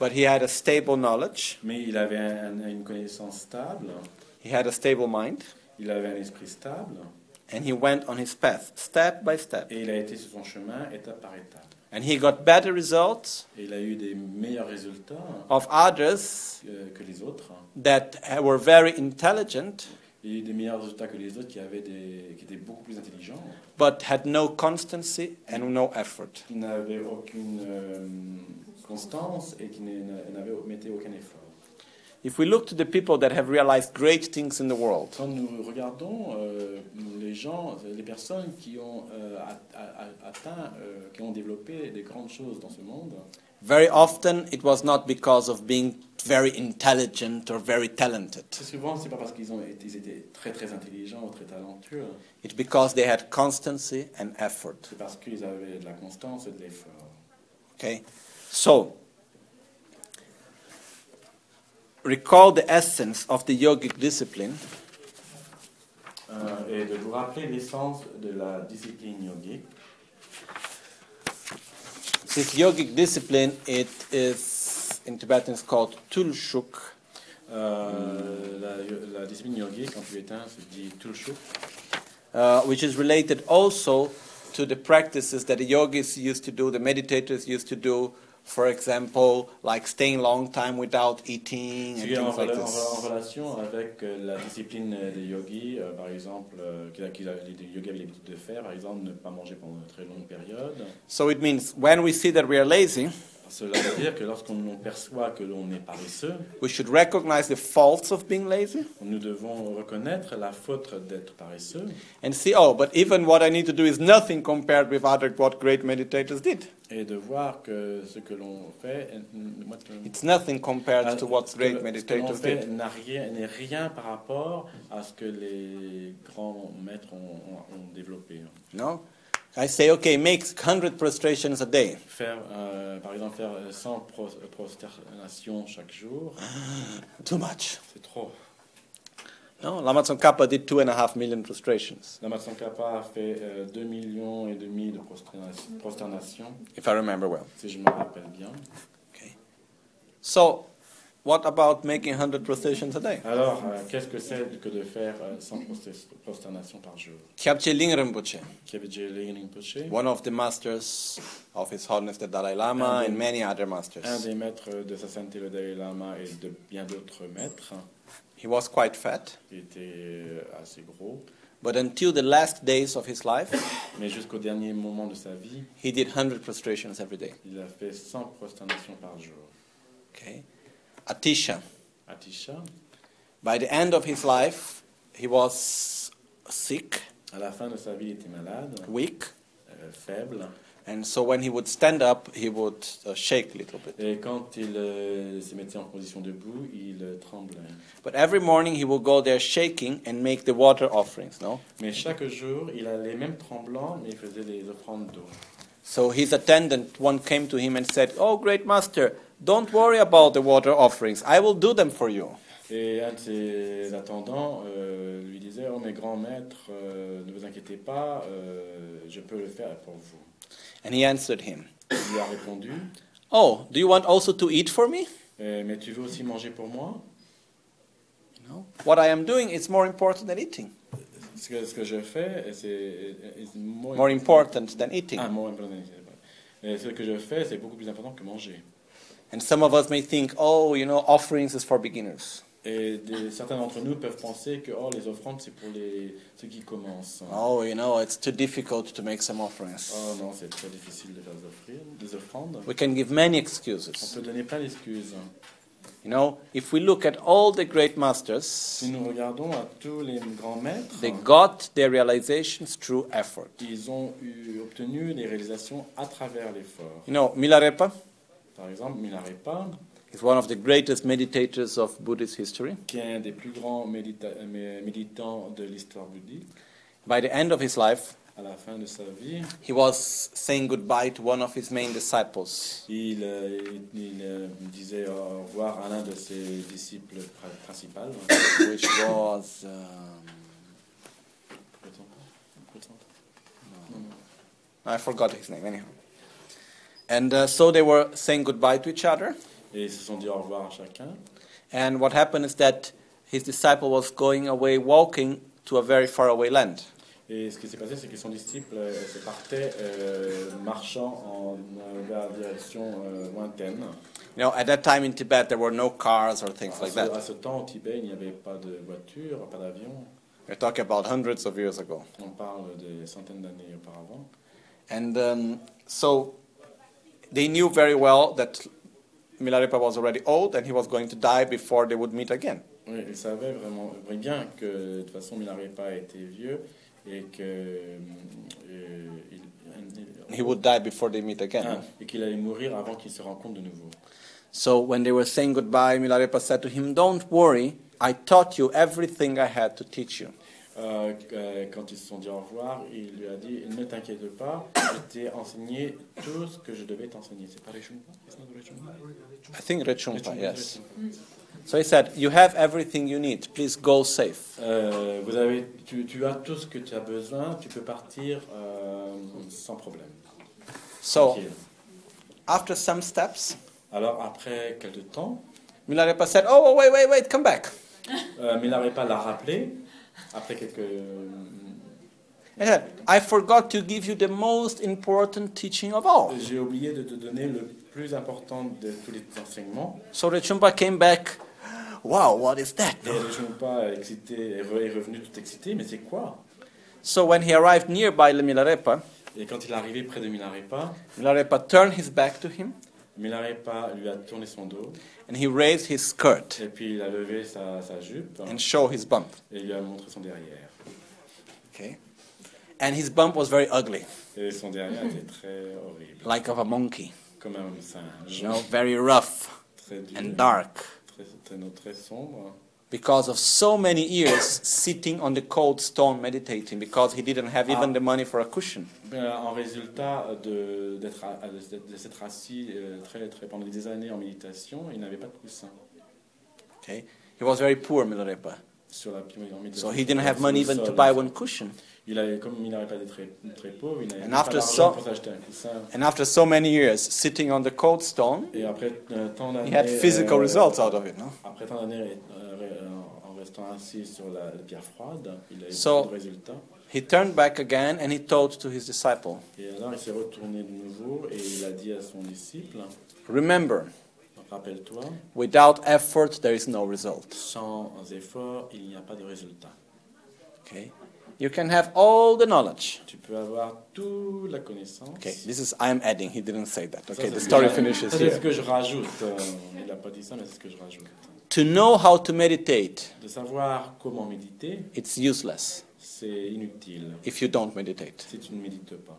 Speaker 1: but he had a stable knowledge,
Speaker 2: mais il avait un- un- une connaissance stable,
Speaker 1: he had a stable mind,
Speaker 2: il avait un esprit stable,
Speaker 1: and he went on his path step by step.
Speaker 2: et il a été sur son chemin étape par étape.
Speaker 1: And he got better results
Speaker 2: Et il a eu des meilleurs résultats
Speaker 1: of others
Speaker 2: que, que les autres.
Speaker 1: that were very intelligent
Speaker 2: Il a eu des meilleurs résultats que les autres qui, avaient des, qui étaient beaucoup plus intelligents.
Speaker 1: but had no constancy and no effort.
Speaker 2: qui n'avaient aucune euh, constance et qui n'a- n'avaient mettaient aucun effort.
Speaker 1: If we look to the people that have realized great things in the world,
Speaker 2: Quand nous regardons euh, les gens, les personnes qui ont euh, at- a- a- atteint, euh, qui ont développé des grandes choses dans ce monde,
Speaker 1: very often it was not because of being very intelligent or very talented.
Speaker 2: très souvent, c'est pas parce qu'ils ont été, ils étaient très très intelligents ou très talentueux,
Speaker 1: It's because they had constancy and effort.
Speaker 2: c'est parce qu'ils avaient de la constance et de l'effort.
Speaker 1: Okay? So, recall the essence of the yogic discipline
Speaker 2: Euh, et de vous rappeler l'essence de la discipline yogique.
Speaker 1: This yogic discipline, it is in Tibetan it's called tulshuk.
Speaker 2: Euh, la, yo- la discipline yogique en tibétain se dit tulshu,
Speaker 1: uh, which is related also to the practices that the yogis used to do, the meditators used to do, for example, like staying long time without eating and
Speaker 2: qui est en,
Speaker 1: things like
Speaker 2: rela- en- en
Speaker 1: this.
Speaker 2: relation avec euh, la discipline euh, des yogis, euh, par exemple, euh, qu'ils a- qu'ils a- les les yogis avaient l'habitude de faire, par exemple, ne pas manger pendant une très longue période.
Speaker 1: So it means when we see that we are lazy,
Speaker 2: Cela veut dire que lorsqu'on l'on perçoit que l'on est paresseux,
Speaker 1: we should recognize the faults of being lazy
Speaker 2: nous devons reconnaître la faute d'être paresseux
Speaker 1: and see, oh, but even what I need to do is nothing compared with other what great meditators did.
Speaker 2: et de voir que ce que l'on fait, euh, mm, moi, tu-
Speaker 1: It's nothing compared
Speaker 2: Ah,
Speaker 1: to what
Speaker 2: ce que-
Speaker 1: great
Speaker 2: ce que l'on
Speaker 1: meditators
Speaker 2: fait
Speaker 1: did.
Speaker 2: n'a rien- n'est rien par rapport à ce que les grands maîtres ont, ont- ont développé. hein.
Speaker 1: No? I say, okay, make 100 prostrations a day.
Speaker 2: Faire, euh, par exemple, faire euh, 100 pro- euh, prosternations chaque jour,
Speaker 1: Too much.
Speaker 2: c'est trop.
Speaker 1: No? Lama Tsongkhapa did two and a half million prostrations.
Speaker 2: Lama Tsongkhapa a fait euh, 2 millions et demi de prosterna- prosternations,
Speaker 1: if I remember well.
Speaker 2: si je me rappelle bien.
Speaker 1: Okay. So, what about making 100 prostrations a day?
Speaker 2: Alors, euh, qu'est-ce que c'est que de faire euh, 100 prostes- prosternations par jour
Speaker 1: Kyabche Ling Rinpoche,
Speaker 2: Kyabiji Rinpoche,
Speaker 1: one of the masters of His Holiness the Dalai Lama and many other
Speaker 2: un
Speaker 1: masters,
Speaker 2: des maîtres de sa sainteté, le Dalai Lama, et de bien d'autres maîtres,
Speaker 1: he was quite fat,
Speaker 2: qui était euh, assez gros.
Speaker 1: but until the last days of his life,
Speaker 2: Mais jusqu'au dernier moment de sa vie,
Speaker 1: he did 100 prostrations every day.
Speaker 2: il a fait 100 prosternations par jour.
Speaker 1: Okay. Atisha,
Speaker 2: Atisha,
Speaker 1: by the end of his life, he was sick,
Speaker 2: à la fin de sa vie, il était malade,
Speaker 1: weak,
Speaker 2: euh, faible.
Speaker 1: and so when he would stand up, he would uh, shake a little bit.
Speaker 2: Et quand il euh, se mettait en position debout, il euh, tremblait.
Speaker 1: But every morning he will go there shaking and make the water offerings, no?
Speaker 2: Mais chaque jour, il allait même tremblant, mais il faisait les offrandes d'eau.
Speaker 1: So his attendant one came to him and said, "Oh great master, don't worry about the water offerings. I will do them for you."
Speaker 2: Et un de ses attendants euh, lui disait Oh, mes grands maîtres, euh, ne vous inquiétez pas, euh, je peux le faire pour vous.
Speaker 1: And he answered him,
Speaker 2: Il lui a répondu
Speaker 1: "Oh, do you want also to eat for me?"
Speaker 2: Eh, Mais tu veux aussi manger pour moi
Speaker 1: No. What I am doing is more important than eating.
Speaker 2: ce que, ce que je fais, c'est. is more-
Speaker 1: More important than eating.
Speaker 2: Ah, more important. Eh, ce que je fais, c'est beaucoup plus important que manger.
Speaker 1: And some of us may think, "Oh, you know, offerings is for beginners."
Speaker 2: Et des- certains d'entre nous peuvent penser que oh, les offrandes, c'est pour les, ceux qui commencent.
Speaker 1: Oh, you know, it's too difficult to make some
Speaker 2: Oh
Speaker 1: offerings.
Speaker 2: non, c'est très difficile de faire des offrir- des offrandes.
Speaker 1: We can give many
Speaker 2: On
Speaker 1: excuses.
Speaker 2: peut donner plein d'excuses.
Speaker 1: You know, if we look at all the great masters,
Speaker 2: Si nous regardons à tous les grands maîtres,
Speaker 1: They got their realizations through effort.
Speaker 2: ils ont eu- obtenu des réalisations à travers l'effort.
Speaker 1: You know, Milarepa
Speaker 2: Par exemple, Milarepa,
Speaker 1: is one of the greatest meditators of Buddhist history.
Speaker 2: qui est un des plus grands médita- euh, militants de l'histoire bouddhique,
Speaker 1: By the end of his life,
Speaker 2: à la fin de sa vie,
Speaker 1: he was saying goodbye to one of his main disciples.
Speaker 2: il, euh, il- il, euh, disait au revoir à l'un de ses disciples pr- principaux.
Speaker 1: Which was. Um, I forgot his name, anyhow. And uh, so they were saying goodbye to each other.
Speaker 2: Et ils se sont dit au revoir à chacun.
Speaker 1: And what happened is that his disciple was going away walking to a very faraway land.
Speaker 2: Et ce qui s'est passé, c'est que son disciple euh, se partait euh, marchant en, euh, vers la direction euh, lointaine.
Speaker 1: You know, at that time in Tibet, there were no cars or things
Speaker 2: à,
Speaker 1: like
Speaker 2: ce,
Speaker 1: that.
Speaker 2: à ce temps, au Tibet, il n'y avait pas de voiture, pas d'avion.
Speaker 1: We're talking about hundreds of years ago.
Speaker 2: On parle des centaines d'années auparavant.
Speaker 1: And um, so they knew very well that Milarepa was already old and he was going to die before they would meet again.
Speaker 2: Oui, il savait vraiment vrai bien que de toute façon Milarepa était vieux et que euh, il, il-
Speaker 1: He would die before they meet
Speaker 2: Ah,
Speaker 1: again.
Speaker 2: et qu'il allait mourir avant qu'il se rencontre de nouveau.
Speaker 1: So when they were saying goodbye, Milarepa said to him, Don't worry, I taught you everything I had to teach you.
Speaker 2: Euh, euh, quand ils se sont dit au revoir, il lui a dit ne t'inquiète pas, je t'ai enseigné tout ce que je devais t'enseigner. C'est pas les Chumpa It's not Rechumpa
Speaker 1: I think Rechungpa,
Speaker 2: Rechumpa,
Speaker 1: yes.
Speaker 2: Rechumpa.
Speaker 1: So he said, You have everything you need, please go safe.
Speaker 2: Euh, vous avez, tu, tu as tout ce que tu as besoin, tu peux partir euh, sans problème.
Speaker 1: So
Speaker 2: Tranquille.
Speaker 1: after some steps,
Speaker 2: Alors, après quelques temps,
Speaker 1: Milarepa said, Oh, wait, wait, wait, come back.
Speaker 2: euh, Milarepa l'a rappelé, après quelques... euh,
Speaker 1: He said, I forgot to give you the most important teaching of all.
Speaker 2: J'ai oublié de te donner le plus important de tous les enseignements.
Speaker 1: So Rechumba came back, Wow, what is that?
Speaker 2: Et je ne pas excité, est re- est revenu tout excité, mais c'est quoi
Speaker 1: So when he arrived nearby Milarepa,
Speaker 2: Et quand il est arrivé près de Milarepa,
Speaker 1: Milarepa turned his back to him
Speaker 2: Milarepa lui a tourné son dos,
Speaker 1: and he raised his skirt
Speaker 2: et puis il a levé sa, sa jupe,
Speaker 1: and showed his bump.
Speaker 2: et il lui a montré son derrière.
Speaker 1: Okay? And his bump was very ugly,
Speaker 2: Et son derrière était très horrible,
Speaker 1: like of a monkey,
Speaker 2: comme un singe,
Speaker 1: you know, very rough
Speaker 2: très dur,
Speaker 1: and dark
Speaker 2: Très, très, non, très sombre,
Speaker 1: because of so many years sitting on the cold stone meditating because he didn't have even the money for a cushion.
Speaker 2: Ben, en résultat de, d'être à- à- de, de s'être assis euh, très, très, pendant des années en méditation, il n'avait pas de coussin
Speaker 1: Okay? He was very poor, Milarepa.
Speaker 2: sur la en méditation.
Speaker 1: So he didn't have
Speaker 2: sur
Speaker 1: money
Speaker 2: le
Speaker 1: even to
Speaker 2: sol.
Speaker 1: buy one cushion.
Speaker 2: Il avait, comme il n'avait pas été très, très pauvre, il n'avait
Speaker 1: And
Speaker 2: pas
Speaker 1: after so-
Speaker 2: d'argent pour s'acheter un coussin.
Speaker 1: And after so many years sitting on the cold stone,
Speaker 2: Et après euh, tant d'années...
Speaker 1: he had physical
Speaker 2: euh,
Speaker 1: results out of it, no?
Speaker 2: Après tant d'années euh, ré- euh, en restant assis sur la, la pierre froide, il a eu
Speaker 1: So-
Speaker 2: beaucoup de résultats.
Speaker 1: He turned back again and he taught to his disciple,
Speaker 2: Et alors il s'est retourné de nouveau et il a dit à son disciple,
Speaker 1: Remember,
Speaker 2: rappelle-toi,
Speaker 1: without effort there is no result.
Speaker 2: sans effort, il n'y a pas de résultat.
Speaker 1: Okay? You can have all the knowledge.
Speaker 2: Tu peux avoir toute la connaissance.
Speaker 1: Okay, this is I'm adding. He didn't say that.
Speaker 2: Ça,
Speaker 1: Okay,
Speaker 2: c'est
Speaker 1: the
Speaker 2: ce
Speaker 1: story
Speaker 2: que-
Speaker 1: finishes
Speaker 2: ça, C'est ce
Speaker 1: here.
Speaker 2: que je rajoute. Euh, il n'a pas dit ça, mais c'est ce que je rajoute.
Speaker 1: To know how to meditate,
Speaker 2: De savoir comment méditer,
Speaker 1: it's useless
Speaker 2: c'est inutile
Speaker 1: if you don't meditate.
Speaker 2: si tu ne médites pas.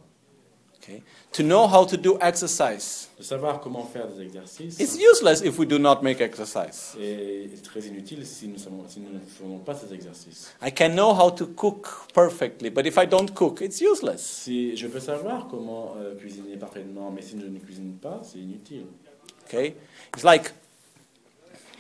Speaker 1: Okay? To know how to do exercise,
Speaker 2: De savoir comment faire des exercices
Speaker 1: it's useless if we do not make exercise.
Speaker 2: est très inutile si nous, savons- si nous ne faisons pas ces exercices.
Speaker 1: I can know how to cook perfectly, but if I don't cook, it's useless.
Speaker 2: Si je peux savoir comment euh, cuisiner parfaitement, mais si je ne cuisine pas, c'est inutile.
Speaker 1: Okay? It's like,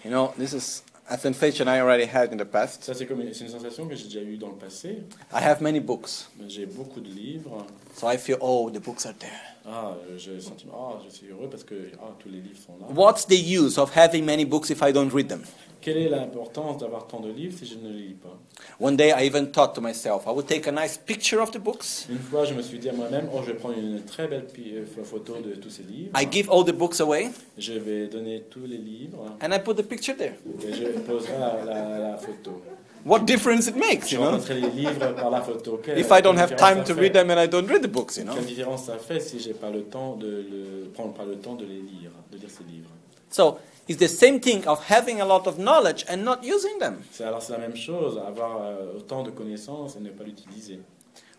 Speaker 1: you know, this is a sensation I already had in the past.
Speaker 2: Ça, c'est comme une, c'est une sensation que j'ai déjà eue dans le passé.
Speaker 1: I have many books,
Speaker 2: J'ai beaucoup de livres.
Speaker 1: so I feel, oh, the books are there.
Speaker 2: Ah, euh, j'ai le sentiment, ah, je suis heureux parce que ah, tous les livres sont là.
Speaker 1: What's the use of having many books if I don't read them?
Speaker 2: Quelle est l'importance d'avoir tant de livres si je ne les lis pas
Speaker 1: One day I even thought to myself, I would take a nice picture of the books.
Speaker 2: Une fois, je me suis dit à moi-même, oh, je vais prendre une très belle pi- euh, photo de tous ces livres.
Speaker 1: I give all the books away
Speaker 2: Je vais donner tous les livres
Speaker 1: and I put the picture there.
Speaker 2: et je poserai la, la- la photo.
Speaker 1: What difference it makes,
Speaker 2: Je
Speaker 1: you know?
Speaker 2: remplacerai les livres par la photo. Quelle-
Speaker 1: If I don't
Speaker 2: quelle
Speaker 1: have
Speaker 2: différence
Speaker 1: time
Speaker 2: ça
Speaker 1: to
Speaker 2: fait
Speaker 1: read them and I don't read the books, you know?
Speaker 2: Quelle différence ça fait si j'ai pas le temps de le, prendre pas le temps de les lire, de lire ces livres
Speaker 1: So it's the same thing of having a lot of knowledge and not using them.
Speaker 2: C'est alors c'est la même chose, avoir euh, autant de connaissances et ne pas l'utiliser.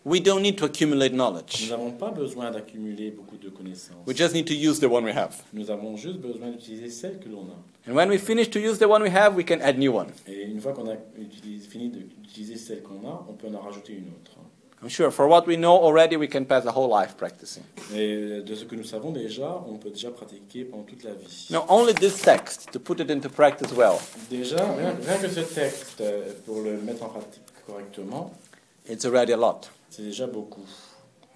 Speaker 1: We don't need to accumulate
Speaker 2: Nous
Speaker 1: knowledge.
Speaker 2: n'avons pas besoin d'accumuler beaucoup de connaissances.
Speaker 1: We just need to use the one we have.
Speaker 2: Nous avons juste besoin d'utiliser celles que l'on a.
Speaker 1: And when we finish to use the one we have, we can add new one.
Speaker 2: Et une fois qu'on a utilisé- fini d'utiliser celle qu'on a, on peut en rajouter une autre.
Speaker 1: I'm sure for what we know already, we can pass a whole life practicing.
Speaker 2: Et euh, de ce que nous savons déjà, on peut déjà pratiquer pendant toute la vie.
Speaker 1: Now, only this text, to put it into practice well,
Speaker 2: Déjà, rien, rien que ce texte, euh, pour le mettre en pratique correctement,
Speaker 1: it's already a lot.
Speaker 2: c'est déjà beaucoup.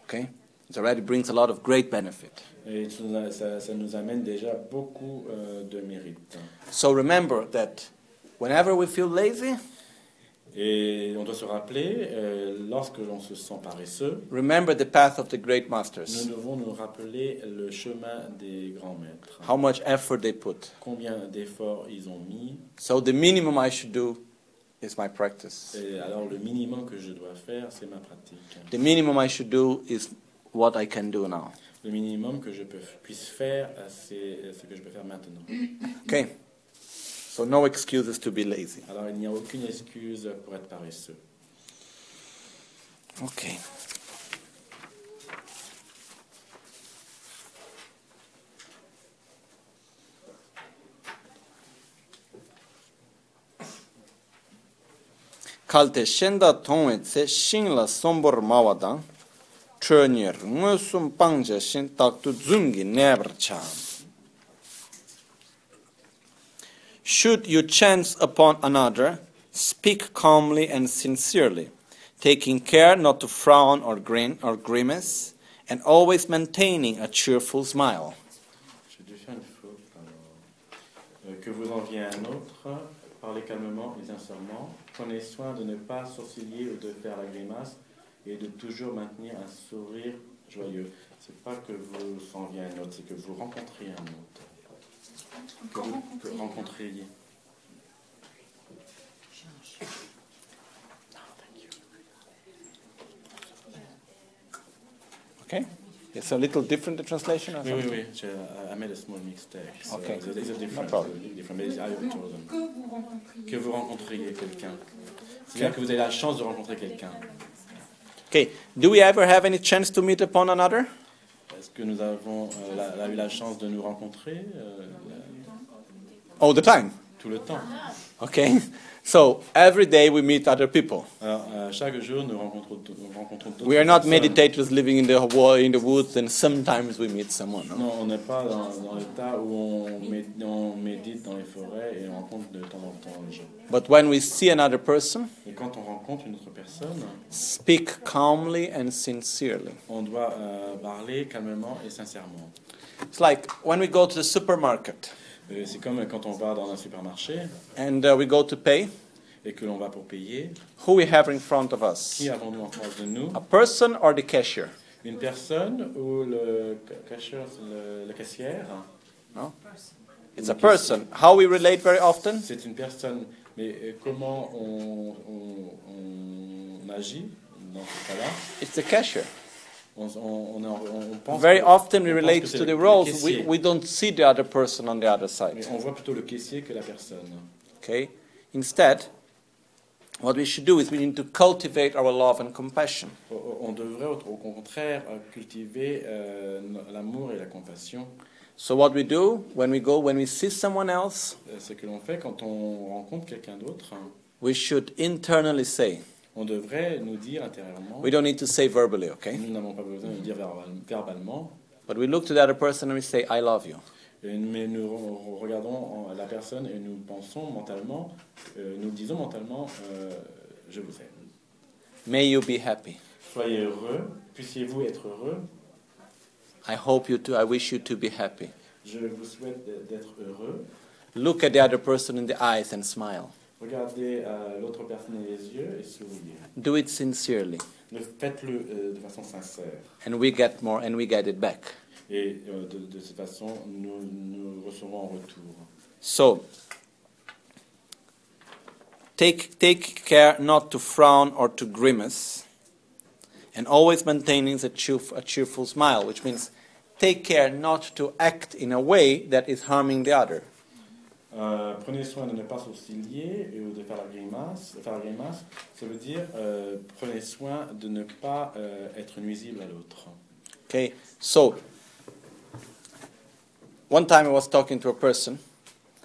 Speaker 1: Okay? It already brings a lot of great benefit.
Speaker 2: Et ça, nous a- ça- ça nous amène déjà beaucoup euh, de mérite.
Speaker 1: So remember that whenever we feel lazy,
Speaker 2: Et on doit se rappeler, euh, lorsque l'on se sent paresseux,
Speaker 1: remember the path of the great
Speaker 2: nous
Speaker 1: masters,
Speaker 2: devons nous rappeler le chemin des grands maîtres.
Speaker 1: how much effort they put.
Speaker 2: Combien d'efforts ils ont mis
Speaker 1: So the minimum I should do is my practice.
Speaker 2: Et alors le minimum que je dois faire, c'est ma pratique.
Speaker 1: The minimum I should do is what I can do now.
Speaker 2: Le minimum que je peux, puisse faire, euh, c'est euh, ce que je peux faire maintenant.
Speaker 1: Okay? So no excuses to be lazy.
Speaker 2: Alors il n'y a aucune excuse pour être paresseux.
Speaker 1: Okay. Kalte shenda tongwe tse shingla sombor mawada chönyer ngö sum pangja shin taktu zungi nebr cham. Should you chance upon another, speak calmly and sincerely, taking care not to frown or grin or grimace, and always maintaining a cheerful smile.
Speaker 2: euh, que vous enviez un autre, parlez calmement et sincèrement. Prenez soin de ne pas sourciller ou de faire la grimace et de toujours maintenir un sourire joyeux. C'est pas que vous enviez un autre, c'est que vous rencontriez un autre. Que, vous- que rencontriez.
Speaker 1: Okay? It's a little different, the translation? Or
Speaker 2: Oui, oui,
Speaker 1: something?
Speaker 2: oui. j'ai- I I made a small Euh, mistake. So
Speaker 1: Okay.
Speaker 2: there- There's a
Speaker 1: No
Speaker 2: difference.
Speaker 1: problem.
Speaker 2: a big difference, but I will tell them.
Speaker 3: Que vous rencontriez.
Speaker 2: Que vous rencontriez quelqu'un. C'est-à-dire que vous avez la chance de rencontrer quelqu'un.
Speaker 1: Okay, do we ever have any chance to meet upon another?
Speaker 2: Est-ce que nous avons euh, la- la- eu la chance de nous rencontrer euh, la-
Speaker 1: All the time.
Speaker 2: tout le temps
Speaker 1: Okay? [LAUGHS] So every day we meet other people.
Speaker 2: Alors, euh, chaque jour, nous rencontrons, d- nous rencontrons d'autres
Speaker 1: We are not
Speaker 2: personnes.
Speaker 1: meditators living in the wo- in the woods and sometimes we meet someone. no?
Speaker 2: Non, on n'est pas dans, dans l'état où on, mé- on médite dans les forêts et on rencontre de temps en temps les gens.
Speaker 1: But when we see another person,
Speaker 2: Et quand on rencontre une autre personne,
Speaker 1: speak calmly and sincerely.
Speaker 2: on doit euh, parler calmement et sincèrement.
Speaker 1: It's like when we go to the supermarket
Speaker 2: Euh, C'est comme quand on va dans un supermarché
Speaker 1: and uh, we go to pay,
Speaker 2: et que l'on va pour payer.
Speaker 1: who we have in front of us?
Speaker 2: Qui avons-nous en face de nous
Speaker 1: A person or the cashier?
Speaker 2: Une personne ou le ca- cacheur, c'est le- la caissière
Speaker 1: It's a person. How we relate very often?
Speaker 2: C'est une personne, mais euh, comment on, on- on agit dans ce cas-là
Speaker 1: It's the cashier.
Speaker 2: on, on, on, en- on pense
Speaker 1: Very
Speaker 2: que-
Speaker 1: often we
Speaker 2: on pense
Speaker 1: relate
Speaker 2: que c'est
Speaker 1: to the
Speaker 2: le
Speaker 1: roles. We,
Speaker 2: caissier.
Speaker 1: we don't see the other person on the other
Speaker 2: Mais
Speaker 1: side.
Speaker 2: on voit plutôt le caissier que la personne.
Speaker 1: Okay? Instead, what we should do is we need to cultivate our love and compassion.
Speaker 2: O- o- On devrait au au contraire euh, cultiver euh, no- l'amour et la compassion.
Speaker 1: So what we do when we go, when we see someone else,
Speaker 2: Euh, Ce que l'on fait quand on rencontre quelqu'un d'autre, hein,
Speaker 1: we should internally say.
Speaker 2: on devrait nous dire intérieurement.
Speaker 1: We don't need to say verbally, okay?
Speaker 2: Nous n'avons pas besoin de le dire verbal- verbalement,
Speaker 1: But we look to the other person and we say, I love you.
Speaker 2: et- mais nous re- regardons en- la personne et nous pensons mentalement, euh, nous disons mentalement, euh, je vous aime.
Speaker 1: May you be happy.
Speaker 2: Soyez heureux, puissiez-vous être heureux.
Speaker 1: I hope you too. I wish you to be happy.
Speaker 2: Je vous souhaite d'e- d'être heureux.
Speaker 1: Look at the other person in the eyes and smile.
Speaker 2: Regardez euh, l'autre personne dans les yeux et souriez.
Speaker 1: Do it sincerely,
Speaker 2: Ne- Faites-le euh, de façon sincère.
Speaker 1: and we get more and we get it back.
Speaker 2: Et euh, de, de cette façon, nous, nous recevons en retour.
Speaker 1: So, take, take care not to frown or to grimace, and always maintaining a, cheerf- a cheerful smile, which means take care not to act in a way that is harming the other.
Speaker 2: Euh, prenez soin de ne pas sourciller et ou de faire la grimace. Faire la grimace, ça veut dire euh, prenez soin de ne pas euh, être nuisible à l'autre.
Speaker 1: Okay? So, one time I was talking to a person,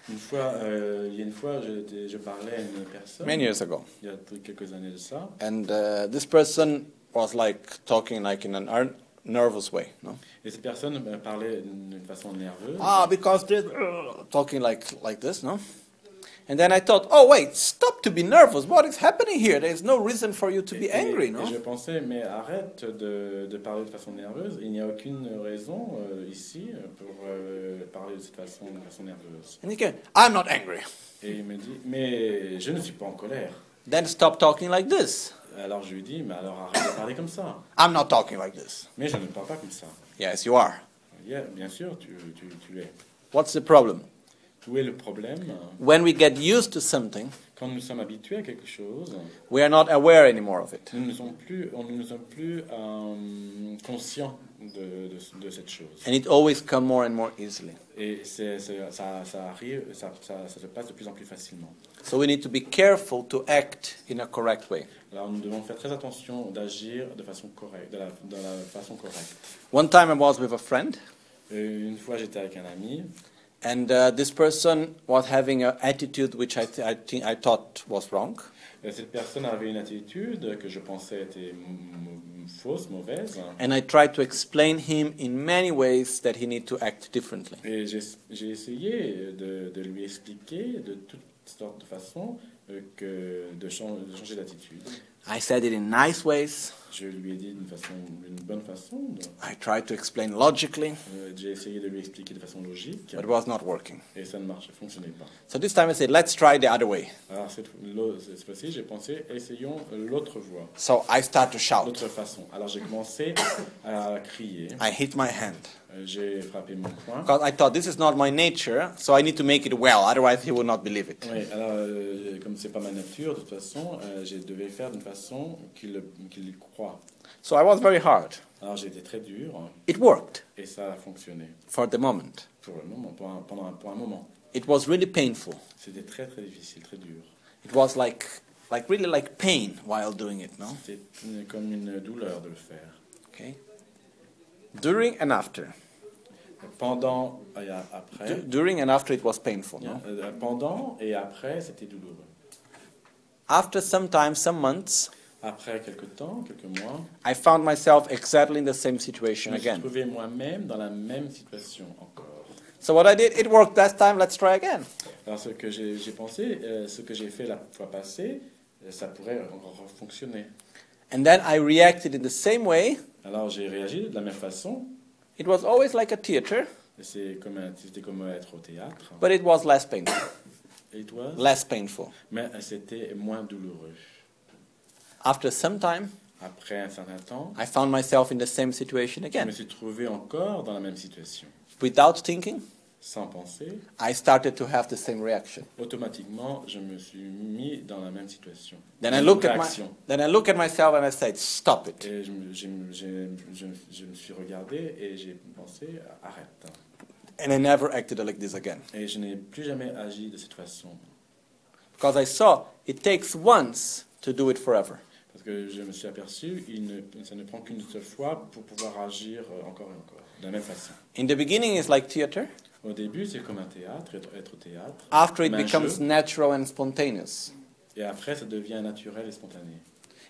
Speaker 2: Une fois, euh, il y a une fois, j'étais- je parlais à une personne,
Speaker 1: many years ago,
Speaker 2: il y a quelques années de ça,
Speaker 1: and uh, this person was like talking like in an ar- nervous way, no?
Speaker 2: et cette personne me parlait d'une façon nerveuse.
Speaker 1: ah, because this, talking like like this, no? And then I thought, oh wait, stop to be nervous. What is happening here? There is no reason for you to
Speaker 2: Et-
Speaker 1: be
Speaker 2: et-
Speaker 1: angry,
Speaker 2: et je
Speaker 1: no?
Speaker 2: pensais, mais arrête de, de parler de façon nerveuse. Il n'y a aucune raison euh, ici pour euh, parler de cette façon, de façon nerveuse.
Speaker 1: And he came, I'm not angry.
Speaker 2: Et il me dit, mais je ne suis pas en colère.
Speaker 1: Then stop talking like this.
Speaker 2: Alors je lui dis, mais alors arrête de parler comme ça.
Speaker 1: I'm not talking like this.
Speaker 2: Mais je ne parle pas comme ça.
Speaker 1: Yes, you are.
Speaker 2: Yeah, bien sûr, tu, tu, tu l'es.
Speaker 1: What's the problem?
Speaker 2: Où est le problème
Speaker 1: When we get used to something,
Speaker 2: Quand nous sommes habitués à quelque chose,
Speaker 1: we are not aware anymore of it.
Speaker 2: nous ne sommes plus, on- nous ne sommes plus euh, conscients de, de- de cette chose.
Speaker 1: And it always comes more and more easily.
Speaker 2: Et c'est- c'est- ça, ça arrive, ça, ça- ça se passe de plus en plus facilement.
Speaker 1: So we need to be careful to act in a correct way.
Speaker 2: Alors nous devons faire très attention d'agir de façon correcte, de la, de la façon correcte.
Speaker 1: One time I was with a friend,
Speaker 2: Et une fois, j'étais avec un ami
Speaker 1: and uh, this person was having an attitude which I, th- I, think I thought was wrong.
Speaker 2: Et Cette personne avait une attitude que je pensais était m- m- fausse, mauvaise.
Speaker 1: And I tried to explain him in many ways that he need to act differently.
Speaker 2: Et j'ai j'ai essayé euh, de, de lui expliquer de toutes sortes de façons euh, que de, chan- de changer d'attitude.
Speaker 1: I said it in nice ways,
Speaker 2: je lui ai dit d'une façon, d'une bonne façon. donc,
Speaker 1: I tried to explain logically,
Speaker 2: euh, J'ai essayé de lui expliquer de façon logique
Speaker 1: but it was not working.
Speaker 2: et ça ne marchait, fonctionnait pas.
Speaker 1: So this time I said, let's try the other way.
Speaker 2: Alors cette, l'au- cette fois-ci, j'ai pensé, essayons euh, l'autre voie,
Speaker 1: So I start to shout.
Speaker 2: l'autre façon. Alors j'ai commencé à crier,
Speaker 1: I hit my hand
Speaker 2: Euh, j'ai frappé mon poing.
Speaker 1: because I thought this is not my nature, so I need to make it well, otherwise he will not believe it.
Speaker 2: Oui, alors euh, comme c'est pas ma nature, de toute façon, euh, je devais faire d'une façon qu'il qu'il croit.
Speaker 1: So I was very hard.
Speaker 2: Alors j'ai été très dur hein.
Speaker 1: It worked
Speaker 2: et ça a fonctionné
Speaker 1: for the moment.
Speaker 2: pour le moment, pour un- pendant un, pour un moment.
Speaker 1: It was really painful.
Speaker 2: C'était très très difficile, très dur.
Speaker 1: It was like, like really like pain while doing it. No.
Speaker 2: C'était une- comme une douleur de le faire.
Speaker 1: Okay. During and after.
Speaker 2: Pendant et a-
Speaker 1: Du-
Speaker 2: après,
Speaker 1: during and after it was painful. No?
Speaker 2: euh, pendant et après, c'était douloureux.
Speaker 1: After some time, some months,
Speaker 2: Après quelques temps, quelques mois,
Speaker 1: I found myself exactly in the same
Speaker 2: je
Speaker 1: situation
Speaker 2: me suis
Speaker 1: again.
Speaker 2: trouvé moi-même dans la même situation encore.
Speaker 1: So what I did, it worked last time. Let's try again.
Speaker 2: Alors ce que j'ai j'ai pensé, euh, ce que j'ai fait la fois passée, euh, ça pourrait encore fonctionner.
Speaker 1: And then I reacted in the same way.
Speaker 2: Alors j'ai réagi de la même façon.
Speaker 1: It was always like a theater,
Speaker 2: C'est comme un- C'était comme être au théâtre.
Speaker 1: but it was less painful.
Speaker 2: Et toi
Speaker 1: Less painful.
Speaker 2: Mais euh, c'était moins douloureux.
Speaker 1: After some time,
Speaker 2: Après un certain temps,
Speaker 1: I found myself in the same situation
Speaker 2: je me
Speaker 1: again.
Speaker 2: suis trouvé encore dans la même situation.
Speaker 1: Without thinking,
Speaker 2: Sans penser,
Speaker 1: I started to have the same reaction.
Speaker 2: automatiquement, je me suis mis dans la même situation.
Speaker 1: Then I look at my,
Speaker 2: Réaction.
Speaker 1: then I look at myself and I said, "Stop it."
Speaker 2: Et je me, j'ai- j'ai- je- je me suis regardé et j'ai pensé, arrête.
Speaker 1: And I never acted like this again.
Speaker 2: Et je n'ai plus jamais agi de cette façon.
Speaker 1: Because I saw it takes once to do it forever.
Speaker 2: Parce que je me suis aperçu, il ne- ça ne prend qu'une seule fois pour pouvoir agir euh, encore et encore, de la même façon.
Speaker 1: In the beginning, it's like theater.
Speaker 2: Au début, c'est comme un théâtre, être, être au théâtre.
Speaker 1: After it
Speaker 2: comme un
Speaker 1: becomes
Speaker 2: jeu,
Speaker 1: natural and spontaneous.
Speaker 2: et après, ça devient naturel et spontané.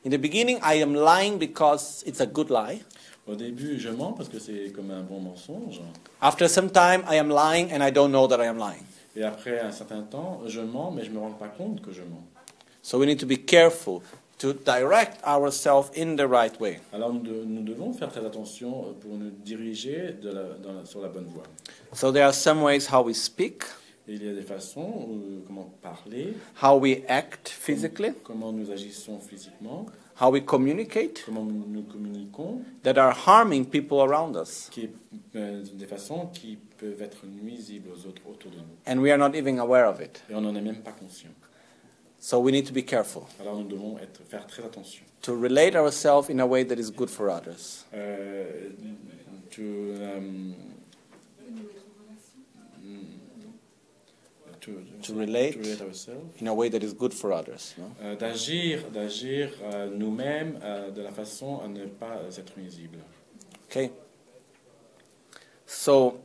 Speaker 1: In the beginning, I am lying because it's a good lie.
Speaker 2: Au début, je mens parce que c'est comme un bon mensonge.
Speaker 1: After some time, I am lying and I don't know that I am lying.
Speaker 2: Et après un certain temps, je mens, mais je ne me rends pas compte que je mens.
Speaker 1: So we need to be careful to direct ourselves in the right way.
Speaker 2: Alors nous, de- nous devons faire très attention euh, pour nous diriger de la- dans la- sur la bonne voie.
Speaker 1: So there are some ways how we speak,
Speaker 2: Il y a des façons, euh, comment parler,
Speaker 1: how we act physically,
Speaker 2: comment nous agissons physiquement,
Speaker 1: how we communicate
Speaker 2: comment nous nous communiquons,
Speaker 1: that are harming people around us.
Speaker 2: qui est, euh, des façons qui peuvent être nuisibles aux autres autour de nous.
Speaker 1: And we are not even aware of it.
Speaker 2: Et on n'en est même pas conscient.
Speaker 1: So we need to be careful
Speaker 2: Alors nous devons être, faire très attention.
Speaker 1: to relate ourselves in a way that is good for others.
Speaker 2: Euh, to, um, mm, to,
Speaker 1: To relate.
Speaker 2: to relate ourselves.
Speaker 1: In a way that is good for others. no?
Speaker 2: Euh, d'agir, d'agir euh, nous-mêmes euh, de la façon à ne pas euh, être nuisible.
Speaker 1: Okay. So,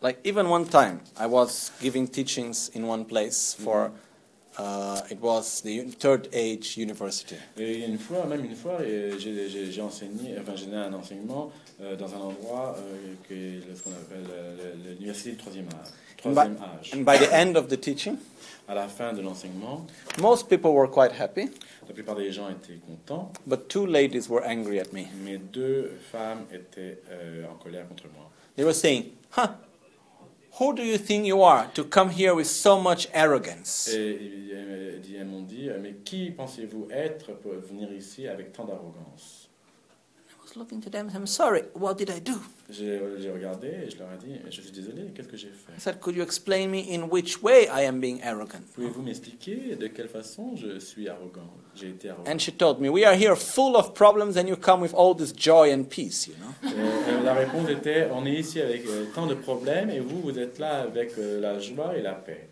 Speaker 1: like even one time, I was giving teachings in one place for. Uh, it was the un- third age university,
Speaker 2: Et une fois, même une fois, euh, j'ai j'ai- j'ai enseigné, enfin j'ai donné un enseignement euh, dans un endroit euh, qui est le- ce qu'on appelle euh, le- l'université du troisième âge. Troisième âge.
Speaker 1: and by the end of the teaching,
Speaker 2: À la fin de l'enseignement,
Speaker 1: most people were quite happy,
Speaker 2: la plupart des gens étaient contents,
Speaker 1: but two ladies were angry at me.
Speaker 2: mais deux femmes étaient euh, en colère contre moi.
Speaker 1: They were saying, "Huh, who do you think you are to come here with so much arrogance?"
Speaker 2: Et ils- elles elles m'ont dit, euh, mais qui pensez-vous être pour venir ici avec tant d'arrogance
Speaker 1: I was looking to them. I'm sorry. What did I do?
Speaker 2: J'ai j'ai regardé et je leur ai dit, je suis désolé, qu'est-ce que j'ai fait
Speaker 1: I said, "Could you explain me in which way I am being arrogant?"
Speaker 2: Pouvez-vous m'expliquer de quelle façon je suis arrogant J'ai été arrogant.
Speaker 1: And she told me, We are here full of problems and you come with all this joy and peace, you know.
Speaker 2: Euh, euh, la réponse était, on est ici avec euh, tant de problèmes et vous, vous êtes là avec euh, la joie et la paix.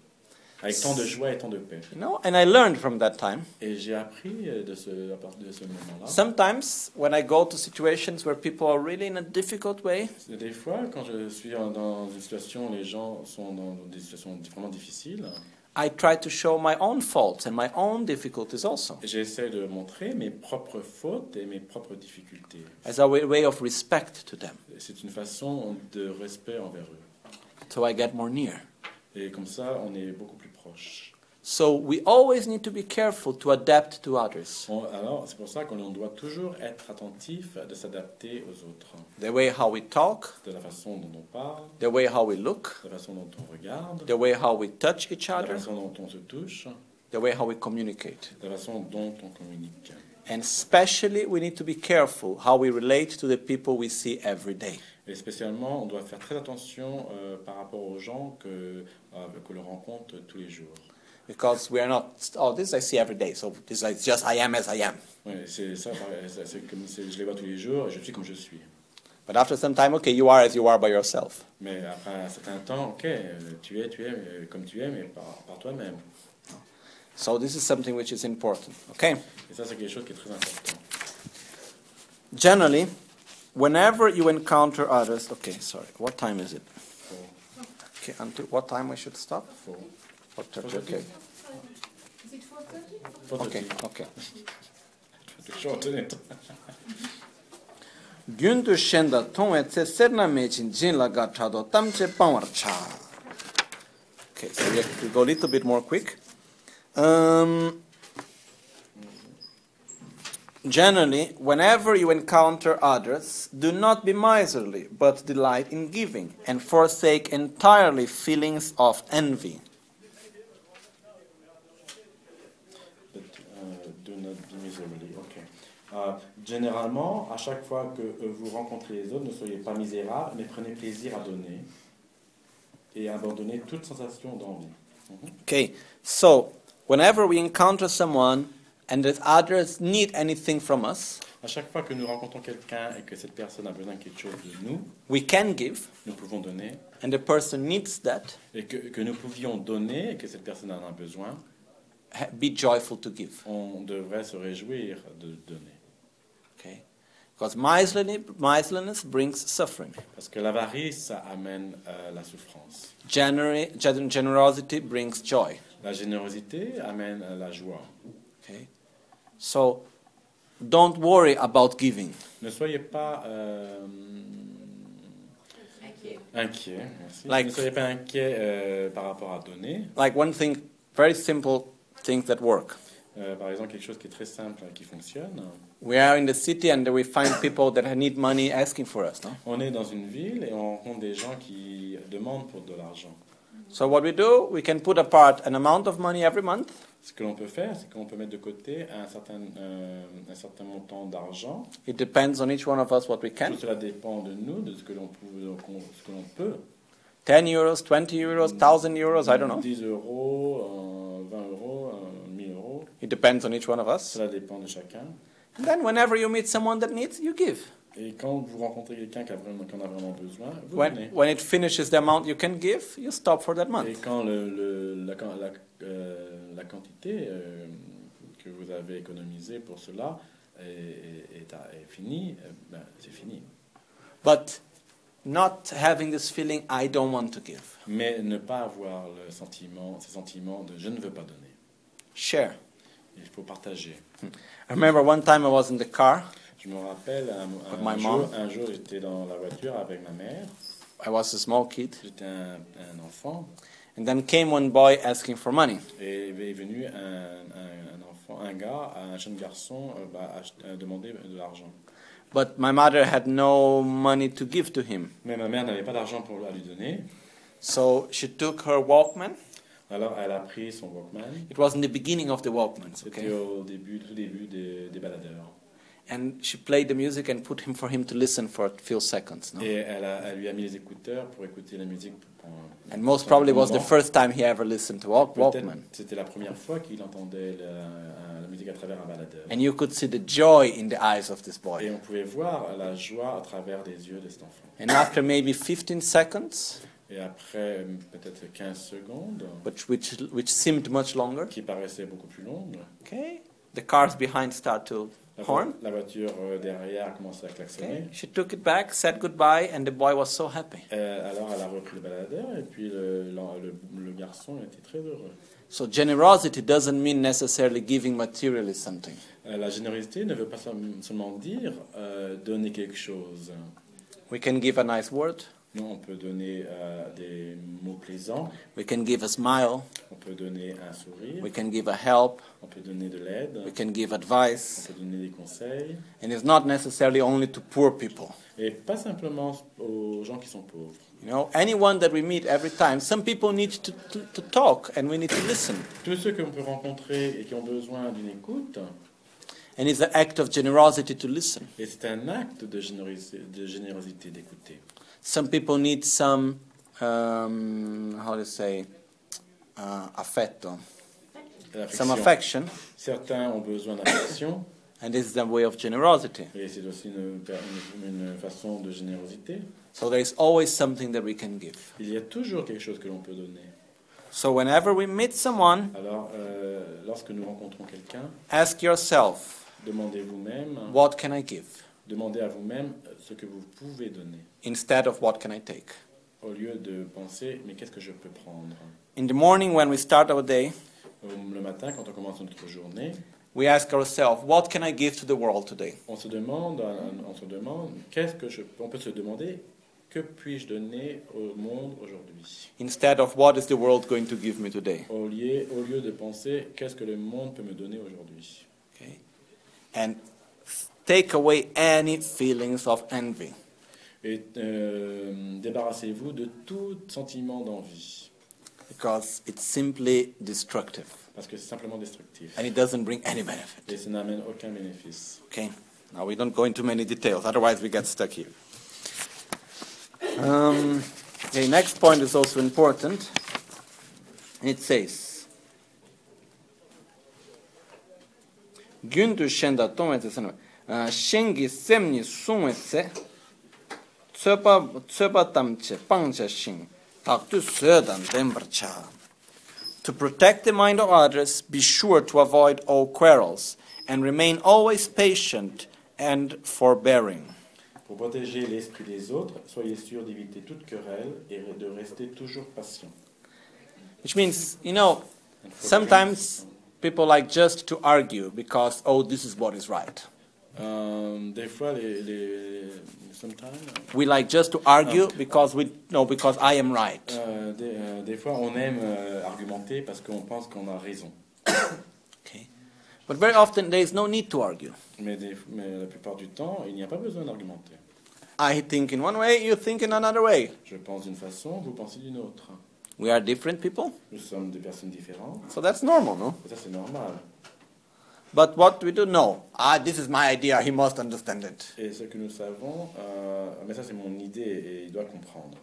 Speaker 2: Avec tant de joie et tant de paix.
Speaker 1: You know, and I learned from that time.
Speaker 2: Et j'ai appris euh, de ce, à partir de ce moment-là.
Speaker 1: Sometimes when I go to situations where people are really in a difficult way,
Speaker 2: Des fois, quand je suis en- dans une situation où les gens sont dans des situations vraiment difficiles,
Speaker 1: I try to show my own faults and my own difficulties also
Speaker 2: j'essaie de montrer mes propres fautes et mes propres difficultés.
Speaker 1: as a way way of respect to them.
Speaker 2: C'est une façon de respect envers eux.
Speaker 1: So I get more near.
Speaker 2: Et comme ça, on est beaucoup plus proche.
Speaker 1: So we always need to be careful to adapt to others.
Speaker 2: On- alors, c'est pour ça qu'on on doit toujours être attentif de s'adapter aux autres,
Speaker 1: The way how we talk,
Speaker 2: de la façon dont on parle,
Speaker 1: the way how we look,
Speaker 2: de la façon dont on regarde, de
Speaker 1: the way how we touch each
Speaker 2: la
Speaker 1: other,
Speaker 2: façon dont on se touche,
Speaker 1: the way how we communicate.
Speaker 2: de la façon dont on communique.
Speaker 1: And especially we need to be careful how we relate to the people we see every day.
Speaker 2: Et spécialement, on doit faire très attention euh, par rapport aux gens que, euh, que l'on rencontre tous les jours.
Speaker 1: Because we are not, oh, this I see every day, so this is just I am as I am.
Speaker 2: Ouais, c'est ça, pareil, c'est c'est comme c'est- je les vois tous les jours et je suis comme je suis.
Speaker 1: But after some time, okay, you are as you are by yourself.
Speaker 2: Mais après un certain temps, ok, euh, tu es, tu es euh, comme tu es, mais par, par toi-même.
Speaker 1: So this is something which is important, okay?
Speaker 2: Et ça, c'est quelque chose qui est très important.
Speaker 1: Generally, whenever you encounter others, okay, sorry, what time is it?
Speaker 2: Faut-
Speaker 1: Okay, until what time I should stop?
Speaker 2: faut-
Speaker 1: Four thirty, okay.
Speaker 3: Is it 4:30?
Speaker 2: faut te
Speaker 1: Okay,
Speaker 2: dire.
Speaker 1: okay.
Speaker 2: Faut toujours être honnête.
Speaker 1: gyundu shenda tongwe tse serna mechin jin la ga chado tamche pangwar cha. Okay, so we have to go a little bit more quick. Um, generally, whenever you encounter others, do not be miserly, but delight in giving, and forsake entirely feelings of envy.
Speaker 2: But, euh, do not be miserly. Ok. Euh, généralement, à chaque fois que euh, vous rencontrez les autres, ne soyez pas misérables, mais prenez plaisir à donner et abandonnez toute sensation d'envie. Mhm.
Speaker 1: Okay, so whenever we encounter someone and that others need anything from us,
Speaker 2: À chaque fois que nous rencontrons quelqu'un et que cette personne a besoin de quelque chose de nous,
Speaker 1: we can give,
Speaker 2: nous pouvons donner
Speaker 1: and the person needs that.
Speaker 2: et que, que nous pouvions donner et que cette personne en a besoin,
Speaker 1: ha- be joyful to give.
Speaker 2: on devrait se réjouir de donner.
Speaker 1: Okay? Because miserliness, miserliness brings suffering.
Speaker 2: Parce que l'avarice, ça amène euh, la souffrance.
Speaker 1: Genera- gen- generosity brings joy.
Speaker 2: La générosité amène euh, la joie.
Speaker 1: Okay? So don't worry about giving.
Speaker 2: Ne soyez pas euh, inquiet. merci.
Speaker 1: Like-
Speaker 2: Ne soyez pas inquiet euh, par rapport à donner.
Speaker 1: Like one thing, very simple things that work.
Speaker 2: Euh, par exemple, quelque chose qui est très simple et qui fonctionne.
Speaker 1: We are in the city and we find people that need money asking for us. No?
Speaker 2: On est dans une ville et on rencontre des gens qui demandent pour de l'argent.
Speaker 1: So what we do, we can put apart an amount of money every month
Speaker 2: Ce que l'on peut faire, c'est qu'on peut mettre de côté un certain, euh, un certain montant d'argent
Speaker 1: It depends on each one of us what we
Speaker 2: Tout
Speaker 1: can.
Speaker 2: cela dépend de nous, de ce que l'on peut. de ce que l'on peut.
Speaker 1: 10 euros, 20 euros, 1000 euros, I don't know.
Speaker 2: 10 euros, euh, 20 euros, euh, 1000 euros.
Speaker 1: It depends on each one of us.
Speaker 2: Cela dépend de chacun.
Speaker 1: And then whenever you meet someone that needs, you give.
Speaker 2: Et quand vous rencontrez quelqu'un qui a vraiment, qui en a vraiment besoin, vous
Speaker 1: When,
Speaker 2: donnez.
Speaker 1: when it finishes the amount you can give, you stop for that
Speaker 2: Et
Speaker 1: month.
Speaker 2: quand le, le- la, quan- la, euh, la quantité euh, que vous avez économisée pour cela est, est- est à- est finie, euh, ben, c'est fini.
Speaker 1: But not having this feeling, I don't want to give.
Speaker 2: Mais ne pas avoir le sentiment, ce sentiment de je ne veux pas donner.
Speaker 1: Share.
Speaker 2: Il faut partager.
Speaker 1: I remember one time I was in the car.
Speaker 2: Je me rappelle un,
Speaker 1: Of
Speaker 2: un
Speaker 1: my mom.
Speaker 2: jour, un jour, j'étais dans la voiture avec ma mère.
Speaker 1: I was a small kid.
Speaker 2: J'étais un, un enfant
Speaker 1: And then came one boy asking for money.
Speaker 2: et est venu un, un, un enfant, un gars, un jeune garçon, euh, bah, ach- euh, demander de l'argent.
Speaker 1: But my mother had no money to give to him.
Speaker 2: Mais ma mère n'avait pas d'argent pour à lui donner.
Speaker 1: So she took her Walkman.
Speaker 2: Alors elle a pris son Walkman.
Speaker 1: It was in the beginning of the Walkmans,
Speaker 2: C'était
Speaker 1: okay?
Speaker 2: au début, tout début des, des baladeurs.
Speaker 1: And she played the music and put him for him to listen for a few seconds. No?
Speaker 2: Et elle, a- elle lui a mis les écouteurs pour écouter la musique. pour- pour-
Speaker 1: And most
Speaker 2: pour
Speaker 1: probably
Speaker 2: un
Speaker 1: was the
Speaker 2: moment.
Speaker 1: first time he ever listened to Walk-
Speaker 2: Peut-être
Speaker 1: Walkman.
Speaker 2: C'était la première fois qu'il entendait euh, la, la musique à travers un baladeur.
Speaker 1: And you could see the joy in the eyes of this
Speaker 2: Et
Speaker 1: boy.
Speaker 2: on pouvait voir la joie à travers les yeux de cet enfant.
Speaker 1: And after maybe 15 seconds,
Speaker 2: Et après euh, peut-être 15 secondes,
Speaker 1: which, which, which seemed much longer,
Speaker 2: qui paraissaient beaucoup plus longues,
Speaker 1: okay, the cars behind start to
Speaker 2: la, vo-
Speaker 1: horn.
Speaker 2: la voiture euh, derrière a commencé à klaxonner.
Speaker 1: Okay. She took it back, said goodbye, and the boy was so happy.
Speaker 2: Euh, alors elle a repris le baladeur et puis le, l'en- le- le garçon était très heureux.
Speaker 1: So generosity doesn't mean necessarily giving materially something.
Speaker 2: Euh, la générosité ne veut pas seul- seulement dire euh, donner quelque chose.
Speaker 1: We can give a nice word,
Speaker 2: Nous, on peut donner euh, des mots plaisants,
Speaker 1: We can give a smile,
Speaker 2: on peut donner un sourire,
Speaker 1: we can give a help,
Speaker 2: on peut donner de l'aide,
Speaker 1: we can give
Speaker 2: on
Speaker 1: advice,
Speaker 2: peut donner des conseils,
Speaker 1: and it's not necessarily only to poor people.
Speaker 2: et pas simplement aux gens qui sont pauvres.
Speaker 1: You know, anyone that we meet every time, some people need to, to, to talk and we need to listen.
Speaker 2: Tous ceux qu'on peut rencontrer et qui ont besoin d'une écoute,
Speaker 1: And it's an act of generosity to listen.
Speaker 2: et c'est un acte de générosité, de générosité d'écouter.
Speaker 1: Some people need some, um, how do you say, uh, affetto, some
Speaker 2: L'affection.
Speaker 1: affection,
Speaker 2: Certains ont besoin d'affection, [COUGHS]
Speaker 1: and this is a way of generosity.
Speaker 2: et c'est aussi une, une- une façon de générosité.
Speaker 1: So there is always something that we can give.
Speaker 2: Il y a toujours quelque chose que l'on peut donner.
Speaker 1: So whenever we meet someone,
Speaker 2: Alors, euh, lorsque nous rencontrons quelqu'un,
Speaker 1: ask yourself,
Speaker 2: demandez vous-même,
Speaker 1: what can I give?
Speaker 2: demandez à vous-même ce que vous pouvez donner,
Speaker 1: Instead of what can I take?
Speaker 2: au lieu de penser mais qu'est-ce que je peux prendre.
Speaker 1: In the morning when we start our day,
Speaker 2: Au- Le matin, quand on commence notre journée,
Speaker 1: we ask ourselves, what can I give to the world today?
Speaker 2: on se demande, on se demande qu'est-ce que je, on peut se demander que puis-je donner au monde aujourd'hui,
Speaker 1: Instead of what is the world going to give me today?
Speaker 2: au lieu, au lieu de penser qu'est-ce que le monde peut me donner aujourd'hui.
Speaker 1: Okay? And s- take away any feelings of envy.
Speaker 2: Et euh, débarrassez-vous de tout sentiment d'envie,
Speaker 1: because it's simply destructive
Speaker 2: parce que c'est simplement destructif.
Speaker 1: and it doesn't bring any benefit.
Speaker 2: Et ça n'amène aucun bénéfice.
Speaker 1: Okay, now we don't go into many details, otherwise, we get stuck here. Um, the next point is also important. It says, Gyundu shenda tomete sanwa, shengi semni sumwetse, tsopa, tsopa tamche, pangcha shing, taktu södan dembarcha. To protect the mind of others, be sure to avoid all quarrels, and remain always patient and forbearing.
Speaker 2: Pour protéger l'esprit des autres, soyez sûr d'éviter toute querelle et de rester toujours patient.
Speaker 1: Which means, you know,
Speaker 2: And forbearing.
Speaker 1: sometimes people like just to argue because, oh, this is what is right.
Speaker 2: Euh, des fois, les, les- sometimes,
Speaker 1: We like just to argue because we no because I am right.
Speaker 2: euh, des, euh, des fois, on aime euh, argumenter parce qu'on pense qu'on a raison.
Speaker 1: Okay. But very often there is no need to argue.
Speaker 2: Mais, des- mais la plupart du temps, il n'y a pas besoin d'argumenter.
Speaker 1: I think in one way, you think in another way.
Speaker 2: Je pense d'une façon, vous pensez d'une autre.
Speaker 1: We are different people,
Speaker 2: Nous sommes des personnes différentes,
Speaker 1: so that's normal, no?
Speaker 2: et ça c'est normal.
Speaker 1: But what we do know, ah, this is my idea, he must understand it.
Speaker 2: Et ce que nous savons, euh, mais ça c'est mon idée et il doit comprendre.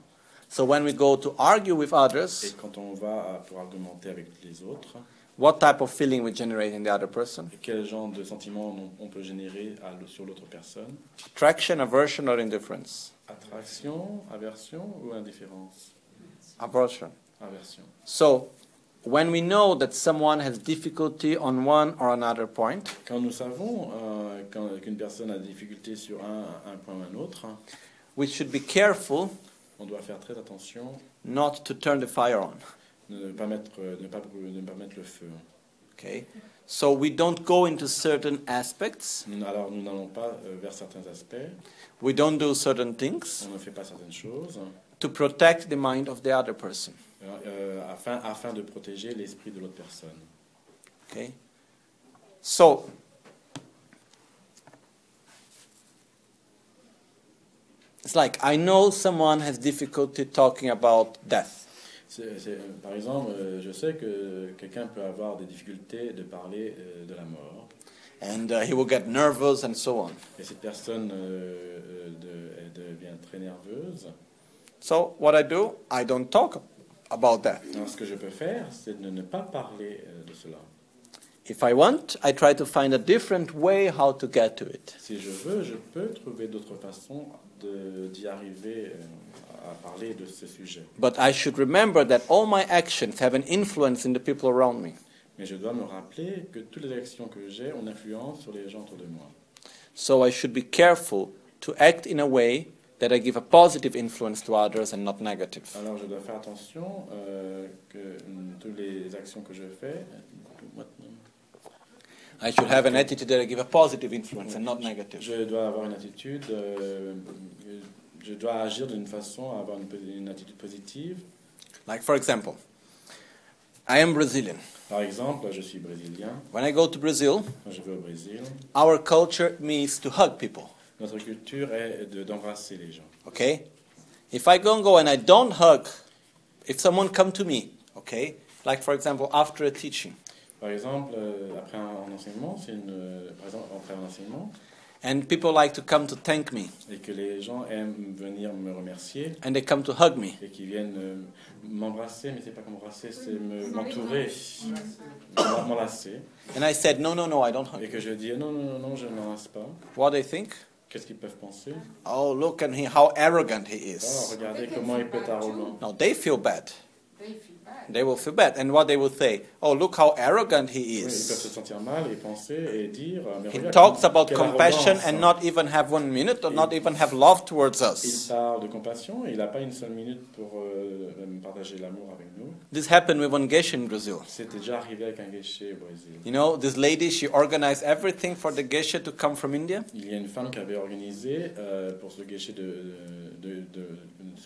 Speaker 1: So when we go to argue with
Speaker 2: Et
Speaker 1: others,
Speaker 2: quand on va à- pour argumenter avec les autres,
Speaker 1: what type of feeling we generate in the other person?
Speaker 2: quel genre de sentiments on- on peut générer à l- sur l'autre personne
Speaker 1: Attraction, aversion, or indifference?
Speaker 2: Attraction, aversion ou indifférence
Speaker 1: Aversion.
Speaker 2: Aversion.
Speaker 1: So when we know that someone has difficulty on one or another point,
Speaker 2: Quand nous savons euh, quand- qu'une personne a des difficultés sur un, un point ou un autre,
Speaker 1: we should be careful
Speaker 2: on doit faire très attention,
Speaker 1: not to turn the fire on.
Speaker 2: ne pas mettre, ne pas, brûler- ne pas mettre le feu.
Speaker 1: Okay? So we don't go into certain aspects,
Speaker 2: Nous- Alors nous n'allons pas euh, vers certains aspects,
Speaker 1: we don't do certain things
Speaker 2: on ne fait pas certaines choses.
Speaker 1: to protect the mind of the other person.
Speaker 2: Alors, euh, afin, afin de protéger l'esprit de l'autre personne.
Speaker 1: Okay? So it's like I know someone has difficulty talking about death.
Speaker 2: C'est- c'est- euh, par exemple, euh, je sais que quelqu'un peut avoir des difficultés de parler euh, de la mort,
Speaker 1: and uh, he will get nervous and so on.
Speaker 2: et cette personne euh, euh, de- elle devient très nerveuse.
Speaker 1: So what I do, I don't talk about that.
Speaker 2: Alors, ce que je peux faire, c'est de ne pas parler euh, de cela.
Speaker 1: If I want, I try to find a different way how to get to it.
Speaker 2: Si je veux, je peux trouver d'autres façons de- d'y arriver euh, à parler de ce sujet.
Speaker 1: But I should remember that all my actions have an influence in the people around me.
Speaker 2: Mais je dois me rappeler que toutes les actions que j'ai ont influence sur les gens autour de moi.
Speaker 1: So I should be careful to act in a way that I give a positive influence to others and not negative.
Speaker 2: Alors je dois faire attention euh, que hum, toutes les actions que je fais,
Speaker 1: I should have an attitude that I give a positive influence and not negative.
Speaker 2: je dois avoir une attitude euh, je dois agir d'une façon à avoir une, posi- une attitude positive.
Speaker 1: Like, for example, I am Brazilian.
Speaker 2: Par exemple, je suis brésilien,
Speaker 1: When I go to Brazil,
Speaker 2: quand je vais au Brésil,
Speaker 1: our culture means to hug people.
Speaker 2: notre culture est de- d'embrasser les gens.
Speaker 1: Okay? If I go and go and I don't hug, if someone come to me, okay, like for example after a teaching,
Speaker 2: Par exemple, euh, après un, un enseignement, c'est une, euh, par exemple, après un enseignement,
Speaker 1: and people like to come to thank me,
Speaker 2: et que les gens aiment venir me remercier
Speaker 1: and they come to hug me,
Speaker 2: et qui viennent euh, m'embrasser, mais c'est pas m'embrasser, c'est me- m'entourer, m'en- m'enlacer,
Speaker 1: and I said no, no, no, I don't
Speaker 2: et
Speaker 1: hug.
Speaker 2: que je dis non, non, non, non, je ne m'enlace pas.
Speaker 1: What do they think?
Speaker 2: Qu'est-ce qu'ils peuvent penser
Speaker 1: Oh, look at him, how arrogant he
Speaker 2: Oh,
Speaker 1: is.
Speaker 2: regardez comment il peut être arrogant.
Speaker 1: No, they feel bad.
Speaker 3: They feel bad.
Speaker 1: They will feel bad, and what they will say? Oh, look how arrogant he
Speaker 2: Oui, ils peuvent se
Speaker 1: is.
Speaker 2: sentir mal et penser et dire. euh, Mais
Speaker 1: He
Speaker 2: regarde,
Speaker 1: talks about
Speaker 2: quelle
Speaker 1: compassion
Speaker 2: arrogance.
Speaker 1: and not even have one minute or not even have love towards
Speaker 2: Il
Speaker 1: us.
Speaker 2: parle de compassion et il n'a pas une seule minute pour euh, partager l'amour avec nous.
Speaker 1: This happened with one geisha in Brazil.
Speaker 2: C'était déjà arrivé avec un guéché au Brésil.
Speaker 1: You know, this lady, she organized everything for the geisha to come from India.
Speaker 2: Il y a une femme qui avait organisé euh, pour ce guéché de, de- de-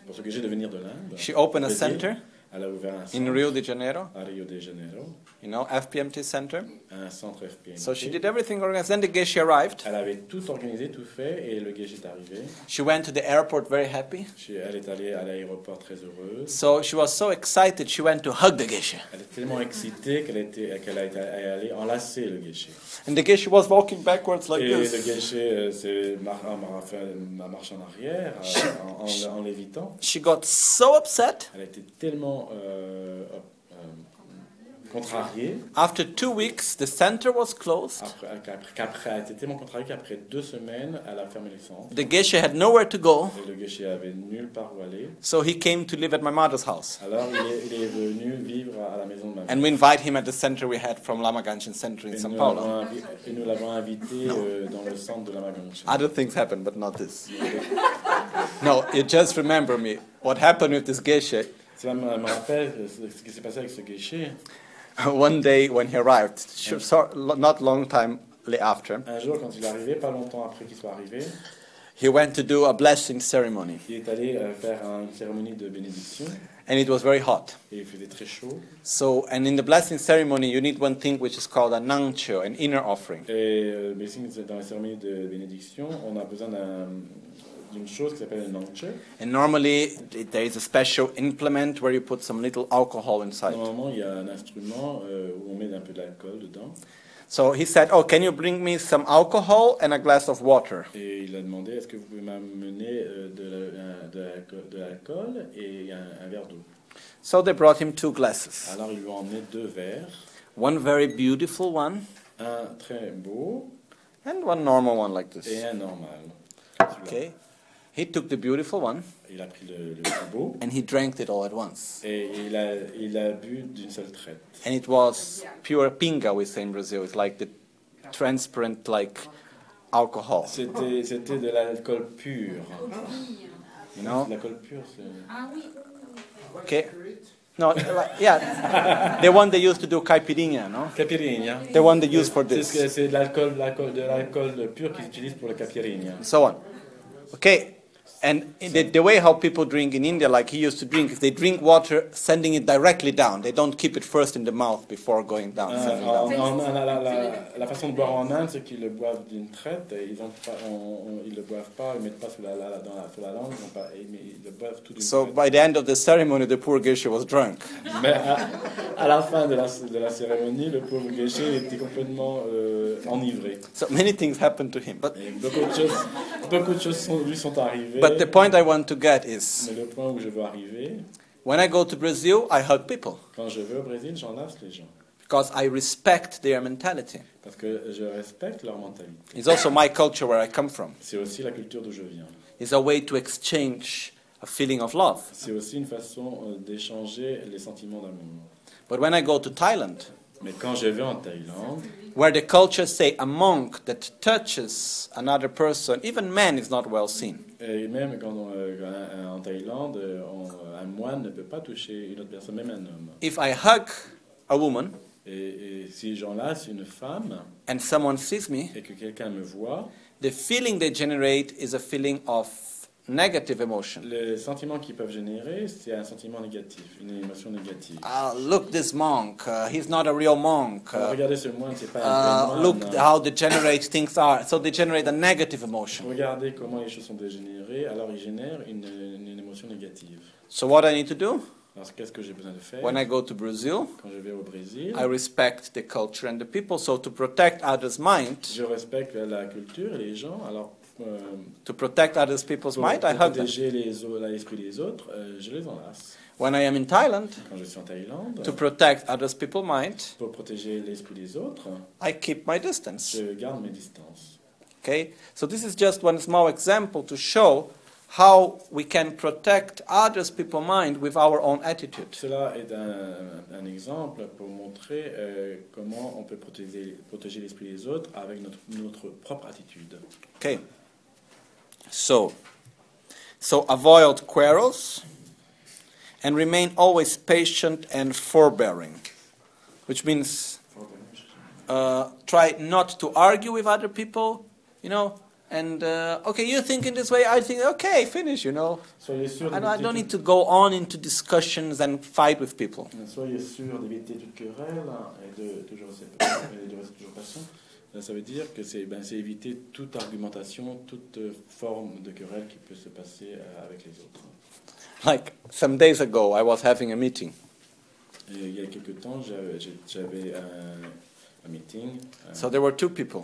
Speaker 2: pour ce guéché de venir de l'Inde.
Speaker 1: She opened a
Speaker 2: Brésil.
Speaker 1: center
Speaker 2: Elle a ouvert un
Speaker 1: in
Speaker 2: centre
Speaker 1: Rio de Janeiro,
Speaker 2: à Rio de Janeiro,
Speaker 1: you know, FPMT center.
Speaker 2: un centre FPM.
Speaker 1: So she did everything organized. Then the geisha arrived.
Speaker 2: Elle avait tout organisé, tout fait et le guéché est arrivé.
Speaker 1: She went to the airport very happy.
Speaker 2: She- Elle est allée à l'aéroport très heureuse.
Speaker 1: So she was so excited, she went to hug the geisha.
Speaker 2: Elle est tellement excitée qu'elle était- qu'elle a été elle est allée enlacer le guéché.
Speaker 1: And the geisha was walking backwards like
Speaker 2: et le
Speaker 1: this.
Speaker 2: guéché euh, s'est mar- a mar- a fait la marche en arrière euh, en, en- en lévitant.
Speaker 1: She got so upset.
Speaker 2: Elle était tellement euh, euh, contrariée
Speaker 1: After two weeks, the center was closed.
Speaker 2: après, qu'après- qu'après- elle était tellement contrariée qu'après deux semaines, elle a fermé les centres.
Speaker 1: The geisha had nowhere to go.
Speaker 2: Et le guéché avait nulle part où aller.
Speaker 1: So he came to live at my mother's house.
Speaker 2: Alors il est, il est venu vivre à la maison de ma
Speaker 1: And
Speaker 2: mère.
Speaker 1: we invite him at the center we had from Lama Ganchen Center in
Speaker 2: Et
Speaker 1: Sao
Speaker 2: nous
Speaker 1: Paulo.
Speaker 2: l'avons invi- et nous l'avons invité euh, dans le centre de la Magonche.
Speaker 1: Other things happen, but not this. no, you just remember me. What happened with this geisha?
Speaker 2: Cela me me rappelle euh, ce ce qui s'est passé avec ce guéché.
Speaker 1: [LAUGHS] One day when he arrived, sh- so- lo- not long time li- after,
Speaker 2: Un jour, quand il est arrivé, pas longtemps après qu'il soit arrivé,
Speaker 1: he went to do a blessing ceremony,
Speaker 2: Il est allé euh, faire une cérémonie de bénédiction
Speaker 1: and it was very hot.
Speaker 2: et il faisait très chaud.
Speaker 1: So, and in the blessing ceremony, you need one thing which is called a nangcho, an inner offering.
Speaker 2: Et euh, mais sinon, c'est dans la cérémonie de bénédiction, on a besoin d'un- d'une chose qui s'appelle un nangche.
Speaker 1: And normally, th- there is a special implement where you put some little alcohol inside.
Speaker 2: Normalement, il y a un instrument euh, où on met un peu d'alcool dedans.
Speaker 1: So he said, "Oh, can you bring me some alcohol and a glass of water?"
Speaker 2: Et il a demandé est-ce que vous pouvez m'amener euh, de la- un- de l'alco- de l'alcool et un, un verre d'eau.
Speaker 1: So they brought him two glasses.
Speaker 2: Alors, ils lui ont emmené deux verres,
Speaker 1: One very beautiful one
Speaker 2: un très beau
Speaker 1: and one normal one like
Speaker 2: et
Speaker 1: this.
Speaker 2: un normal. Celui-là.
Speaker 1: Okay. He took the beautiful one
Speaker 2: Il a pris le, le plus beau
Speaker 1: and he drank it all at once.
Speaker 2: et il a, il a bu d'une seule traite.
Speaker 1: And it was pure pinga we say in Brazil. It's like the transparent like alcohol.
Speaker 2: C'était, c'était de l'alcool pur.
Speaker 1: You know?
Speaker 2: De l'alcool pur, c'est...
Speaker 3: Ah oui.
Speaker 1: Okay. No, like, yeah. the one they used to do caipirinha, no?
Speaker 2: Capirigna.
Speaker 1: The one they use for
Speaker 2: C'est, ce que-
Speaker 1: this.
Speaker 2: c'est de, l'alcool, de l'alcool- de l'alcool pur qu'ils utilisent pour le capirigna.
Speaker 1: So on. Okay. And the, the way how people drink in India, like he used to drink, is they drink water, sending it directly down. They don't keep it first in the mouth before going down.
Speaker 2: Euh,
Speaker 1: sending
Speaker 2: en-
Speaker 1: down.
Speaker 2: en- en- la, la- la- la façon de boire en Inde, c'est qu'ils le boivent d'une traite, et ils ont pas- on- on- ils le boivent pas, ils mettent pas sous la, la- la- dans la, sous la langue, ils ont pas- et- mais ils le boivent tout d'une
Speaker 1: So
Speaker 2: traite.
Speaker 1: by the end of the ceremony, the poor geisha was drunk.
Speaker 2: Mais à, à la fin de la, de la cérémonie, le pauvre gâché était complètement euh, enivré.
Speaker 1: So many things happened to him. But,
Speaker 2: Et beaucoup de choses, beaucoup de choses sont- lui sont arrivées.
Speaker 1: but the point I want to get is
Speaker 2: Mais le point où je veux arriver,
Speaker 1: when I go to Brazil, I hug people
Speaker 2: quand je vais au Brésil, j'enlace les gens.
Speaker 1: because I respect their mentality.
Speaker 2: Parce que je respecte leur mentalité.
Speaker 1: It's also my culture where I come from.
Speaker 2: C'est aussi la culture d'où je viens.
Speaker 1: It's a way to exchange a feeling of love.
Speaker 2: C'est aussi une façon euh, d'échanger les sentiments d'amour.
Speaker 1: But when I go to Thailand,
Speaker 2: Mais quand je vais en Thaïlande,
Speaker 1: where the culture say a monk that touches another person, even man is not well seen.
Speaker 2: et même quand on, euh, quand un- un- en Thaïlande, euh, on- un moine ne peut pas toucher une autre personne, même un homme.
Speaker 1: If I hug a woman
Speaker 2: Et, et si j'enlace une femme
Speaker 1: and someone sees me,
Speaker 2: et que quelqu'un me voit,
Speaker 1: the feeling they generate is a feeling of negative emotion.
Speaker 2: Les sentiments qu'ils peuvent générer, c'est un sentiment négatif, une émotion négative.
Speaker 1: Ah, look, this monk, uh, he's not a real monk.
Speaker 2: Alors,
Speaker 1: Uh,
Speaker 2: regardez ce moine, c'est pas un
Speaker 1: uh,
Speaker 2: vrai
Speaker 1: look
Speaker 2: moine.
Speaker 1: how degenerate things are. So they generate a negative emotion.
Speaker 2: Regardez comment les choses sont dégénérées, alors ils génèrent une, une émotion négative.
Speaker 1: So what I need to do
Speaker 2: Alors qu'est-ce que j'ai besoin de faire
Speaker 1: when I go to Brazil,
Speaker 2: quand je vais au Brésil
Speaker 1: I respect the culture and the people. So to protect others' mind,
Speaker 2: Je respecte la culture et les gens, alors euh,
Speaker 1: to protect others' people's
Speaker 2: pour
Speaker 1: mind, I hug them.
Speaker 2: protéger les au- l'esprit des autres, euh, je les enlace.
Speaker 1: When I am in Thailand,
Speaker 2: Quand je suis en Thaïlande,
Speaker 1: to protect others' people's mind,
Speaker 2: pour protéger l'esprit des autres,
Speaker 1: I keep my distance.
Speaker 2: je garde mes distances.
Speaker 1: Okay? So this is just one small example to show how we can protect others' people's mind with our own attitude.
Speaker 2: Cela est un, un exemple pour montrer euh, comment on peut protéger, protéger l'esprit des autres avec notre, notre propre attitude.
Speaker 1: Okay. So, so avoid quarrels and remain always patient and forbearing, which means uh, try not to argue with other people, you know. And uh, okay, you think in this way, I think okay, finish, you know.
Speaker 2: Soyez sûr
Speaker 1: I don't, I don't
Speaker 2: d'éviter
Speaker 1: need to go on into discussions and fight with people. [LAUGHS]
Speaker 2: tout- Euh, soyez sûr d'éviter toute querelle hein, et de toujours [COUGHS] et de rester toujours patient. Euh, Ça, ça veut dire que c'est ben, c'est éviter toute argumentation, toute euh, forme de querelle qui peut se passer euh, avec les autres.
Speaker 1: Like some days ago, I was having a meeting,
Speaker 2: Et il y a quelques temps, j'avais- j'ai- j'avais un, un meeting. euh,
Speaker 1: so there were two people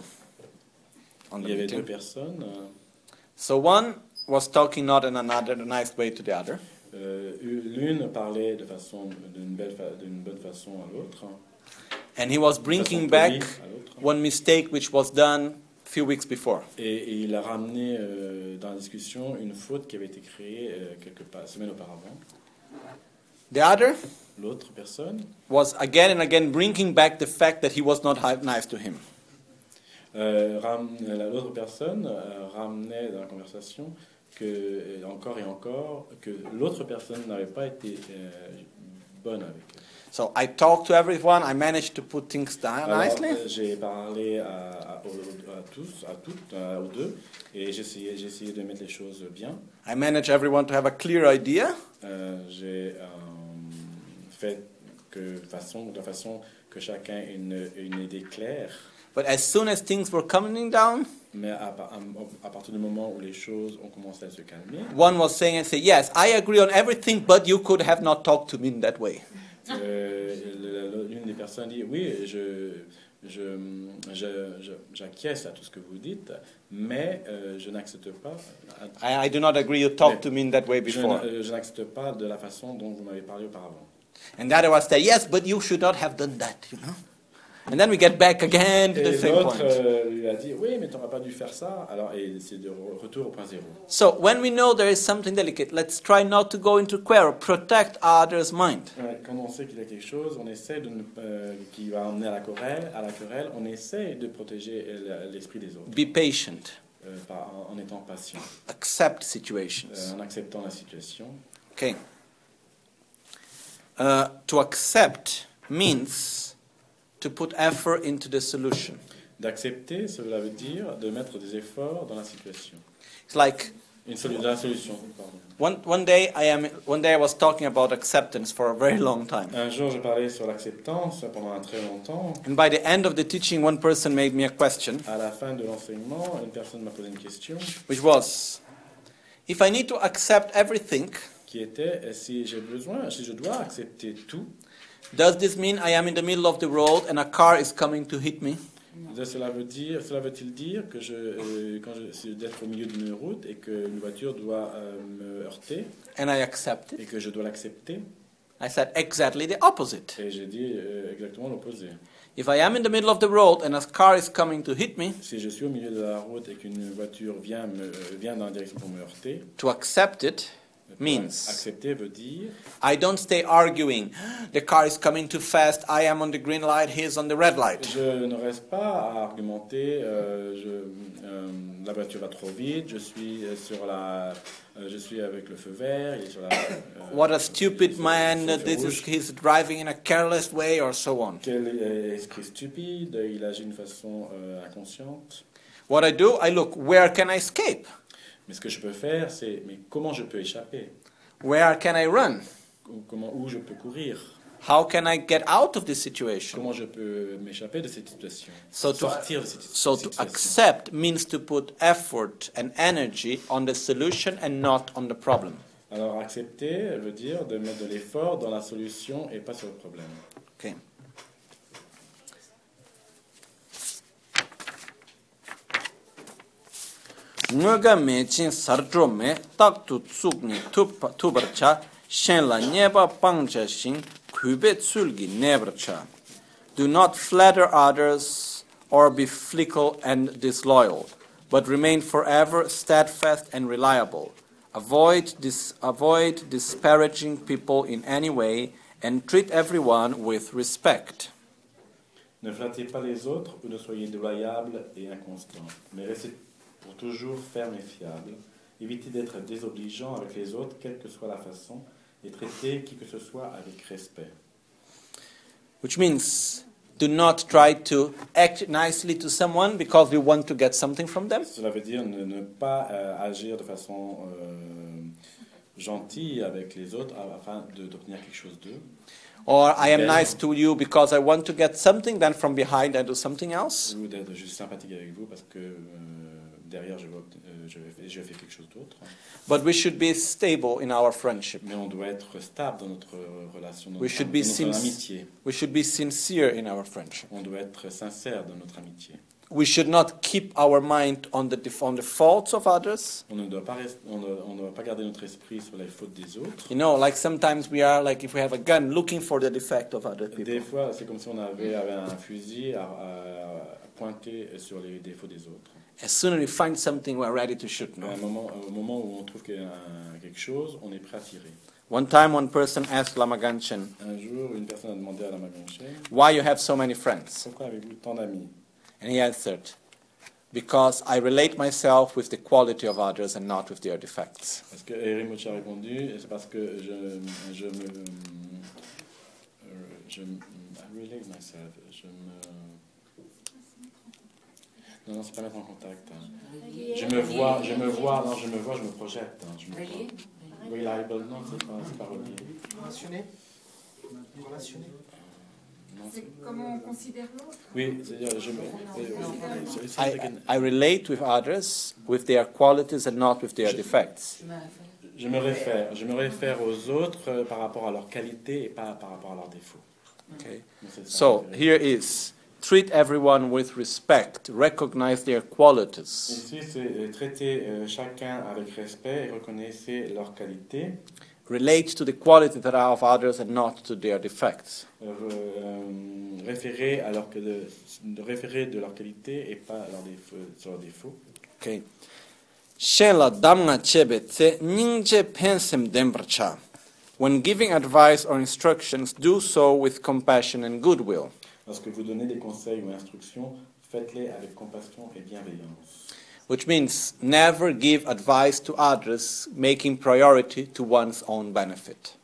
Speaker 1: on
Speaker 2: il
Speaker 1: the
Speaker 2: y avait
Speaker 1: meeting.
Speaker 2: deux personnes. euh,
Speaker 1: So one was talking not in another nice way to the other,
Speaker 2: Euh, l'une parlait de façon d'une belle fa- d'une bonne façon à l'autre, hein,
Speaker 1: and he was
Speaker 2: de
Speaker 1: bringing
Speaker 2: façon
Speaker 1: back
Speaker 2: polie à l'autre. hein.
Speaker 1: one mistake which was done a few weeks before.
Speaker 2: Et, et il a ramené euh, dans la discussion une faute qui avait été créée euh, quelques pa- semaines auparavant.
Speaker 1: The other
Speaker 2: L'autre personne
Speaker 1: was again and again bringing back the fact that he was not hi- nice to him.
Speaker 2: euh, ram- la- l'autre personne euh, ramenait dans la conversation que euh, encore et encore que l'autre personne n'avait pas été euh, bonne avec. elle.
Speaker 1: So I talked to everyone, I managed to put things down
Speaker 2: Alors,
Speaker 1: nicely,
Speaker 2: euh, j'ai parlé à, à- aux- à tous, à toutes, à- aux deux, et j'essayais, j'essayais de mettre les choses bien.
Speaker 1: I managed everyone to have a clear idea,
Speaker 2: Euh, j'ai euh, fait que façon, de façon que chacun ait une, une idée claire.
Speaker 1: but as soon as things were coming down,
Speaker 2: Mais à, par- à- à partir du moment où les choses ont commencé à se calmer,
Speaker 1: one was saying and say, yes, I agree on everything, but you could have not talked to me in that way.
Speaker 2: euh, le- le- l'une des personnes dit oui, je, je, je- je- j'acquiesce à tout ce que vous dites, mais euh, je n'accepte pas. à-
Speaker 1: I, I do not agree you talked to me in that way
Speaker 2: je,
Speaker 1: before.
Speaker 2: n- je n'accepte pas de la façon dont vous m'avez parlé auparavant.
Speaker 1: And the other was say, yes, but you should not have done that, you know. And then we get back again to
Speaker 2: Et
Speaker 1: the same
Speaker 2: l'autre
Speaker 1: point.
Speaker 2: euh, lui a dit oui, mais tu n'aurais pas dû faire ça. Alors, et c'est de re- retour au point zéro.
Speaker 1: So when we know there is something delicate, let's try not to go into quarrel, protect others' mind.
Speaker 2: Ouais, Quand on sait qu'il y a quelque chose, on essaie de ne, euh, qui va emmener à la querelle, à la querelle, on essaie de protéger euh, la- l'esprit des autres
Speaker 1: Be patient.
Speaker 2: euh, par- en, en étant patient,
Speaker 1: Accept
Speaker 2: euh,
Speaker 1: situations.
Speaker 2: en acceptant la situation.
Speaker 1: Okay. Uh, to accept means to put effort into the solution.
Speaker 2: D'accepter, cela veut dire de mettre des efforts dans la situation,
Speaker 1: It's like
Speaker 2: une solu- dans la solution. pardon.
Speaker 1: one, one day I am one day I was talking about acceptance for a very long time.
Speaker 2: Un jour, je parlais sur l'acceptance pendant un très longtemps.
Speaker 1: And by the end of the teaching one person made me a question.
Speaker 2: À la fin de l'enseignement, une personne m'a posé une question
Speaker 1: which was if I need to accept everything,
Speaker 2: qui était euh, si j'ai besoin, si je dois accepter tout,
Speaker 1: does this mean I am in the middle of the road and a car is coming to hit me?
Speaker 2: Ça, Cela veut dire, cela veut-il dire que je, euh, quand je, c'est d'être au milieu d'une route et que une voiture doit euh, me heurter
Speaker 1: And I accept
Speaker 2: et
Speaker 1: it.
Speaker 2: que je dois l'accepter
Speaker 1: I said exactly the opposite.
Speaker 2: Et j'ai dit euh, exactement l'opposé.
Speaker 1: If I am in the middle of the road and a car is coming to hit me,
Speaker 2: Si je suis au milieu de la route et qu'une voiture vient me euh, vient dans la direction pour me heurter,
Speaker 1: to accept it means
Speaker 2: accepter veut dire
Speaker 1: I don't stay arguing. [GASPS] The car is coming too fast. I am on the green light. He is on the red light.
Speaker 2: je ne reste pas à argumenter. euh, je, euh, la voiture va trop vite. Je suis euh, sur la, euh, je suis avec le feu vert. Il est sur la, euh,
Speaker 1: What a
Speaker 2: il est
Speaker 1: stupid
Speaker 2: sur-
Speaker 1: man.
Speaker 2: sur le feu
Speaker 1: This
Speaker 2: rouge.
Speaker 1: is he's driving in a careless way or so on.
Speaker 2: Quel est- esprit stupide, il agit d'une façon euh, inconsciente.
Speaker 1: What I do, I look, where can I escape?
Speaker 2: Mais ce que je peux faire, c'est mais comment je peux échapper
Speaker 1: Where can I run?
Speaker 2: Ou comment, Où je peux courir
Speaker 1: How can I get out of this situation?
Speaker 2: Comment je peux m'échapper de cette situation
Speaker 1: So to-
Speaker 2: Sortir de cette
Speaker 1: So to
Speaker 2: situation.
Speaker 1: accept means to put effort and energy on the solution and not on the problem.
Speaker 2: Alors accepter veut dire de mettre de l'effort dans la solution et pas sur le problème.
Speaker 1: Okay. Nuga mechin sardro me tak tu tsuk ni tup tubar cha shen la nyeba pang cha shin kube tsul gi nebar cha. Do not flatter others or be fickle and disloyal, but remain forever steadfast and reliable. Avoid, dis- avoid disparaging people in any way and treat everyone with respect.
Speaker 2: Ne flattez pas les autres ou ne soyez loyable et inconstant, mais restez pour toujours ferme et fiable. Évitez d'être désobligeant avec les autres, quelle que soit la façon, et traitez qui que ce soit avec respect.
Speaker 1: Which means do not try to act nicely to someone because you want to get something from them.
Speaker 2: Cela veut dire ne, ne pas euh, agir de façon euh, gentille avec les autres a- afin de- d'obtenir quelque chose d'eux.
Speaker 1: Or I am
Speaker 2: Yeah.
Speaker 1: nice to you because I want to get something, then from behind I do something else.
Speaker 2: ou d'être juste sympathique avec vous parce que euh, derrière je, vais obten- euh, je, vais- je fais quelque chose d'autre.
Speaker 1: But we should be stable in our friendship.
Speaker 2: Mais on doit être stable dans notre euh, relation, dans
Speaker 1: We
Speaker 2: notre,
Speaker 1: should
Speaker 2: dans
Speaker 1: be
Speaker 2: notre
Speaker 1: sinc-
Speaker 2: amitié.
Speaker 1: We should be sincere in our friendship.
Speaker 2: On doit être sincère dans notre amitié.
Speaker 1: We should not keep our mind on the, def- on the faults of others.
Speaker 2: On ne doit pas, rest- on ne, on ne doit pas garder notre esprit sur les fautes des autres.
Speaker 1: You know, like sometimes we are, like if we have a gun, looking for the defect of other
Speaker 2: Des
Speaker 1: people.
Speaker 2: fois, c'est comme si on avait, avait un fusil à, à- à pointer sur les défauts des autres.
Speaker 1: As soon as we find something, we're ready to shoot.
Speaker 2: À
Speaker 1: No?
Speaker 2: un moment, au moment où on trouve qu'il y a un- quelque chose, on est prêt à tirer.
Speaker 1: One time, one person asked Lama Ganchen,
Speaker 2: Un jour, une personne a demandé à la Maganchen
Speaker 1: Why you have so many friends?
Speaker 2: Pourquoi avez-vous tant d'amis
Speaker 1: And he answered, Because I relate myself with the quality of others and not with their defects.
Speaker 2: Parce que Eric Mochi a répondu, c'est parce que je, je me. euh, Je, m- I relate myself. Je me. Non, non, c'est pas mettre en contact. hein. Je me vois, je me vois, non, je me vois, je me projette. hein, je me
Speaker 8: Relier,
Speaker 2: Reliable, non, c'est pas, c'est pas relié.
Speaker 8: relationner, relationner.
Speaker 2: Non, c'est- euh,
Speaker 3: C'est comment on considère l'autre.
Speaker 2: Oui, c'est-à-dire, je me. euh, c'est- c'est-
Speaker 1: I, I relate with others with their qualities and not with their defects.
Speaker 8: Je m'appelle.
Speaker 2: Je me réfère, je me réfère aux autres euh, par rapport à leurs qualités et pas par rapport à leurs défauts.
Speaker 1: Okay.
Speaker 2: Donc, c'est ça,
Speaker 1: So
Speaker 2: l'intérêt.
Speaker 1: here is treat everyone with respect, recognize their qualities,
Speaker 2: Ici, c'est euh, traiter euh, chacun avec respect et reconnaissez leurs qualités.
Speaker 1: relate to the quality that are of others and not to their defects.
Speaker 2: Euh, euh, référer, à leur, que de, de référer de leurs qualités et pas à leurs défauts, sur leurs défauts.
Speaker 1: Okay. Shela damna chebe tse ningje pensem dembracha. When giving advice or instructions, do so with compassion and goodwill.
Speaker 2: Lorsque vous donnez des conseils ou instructions, faites-les avec compassion et bienveillance.
Speaker 1: Which means never give advice to others, making priority to one's own benefit.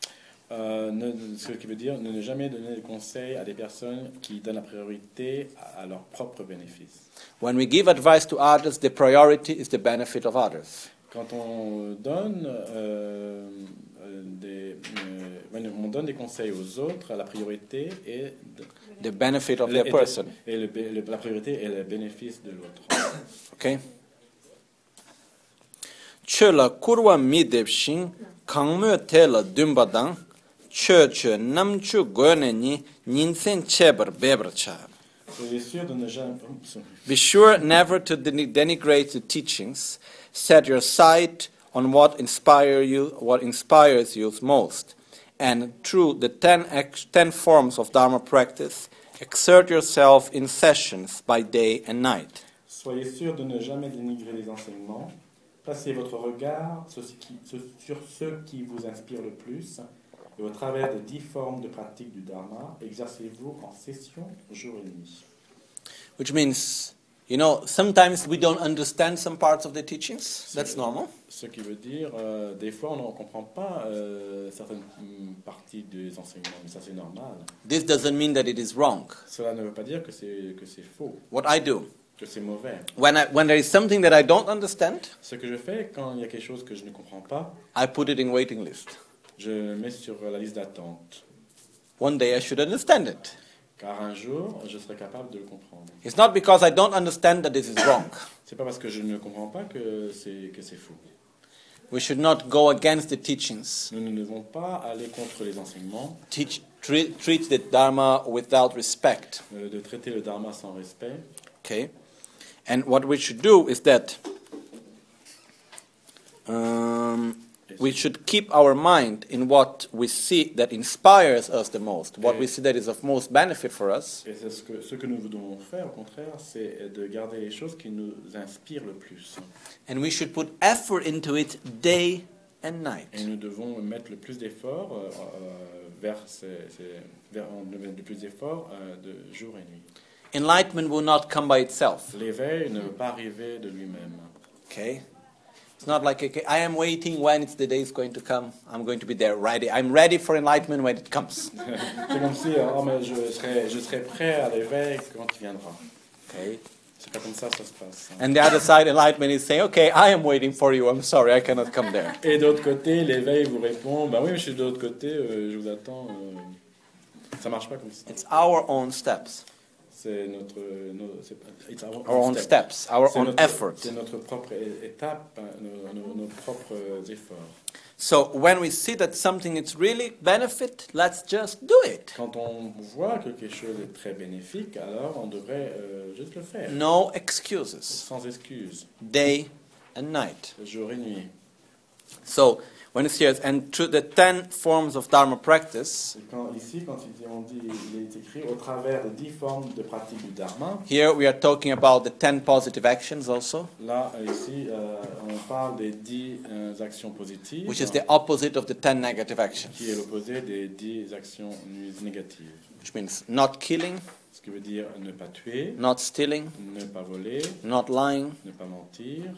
Speaker 2: Euh, ne- ce qui veut dire ne, ne jamais donner des conseils à des personnes qui donnent la priorité à, à leur propre bénéfice.
Speaker 1: When we give advice to others, the priority is the benefit of others.
Speaker 2: Quand on donne, euh, euh, des, euh, ouais, on donne des conseils aux autres, la priorité est de-
Speaker 1: The benefit of
Speaker 2: Le-
Speaker 1: the
Speaker 2: et-
Speaker 1: person.
Speaker 2: Et le bé- le- la priorité est le bénéfice de l'autre.
Speaker 1: Okay? Chöla kurwa midebshin, kangmyo tela dumbadang, chö chö namchu gone ni ninsen cheber bebercha.
Speaker 2: Soyez sûr de ne jamais. oh, Oups.
Speaker 1: Be sure never to den- denigrate the teachings. Set your sight on what inspire you, what inspires you most, and through the ten, ex- ten forms of Dharma practice, exert yourself in sessions by day and night.
Speaker 2: Soyez sûr de ne jamais dénigrer les enseignements. Placez votre regard sur ce qui, ce- sur ce qui vous inspire le plus. Et au travers des dix formes de pratique du Dharma, exercez-vous en session jour et nuit.
Speaker 1: Which means, you know, sometimes we don't understand some parts of the teachings. That's normal.
Speaker 2: Ce qui veut dire, euh, des fois, on ne comprend pas euh, certaines mm, parties des enseignements, mais ça c'est normal.
Speaker 1: This doesn't mean that it is wrong.
Speaker 2: Cela ne veut pas dire que c'est que c'est faux.
Speaker 1: What I do,
Speaker 2: que c'est mauvais.
Speaker 1: When, I, when there is something that I don't understand,
Speaker 2: Ce que je fais quand il y a quelque chose que je ne comprends pas,
Speaker 1: I put it in waiting list.
Speaker 2: je le mets sur la liste d'attente.
Speaker 1: One day I should understand it.
Speaker 2: Car un jour, je serai capable de le comprendre.
Speaker 1: It's not because I don't understand that this is wrong.
Speaker 2: C'est pas parce que je ne le comprends pas que c'est que c'est faux.
Speaker 1: We should not go against the teachings.
Speaker 2: Nous ne devons pas aller contre les enseignements,
Speaker 1: Teach, treat, treat the Dharma without respect.
Speaker 2: euh, de traiter le dharma sans respect.
Speaker 1: Okay? And what we should do is that um, we should keep our mind in what we see that inspires us the most, what we see that is of most benefit for us,
Speaker 2: Et c'est ce que ce que nous devons faire, au contraire, c'est de garder les choses qui nous inspirent le plus.
Speaker 1: and we should put effort into it day and
Speaker 2: Et
Speaker 1: night.
Speaker 2: nous devons mettre le plus d'efforts euh, euh, vers, ces, ces- vers on devait mettre le plus d'efforts euh, de jour et nuit.
Speaker 1: Enlightenment will not come by itself.
Speaker 2: L'éveil ne peut pas arriver de lui-même. [LAUGHS]
Speaker 1: Okay? It's not like, okay, I am waiting when it's the day is going to come. I'm going to be there ready. I'm ready for enlightenment when it comes.
Speaker 2: C'est comme si euh, oh, mais je serai je serai prêt à l'éveil quand il viendra.
Speaker 1: Okay?
Speaker 2: C'est pas comme ça que ça se passe. hein.
Speaker 1: And the other side, enlightenment is saying, okay, I am waiting for you. I'm sorry, I cannot come there.
Speaker 2: Et d'autre côté, l'éveil vous répond bah oui, mais je suis de l'autre côté, euh, je vous attends. euh. Ça marche pas comme ça.
Speaker 1: It's our own steps,
Speaker 2: C'est notre nos- c'est pas- it's
Speaker 1: our own steps, our
Speaker 2: C'est
Speaker 1: own
Speaker 2: notre-
Speaker 1: effort.
Speaker 2: C'est notre propre é- étape, hein, nos, nos- nos propres euh, efforts.
Speaker 1: So when we see that something is really benefit, let's just do it.
Speaker 2: Quand on voit que quelque chose est très bénéfique, alors on devrait euh, juste le faire,
Speaker 1: No excuses,
Speaker 2: sans excuse,
Speaker 1: day and night.
Speaker 2: jour et nuit.
Speaker 1: So when it's here, and through the 10 forms of Dharma practice,
Speaker 2: Et quand, ici, quand il dit- on dit, il est écrit au travers de dix formes de pratique du dharma.
Speaker 1: here we are talking about the 10 positive actions also,
Speaker 2: Là, euh, ici, euh, on parle des dix euh, actions positives,
Speaker 1: which is the opposite of the 10 negative actions,
Speaker 2: qui est l'opposé des dix actions nu- négatives.
Speaker 1: which means not killing,
Speaker 2: Ce qui veut dire ne pas tuer,
Speaker 1: not stealing,
Speaker 2: ne pas voler,
Speaker 1: not lying,
Speaker 2: ne pas mentir,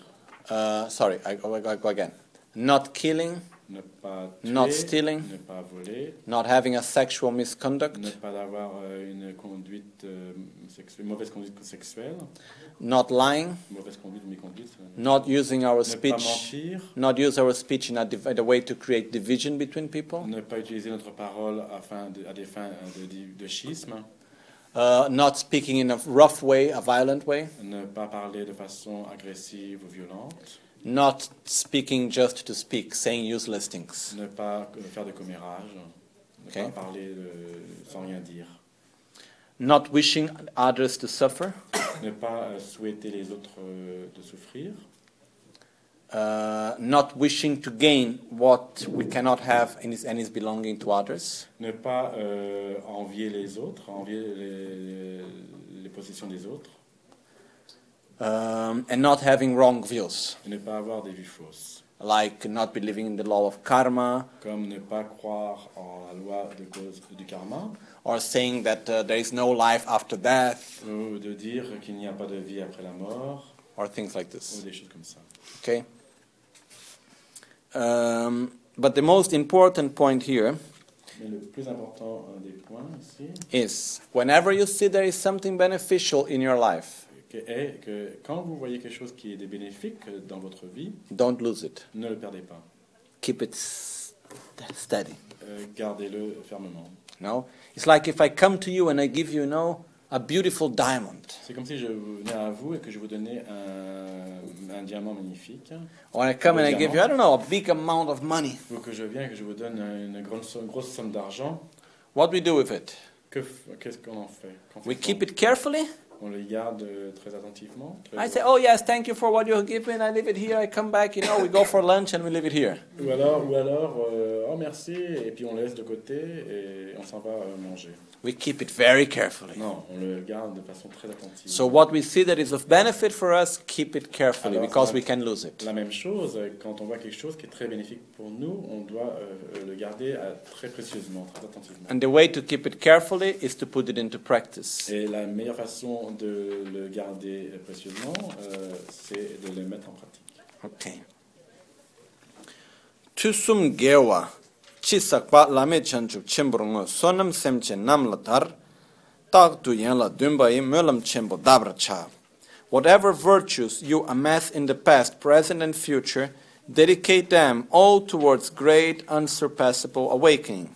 Speaker 1: uh, sorry, I, I, I go again, not killing,
Speaker 2: ne pas tuer,
Speaker 1: Not stealing.
Speaker 2: ne pas voler,
Speaker 1: not having a sexual
Speaker 2: ne
Speaker 1: misconduct,
Speaker 2: pas avoir euh, une conduite euh, sexuelle, mauvaise conduite sexuelle,
Speaker 1: not lying,
Speaker 2: mauvaise conduite, méconduite, euh,
Speaker 1: not using our
Speaker 2: ne pas
Speaker 1: speech,
Speaker 2: mentir,
Speaker 1: not use our speech in a, div- in a way to create division between people,
Speaker 2: ne pas utiliser notre parole afin de- à des fins euh, de, di- de schisme,
Speaker 1: uh, not speaking in a rough way, a violent way,
Speaker 2: ne pas parler de façon agressive ou violente,
Speaker 1: not speaking just to speak, saying useless things.
Speaker 2: ne pas euh, faire de commérage, ne
Speaker 1: Ok.
Speaker 2: pas parler de- sans rien dire,
Speaker 1: not wishing others to suffer,
Speaker 2: ne pas euh, souhaiter les autres euh, de souffrir,
Speaker 1: uh, not wishing to gain what we cannot have and is, and is belonging to others,
Speaker 2: ne pas euh, envier les autres, envier les, les possessions des autres,
Speaker 1: um, and not having wrong views,
Speaker 2: et ne pas avoir des vues fausses,
Speaker 1: like not believing in the law of karma,
Speaker 2: comme ne pas croire en la loi de cause du karma,
Speaker 1: or saying that uh, there is no life after death,
Speaker 2: ou de dire qu'il n'y a pas de vie après la mort,
Speaker 1: or things like
Speaker 2: ou
Speaker 1: this.
Speaker 2: des choses comme ça.
Speaker 1: Okay? Um, but the most important point here
Speaker 2: Mais le plus important euh, des points ici
Speaker 1: is whenever you see there is something beneficial in your life,
Speaker 2: que- est que quand vous voyez quelque chose qui est bénéfique euh, dans votre vie,
Speaker 1: don't lose it.
Speaker 2: ne le perdez pas.
Speaker 1: Keep it s- steady.
Speaker 2: Euh, Gardez-le fermement.
Speaker 1: No, it's like if I come to you and I give you, you know, a beautiful diamond,
Speaker 2: C'est comme si je venais à vous et que je vous donnais un, un diamant magnifique,
Speaker 1: or I come and I give you, I don't know, a big amount of money.
Speaker 2: ou que je viens et que je vous donne une, grande, somme- grosse somme d'argent.
Speaker 1: What we do with it?
Speaker 2: Que f- Qu'est-ce qu'on en fait Qu'en
Speaker 1: We
Speaker 2: fait-on
Speaker 1: keep it carefully.
Speaker 2: On le garde euh, très attentivement. très-
Speaker 1: I say, oh yes, thank you for what you have given. I leave it here. I come back, you know, we go for lunch and we leave it here.
Speaker 2: Ou alors, ou alors euh, oh merci, et puis on le laisse de côté et on s'en va euh, manger.
Speaker 1: We keep it very carefully.
Speaker 2: Non, on le garde de façon très attentive.
Speaker 1: So what we see that is of benefit for us, keep it carefully
Speaker 2: Alors,
Speaker 1: because
Speaker 2: ça-
Speaker 1: we can lose it.
Speaker 2: La même chose, euh, quand on voit quelque chose qui est très bénéfique pour nous, on doit euh, euh, le garder euh, très précieusement, très attentivement.
Speaker 1: And the way to keep it carefully is to put it into practice.
Speaker 2: Et la meilleure façon de le garder euh, précieusement, euh, c'est de le mettre en pratique.
Speaker 1: Okay. Tusum gewa chisakpa lame chanchuk chimbrungo sonam semche namlatar tak tu yenla dunbayi mölam chimbo dabra cha. Whatever virtues you amass in the past, present, and future, dedicate them all towards great, unsurpassable awakening.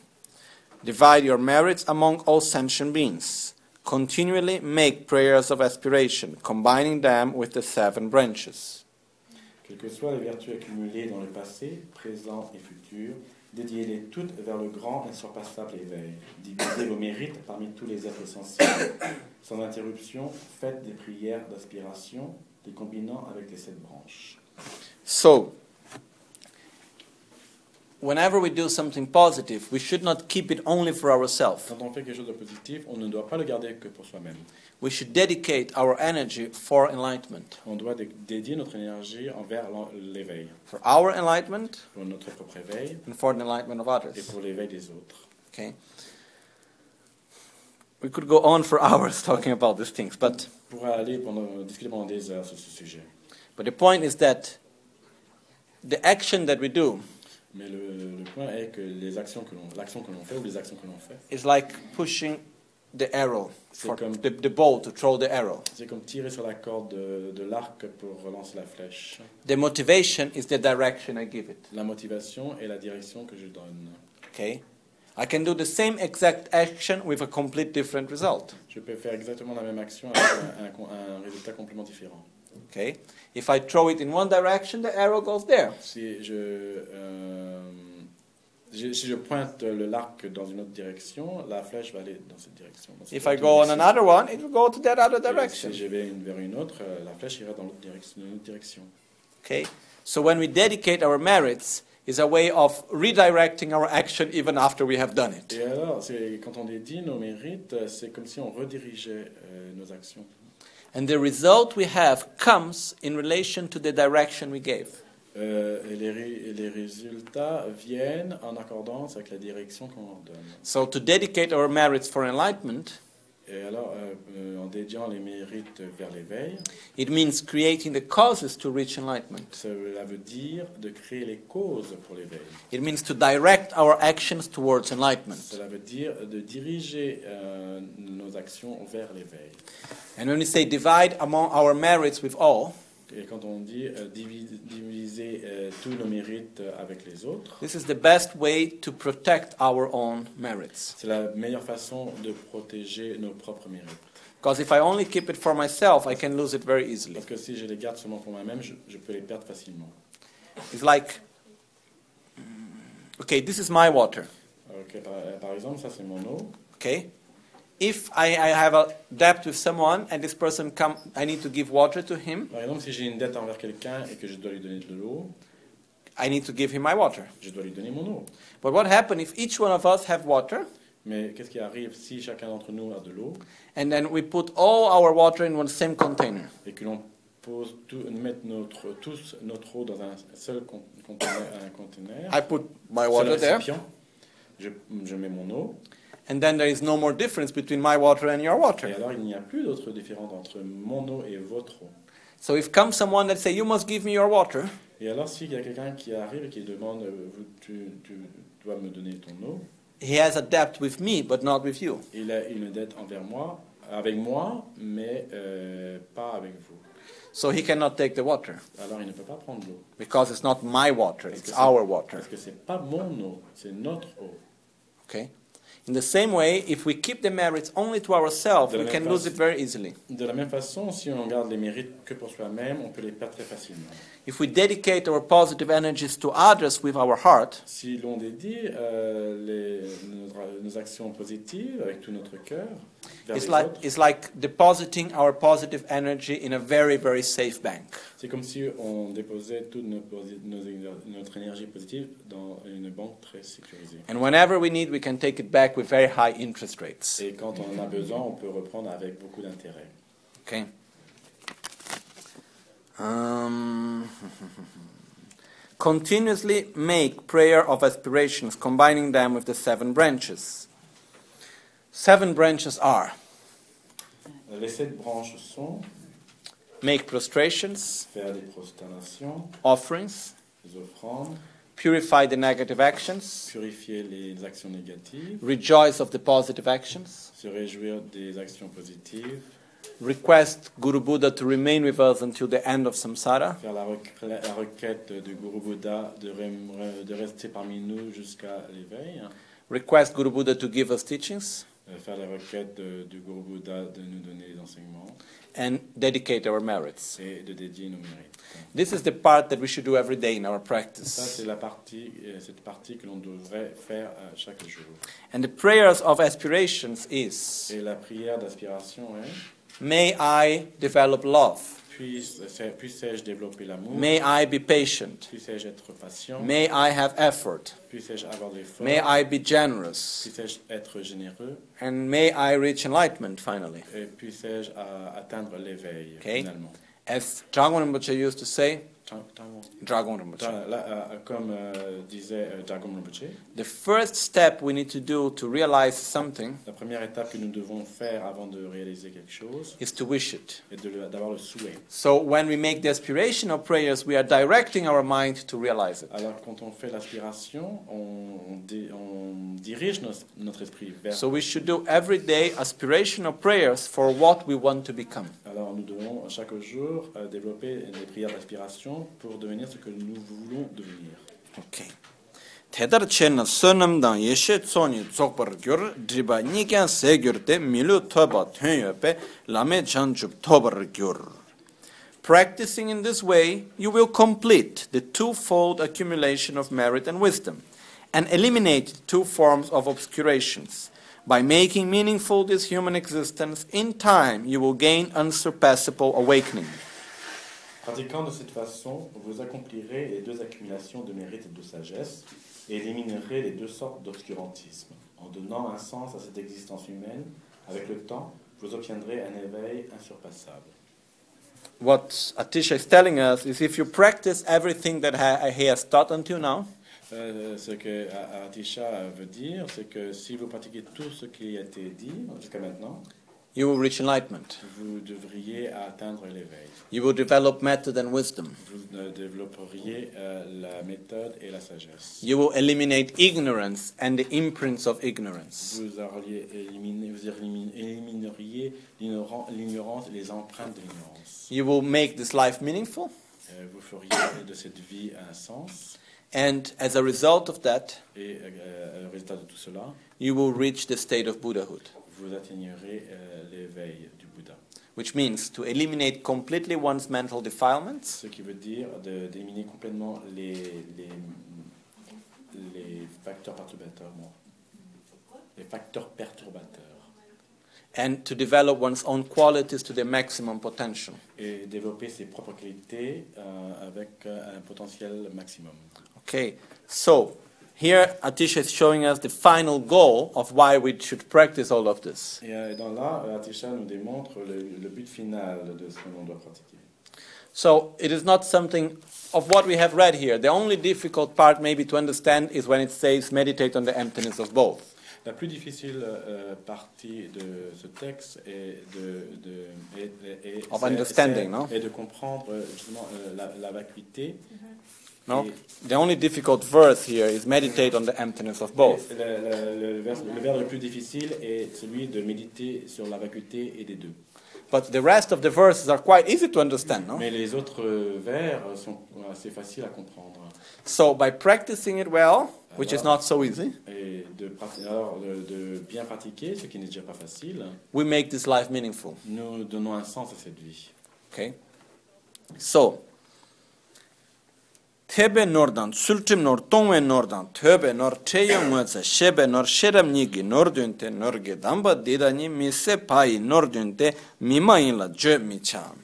Speaker 1: Divide your merits among all sentient beings. Continually make prayers of aspiration, combining them with the seven branches.
Speaker 2: Quelles que soient les vertus accumulées dans le passé, présent et futur, dédiez-les toutes vers le grand, insurpassable éveil. Divisez vos mérites parmi tous les êtres sensibles. Sans interruption, faites des prières d'aspiration, les combinant avec les sept branches.
Speaker 1: So, whenever we do something positive, we should not keep it only for ourselves.
Speaker 2: Quand on fait quelque chose de positif, on ne doit pas le garder que pour soi-même.
Speaker 1: We should dedicate our energy for enlightenment,
Speaker 2: On doit dé- dédier notre énergie envers l'en- l'éveil,
Speaker 1: for our enlightenment
Speaker 2: pour notre propre éveil
Speaker 1: and for the enlightenment of
Speaker 2: et
Speaker 1: others.
Speaker 2: pour l'éveil des autres.
Speaker 1: Okay. We could go on for [LAUGHS] hours talking about these things, but
Speaker 2: On pourra aller pendant, discuter pendant des heures sur ce sujet.
Speaker 1: but the point is that the action that we do
Speaker 2: Mais le, le point est que les actions que l'on, l'action que l'on fait ou les actions que l'on fait,
Speaker 1: is like pushing the arrow for
Speaker 2: Second.
Speaker 1: the, the ball to throw the arrow.
Speaker 2: c'est comme tirer sur la corde de, de l'arc pour lancer la flèche.
Speaker 1: The motivation is the direction I give it.
Speaker 2: La motivation est la direction que je donne.
Speaker 1: Okay? I can do the same exact action with a complete different result.
Speaker 2: Je peux faire exactement la même action avec un, un- un résultat complètement différent.
Speaker 1: Okay? If I throw it in one direction, the arrow goes there.
Speaker 2: Si je, euh, je- si je pointe le l'arc dans une autre direction, la flèche va aller dans cette direction. dans cette
Speaker 1: If I
Speaker 2: autre
Speaker 1: go on
Speaker 2: direction.
Speaker 1: another one, it will go to that other
Speaker 2: Et
Speaker 1: direction.
Speaker 2: Si je vais une- vers une autre, euh, la flèche ira dans l'autre direction. dans une autre direction.
Speaker 1: Okay? So when we dedicate our merits, is a way of redirecting our action even after we have done
Speaker 2: Et
Speaker 1: it.
Speaker 2: alors, c'est- quand on dédie nos mérites, euh, c'est comme si on redirigeait euh, nos actions.
Speaker 1: And the result we have comes in relation to the direction we gave.
Speaker 2: Euh, et, les, ré- et les résultats viennent en accordance avec la direction qu'on leur donne.
Speaker 1: So to dedicate our merits for enlightenment,
Speaker 2: Et alors, euh, euh, en dédiant les mérites vers l'éveil,
Speaker 1: it means creating the causes to reach enlightenment.
Speaker 2: cela veut dire de créer les causes pour l'éveil.
Speaker 1: It means to direct our actions towards enlightenment.
Speaker 2: Cela veut dire de diriger euh, nos actions vers l'éveil.
Speaker 1: And when we say divide among our merits with all,
Speaker 2: Et quand on dit euh, divi- diviser euh, tous nos mérites euh, avec les autres,
Speaker 1: this is the best way to protect our own merits.
Speaker 2: c'est la meilleure façon de protéger nos propres mérites.
Speaker 1: Because if I only keep it for myself, I can lose it very easily.
Speaker 2: Parce que si je les garde seulement pour moi-même, je, je peux les perdre facilement.
Speaker 1: It's like, mm, okay, this is my water,
Speaker 2: Alors que, par, par exemple, ça c'est mon eau.
Speaker 1: okay? If I, I have a debt with someone and this person come, I need to give water to him,
Speaker 2: Par exemple, si j'ai une dette envers quelqu'un et que je dois lui donner de l'eau,
Speaker 1: I need to give him my water.
Speaker 2: je dois lui donner mon eau.
Speaker 1: But what happens if each one of us have water
Speaker 2: Mais qu'est-ce qui arrive si chacun d'entre nous a de l'eau
Speaker 1: and then we put all our water in one same container?
Speaker 2: et que l'on pose tout, mette notre, tous notre eau dans un seul con- conteneur, un conteneur,
Speaker 1: I put my
Speaker 2: seul
Speaker 1: water there.
Speaker 2: récipient, je, je mets mon eau
Speaker 1: And then there is no more difference between my water and your water.
Speaker 2: et alors il n'y a plus d'autre différence entre mon eau et votre eau.
Speaker 1: So if comes someone that say, you must give me your water,
Speaker 2: Et alors s'il y a quelqu'un qui arrive et qui demande euh, vous- tu, tu dois me donner ton eau,
Speaker 1: he has a debt with me, but not with you.
Speaker 2: il a une dette envers moi, avec moi, mais euh, pas avec vous.
Speaker 1: So he cannot take the water
Speaker 2: Alors il ne peut pas prendre l'eau.
Speaker 1: because it's not my water,
Speaker 2: Parce que
Speaker 1: it's
Speaker 2: c'est-
Speaker 1: our water.
Speaker 2: Parce que c'est pas mon eau, c'est notre eau.
Speaker 1: Okay? In the same way, if we keep the merits only to ourselves,
Speaker 2: De la
Speaker 1: we
Speaker 2: même
Speaker 1: can lose it very easily.
Speaker 2: De la même façon, si on garde les mérites que pour soi-même, on peut les perdre très facilement.
Speaker 1: If we dedicate our positive energies to others with our heart,
Speaker 2: Si l'on dédie euh, les- nos, nos actions positives avec tout notre cœur vers
Speaker 1: it's
Speaker 2: les
Speaker 1: like,
Speaker 2: autres,
Speaker 1: it's like depositing our positive energy in a very, very safe bank.
Speaker 2: c'est comme si on déposait toute nos posi- nos éner- notre énergie positive dans une banque très sécurisée.
Speaker 1: And whenever we need, we can take it back with very high interest rates.
Speaker 2: Et quand on en a besoin, on peut reprendre avec beaucoup d'intérêt.
Speaker 1: Okay. Um, [LAUGHS] continuously make prayer of aspirations, combining them with the seven branches. Seven branches are
Speaker 2: Les sept branches sont
Speaker 1: make prostrations,
Speaker 2: faire des prosternations,
Speaker 1: offerings,
Speaker 2: des offrandes,
Speaker 1: purify the negative actions,
Speaker 2: purifier les actions négatives,
Speaker 1: rejoice of the positive actions,
Speaker 2: se réjouir des actions positives,
Speaker 1: request Guru Buddha to remain with us until the end of samsara,
Speaker 2: faire la requête, la requête du Guru Bouddha de, rem- de rester parmi nous jusqu'à l'éveil, hein.
Speaker 1: request Guru Buddha to give us teachings,
Speaker 2: Euh, faire la requête de- du Guru Bouddha de nous donner les enseignements
Speaker 1: and dedicate our merits.
Speaker 2: et de dédier nos mérites.
Speaker 1: This is the part that we should do every day in our
Speaker 2: Ça,
Speaker 1: practice.
Speaker 2: c'est la partie, euh, cette partie que l'on devrait faire euh, chaque jour.
Speaker 1: And the prayers of aspirations is
Speaker 2: Et la prière d'aspiration est
Speaker 1: May I develop love.
Speaker 2: puisse- puissais-je développer l'amour
Speaker 1: May I be patient.
Speaker 2: Puissais-je être patient
Speaker 1: May I have effort.
Speaker 2: Puissais-je avoir de l'effort
Speaker 1: May I be generous.
Speaker 2: Puissais-je être généreux
Speaker 1: And may I reach enlightenment finally.
Speaker 2: Et puissais-je euh, atteindre l'éveil
Speaker 1: Okay.
Speaker 2: finalement
Speaker 1: As Dragon Rinpoche used to say,
Speaker 2: Tant- tant bon.
Speaker 1: Dragon Rinpoche,
Speaker 2: Tant- là, euh, comme euh, disait euh, Dragon Rinpoche,
Speaker 1: the first step we need to do to realize something
Speaker 2: la première étape que nous devons faire avant de réaliser quelque chose
Speaker 1: is to wish it.
Speaker 2: est de le- d'avoir le souhait.
Speaker 1: So when we make the aspirational prayers, we are directing our mind to realize it.
Speaker 2: Alors quand on fait l'aspiration, on, on dé- on dirige nos- notre esprit vers...
Speaker 1: So we should do every day aspirational prayers for what we want to become.
Speaker 2: Alors nous devons chaque jour euh, développer des prières d'aspiration pour devenir ce que nous voulons devenir.
Speaker 1: Okay. Tedar chen sonam dan yeshe tsoni tsokpar gyur driba nikyan se gyur te milu toba tönyo pe lame chan chup tobar gyur. Practicing in this way, you will complete the twofold accumulation of merit and wisdom and eliminate two forms of obscurations. By making meaningful this human existence, in time you will gain unsurpassable awakening.
Speaker 2: Pratiquant de cette façon, vous accomplirez les deux accumulations de mérite et de sagesse et éliminerez les deux sortes d'obscurantisme. En donnant un sens à cette existence humaine, avec le temps, vous obtiendrez un éveil insurpassable.
Speaker 1: What Atisha is telling us is if you practice everything that ha- he has taught until now,
Speaker 2: Euh, ce que A- Atisha veut dire, c'est que si vous pratiquez tout ce qui a été dit jusqu'à maintenant,
Speaker 1: you will reach enlightenment.
Speaker 2: vous devriez atteindre l'éveil.
Speaker 1: You will develop method and wisdom.
Speaker 2: Vous euh, développeriez euh, la méthode et la sagesse.
Speaker 1: You will eliminate ignorance and the imprints of ignorance.
Speaker 2: Vous, auriez éliminé, vous élimine- élimineriez l'ignoran- l'ignorance et les empreintes de l'ignorance.
Speaker 1: You will make this life meaningful,
Speaker 2: Euh, Vous feriez de cette vie un sens
Speaker 1: and as a result of that,
Speaker 2: et euh, euh, résultat de tout cela,
Speaker 1: you will reach the state of Buddhahood,
Speaker 2: vous atteignerez euh, l'éveil du Bouddha.
Speaker 1: which means to eliminate completely one's mental defilements,
Speaker 2: Ce qui veut dire de- d'éliminer complètement les, les, les facteurs perturbateurs. bon. Les facteurs perturbateurs.
Speaker 1: and to develop one's own qualities to their maximum potential.
Speaker 2: Et développer ses propres qualités euh, avec euh, un potentiel maximum.
Speaker 1: Okay, so here Atisha is showing us the final goal of why we should practice all of this.
Speaker 2: Et euh, dans là, euh, Atisha nous démontre le, le but final de ce que l'on doit pratiquer.
Speaker 1: So it is not something of what we have read here. The only difficult part, maybe, to understand is when it says meditate on the emptiness of both.
Speaker 2: La plus difficile euh, partie de ce texte est de, de, est- est- est-
Speaker 1: Of
Speaker 2: c'est-
Speaker 1: understanding,
Speaker 2: c'est-
Speaker 1: non
Speaker 2: est de comprendre euh, justement euh, la, la vacuité.
Speaker 1: No,
Speaker 2: Et-
Speaker 1: the only difficult verse here is meditate on the emptiness of both.
Speaker 2: et la- la- le, vers, le vers le plus difficile est celui de méditer sur la vacuité et des deux.
Speaker 1: But the rest of the verses are quite easy to understand. No?
Speaker 2: Mais les autres euh, vers sont assez faciles à comprendre.
Speaker 1: So by practicing it well, which is not so easy,
Speaker 2: Et de, prat- alors, de, de bien pratiquer, ce qui n'est déjà pas facile,
Speaker 1: we make this life meaningful.
Speaker 2: nous donnons un sens à cette vie.
Speaker 1: Okay. So. Tebe nordan, sultim nor, tongwe nordan, töbe nor, teyo ngötse, shebe nor, sheram nigi nor dünte, nor gedamba didani, mise payi nor dünte, mima inla jö micham.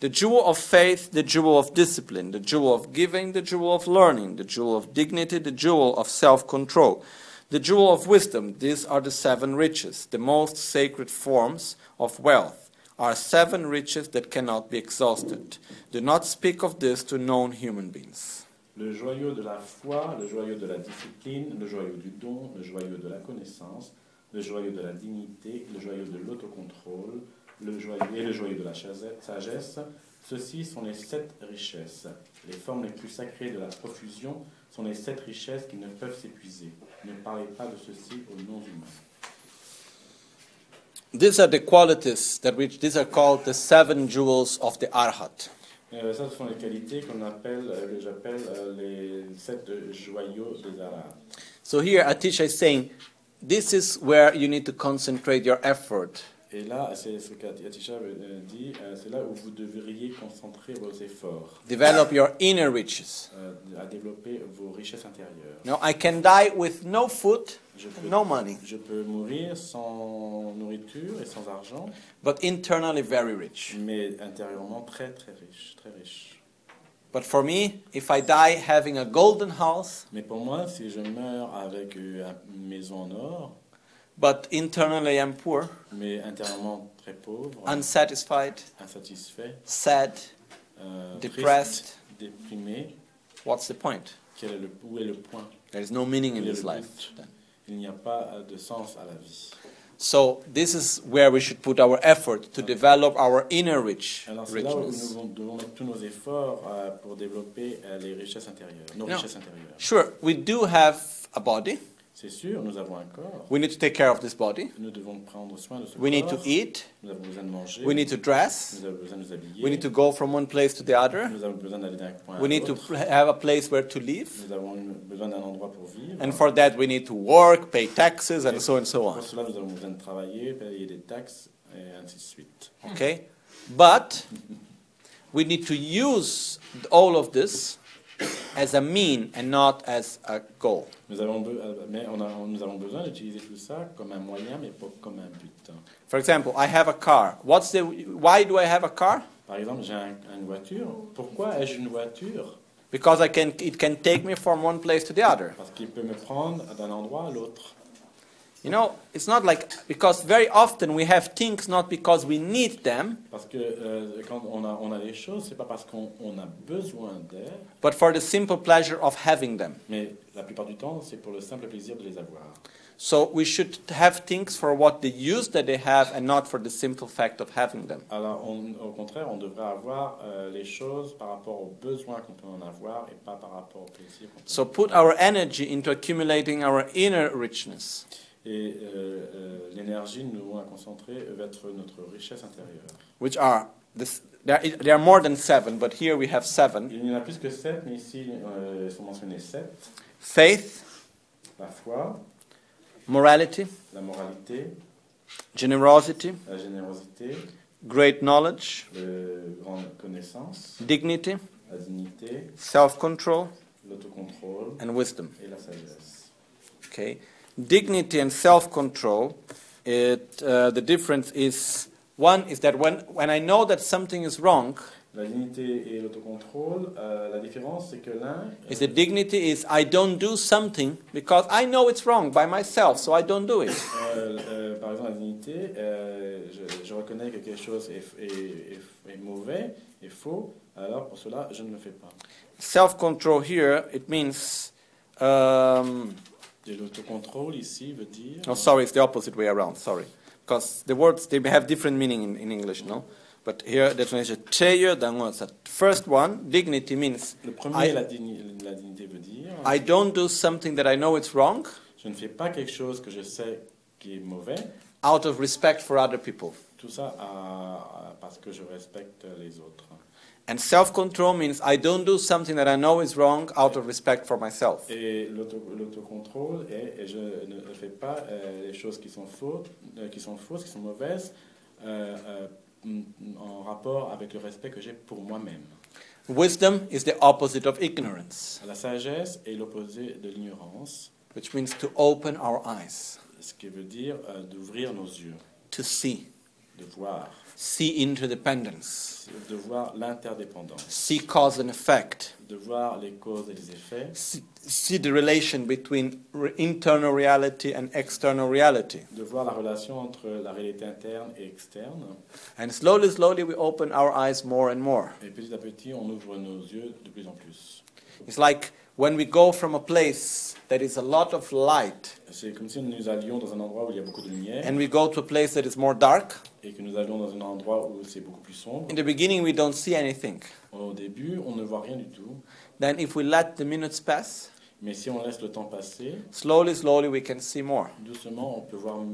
Speaker 1: The jewel of faith, the jewel of discipline, the jewel of giving, the jewel of learning, the jewel of dignity, the jewel of self-control, the jewel of wisdom, these are the seven riches, the most sacred forms of wealth are seven riches that cannot be exhausted. Do not speak of this to known human beings.
Speaker 2: Le joyau de la foi, le joyau de la discipline, le joyau du don, le joyau de la connaissance, le joyau de la dignité, le joyau de l'autocontrôle, le joyau et le joyau de la chase- sagesse, ceux-ci sont les sept richesses. Les formes les plus sacrées de la profusion sont les sept richesses qui ne peuvent s'épuiser. Ne parlez pas de ceci aux non-humains.
Speaker 1: These are the qualities that which these are called the seven jewels of the Arhat.
Speaker 2: Euh, ça, ce sont les qualités qu'on appelle, euh, que j'appelle euh, les sept joyaux des arabes.
Speaker 1: So here Atisha is saying this is where you need to concentrate your effort.
Speaker 2: Et là, c'est ce qu'Atisha dit, euh, c'est là où vous devriez concentrer vos efforts
Speaker 1: Develop your inner riches.
Speaker 2: euh, à développer vos richesses intérieures.
Speaker 1: Now I can die with no food
Speaker 2: Je
Speaker 1: and
Speaker 2: peux,
Speaker 1: no money,
Speaker 2: je peux mourir sans nourriture et sans argent,
Speaker 1: but internally very rich.
Speaker 2: mais intérieurement très très riche, très riche.
Speaker 1: But for me, if I die having a golden house,
Speaker 2: Mais pour moi, si je meurs avec euh, une maison en or,
Speaker 1: but internally I'm poor,
Speaker 2: mais intérieurement très pauvre,
Speaker 1: unsatisfied,
Speaker 2: insatisfait,
Speaker 1: sad,
Speaker 2: euh,
Speaker 1: Depressed.
Speaker 2: triste, déprimé,
Speaker 1: what's the point?
Speaker 2: quel est le, où est le point
Speaker 1: There is no meaning in
Speaker 2: Il y a
Speaker 1: this
Speaker 2: le
Speaker 1: life.
Speaker 2: but. Il n'y a pas euh, de sens à la vie.
Speaker 1: So this is where we should put our effort to develop our inner rich
Speaker 2: Alors c'est là où nous
Speaker 1: richness.
Speaker 2: devons- devons mettre tous nos efforts euh, pour développer euh, les richesses intérieures, nos
Speaker 1: Non.
Speaker 2: richesses intérieures.
Speaker 1: Sure, we do have a body.
Speaker 2: C'est sûr, nous avons un corps.
Speaker 1: We need to take care of this body.
Speaker 2: Nous devons prendre soin de ce
Speaker 1: We need
Speaker 2: corps.
Speaker 1: to eat.
Speaker 2: Nous avons besoin de manger.
Speaker 1: We need to dress.
Speaker 2: Nous avons besoin de nous habiller.
Speaker 1: We need to go from one place to the other.
Speaker 2: Nous avons besoin d'aller d'un point
Speaker 1: We
Speaker 2: à
Speaker 1: need to
Speaker 2: l'autre.
Speaker 1: pl- have a place where to live.
Speaker 2: Nous avons une- besoin d'un endroit pour vivre.
Speaker 1: And for that, we need to work, pay taxes, and so and so
Speaker 2: Pour
Speaker 1: on.
Speaker 2: cela, nous avons besoin de travailler, payer des taxes, et ainsi de suite.
Speaker 1: Okay? But we need to use all of this as a mean and not as a goal.
Speaker 2: Nous avons, be- euh, mais on a- nous avons besoin d'utiliser tout ça comme un moyen, mais pas comme un but.
Speaker 1: For example, I have a car. What's the why do I have a car?
Speaker 2: Par exemple, j'ai un- une voiture. Pourquoi ai-je une voiture
Speaker 1: Because I can it can take me from one place to the other.
Speaker 2: Parce qu'il peut me prendre d'un endroit à l'autre.
Speaker 1: You know, it's not like because very often we have things not because we need them,
Speaker 2: Parce que euh, quand on a, on a les choses, c'est pas parce qu'on on a besoin d'elles,
Speaker 1: but for the simple pleasure of having them.
Speaker 2: mais la plupart du temps, c'est pour le simple plaisir de les avoir.
Speaker 1: So we should have things for what the use that they have and not for the simple fact of having them.
Speaker 2: Alors, on- au contraire, on devrait avoir euh, les choses par rapport aux besoins qu'on peut en avoir et pas par rapport au plaisir qu'on peut
Speaker 1: So put our energy into accumulating our inner richness.
Speaker 2: Et euh, euh, l'énergie, nous devons la concentrer vers notre richesse intérieure.
Speaker 1: which are this, there, i- there are more than seven, but here we have seven:
Speaker 2: Il n'y en a plus que sept, mais ici, euh, sont mentionnés sept.
Speaker 1: faith,
Speaker 2: La foi,
Speaker 1: morality,
Speaker 2: la moralité,
Speaker 1: generosity,
Speaker 2: la générosité,
Speaker 1: great knowledge,
Speaker 2: la grande connaissance,
Speaker 1: dignity,
Speaker 2: la dignité,
Speaker 1: self-control,
Speaker 2: l'autocontrôle
Speaker 1: and wisdom.
Speaker 2: et la sagesse.
Speaker 1: Okay, dignity and self-control. It uh, the difference is one is that when when I know that something is wrong,
Speaker 2: La dignité et l'autocontrôle, euh, la différence, c'est que l'un...
Speaker 1: is the dignity is I don't do something because I know it's wrong by myself, so I don't do it.
Speaker 2: Euh, euh, par exemple, la dignité, euh, je, je reconnais que quelque chose est, est- est- est mauvais, est faux, alors pour cela, je ne le fais pas.
Speaker 1: Self-control here it means. Um,
Speaker 2: Et l'autocontrôle, ici, veut dire...
Speaker 1: No, sorry, it's the opposite way around. Sorry, because the words they have different meaning in, in English, no. But here, the translation "cheyo dangosa." First one, dignity means
Speaker 2: Le premier,
Speaker 1: I-
Speaker 2: la, digni- la dignité veut dire...
Speaker 1: I don't do something that I know it's wrong
Speaker 2: Je ne fais pas quelque chose que je sais qui est mauvais,
Speaker 1: out of respect for other people.
Speaker 2: tout ça à- à- parce que je respecte les autres.
Speaker 1: And self-control means I don't do something that I know is wrong out of respect for myself.
Speaker 2: Et l'auto- l'autocontrôle, et, et je ne fais pas euh, les choses qui sont, fautes, euh, qui sont fausses, qui sont mauvaises, euh, euh, m- m- en rapport avec le respect que j'ai pour moi-même.
Speaker 1: Wisdom is the opposite of ignorance,
Speaker 2: La sagesse est l'opposé de l'ignorance,
Speaker 1: which means to open our eyes,
Speaker 2: ce qui veut dire euh, d'ouvrir nos yeux,
Speaker 1: to see,
Speaker 2: de voir,
Speaker 1: see interdependence,
Speaker 2: de voir l'interdépendance,
Speaker 1: see cause and effect.
Speaker 2: de voir les causes et les effets,
Speaker 1: see, see the relation between re- internal reality and external reality.
Speaker 2: de voir la relation entre la réalité interne et externe.
Speaker 1: And slowly, slowly, we open our eyes more and more.
Speaker 2: Et petit à petit, on ouvre nos yeux de plus en plus.
Speaker 1: It's like when we go from a place that is a lot of light
Speaker 2: C'est comme si nous allions dans un endroit où il y a beaucoup de lumière
Speaker 1: and we go to a place that is more dark.
Speaker 2: et que nous allions dans un endroit où c'est beaucoup plus sombre.
Speaker 1: In the beginning, we don't see anything.
Speaker 2: Au début, on ne voit rien du tout,
Speaker 1: Then, if we let the minutes pass,
Speaker 2: Mais si on laisse le temps passer,
Speaker 1: Slowly, slowly, we can see more.
Speaker 2: doucement, on peut voir mm,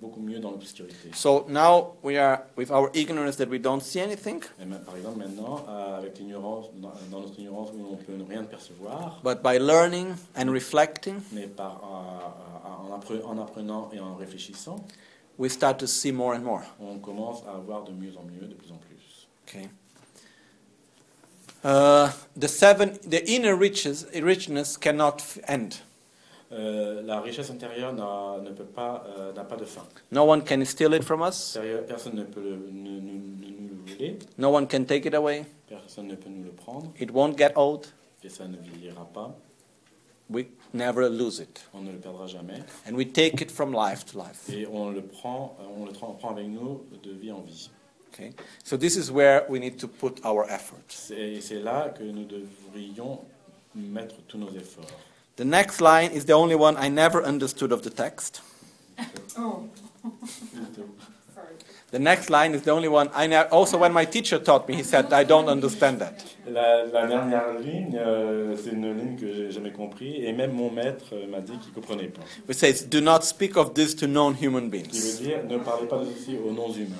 Speaker 2: beaucoup mieux dans l'obscurité.
Speaker 1: So now we are with our ignorance that we don't see anything,
Speaker 2: Et ma- par exemple, maintenant, euh, avec l'ignorance, dans, dans notre ignorance où on peut ne rien percevoir,
Speaker 1: but by learning and reflecting,
Speaker 2: mais par, euh, euh, en, appre- en apprenant et en réfléchissant,
Speaker 1: we start to see more and more.
Speaker 2: on commence à avoir de mieux en mieux, de plus en plus.
Speaker 1: Okay. Uh, the seven, the inner riches, richness cannot f- end.
Speaker 2: Euh, la richesse intérieure n'a ne peut pas, euh, n'a pas de fin.
Speaker 1: No one can steal it from us.
Speaker 2: Sérieux, Personne ne peut le- ne- ne- ne nous le voler,
Speaker 1: No one can take it away.
Speaker 2: personne ne peut nous le prendre,
Speaker 1: It won't get old.
Speaker 2: et ça ne vieillira pas.
Speaker 1: We never lose it,
Speaker 2: On ne le perdra jamais.
Speaker 1: and we take it from life to life.
Speaker 2: Et on le prend, euh, on le tra- on prend avec nous de vie en vie.
Speaker 1: Okay. So this is where we need to put our effort.
Speaker 2: C'est- Et c'est là que nous devrions mettre tous nos efforts.
Speaker 1: The next line is the only one I never understood of the text.
Speaker 2: Oh.
Speaker 1: The next line is the only one I never. Also, when my teacher taught me, he said, "I don't understand that."
Speaker 2: La, la dernière ligne, euh, c'est une ligne que j'ai jamais compris, et même mon maître euh, m'a dit qu'il comprenait pas.
Speaker 1: It says, "Do not speak of this to non-human
Speaker 2: Qui veut
Speaker 1: beings."
Speaker 2: dire ne parlez pas de ceci aux non-humains.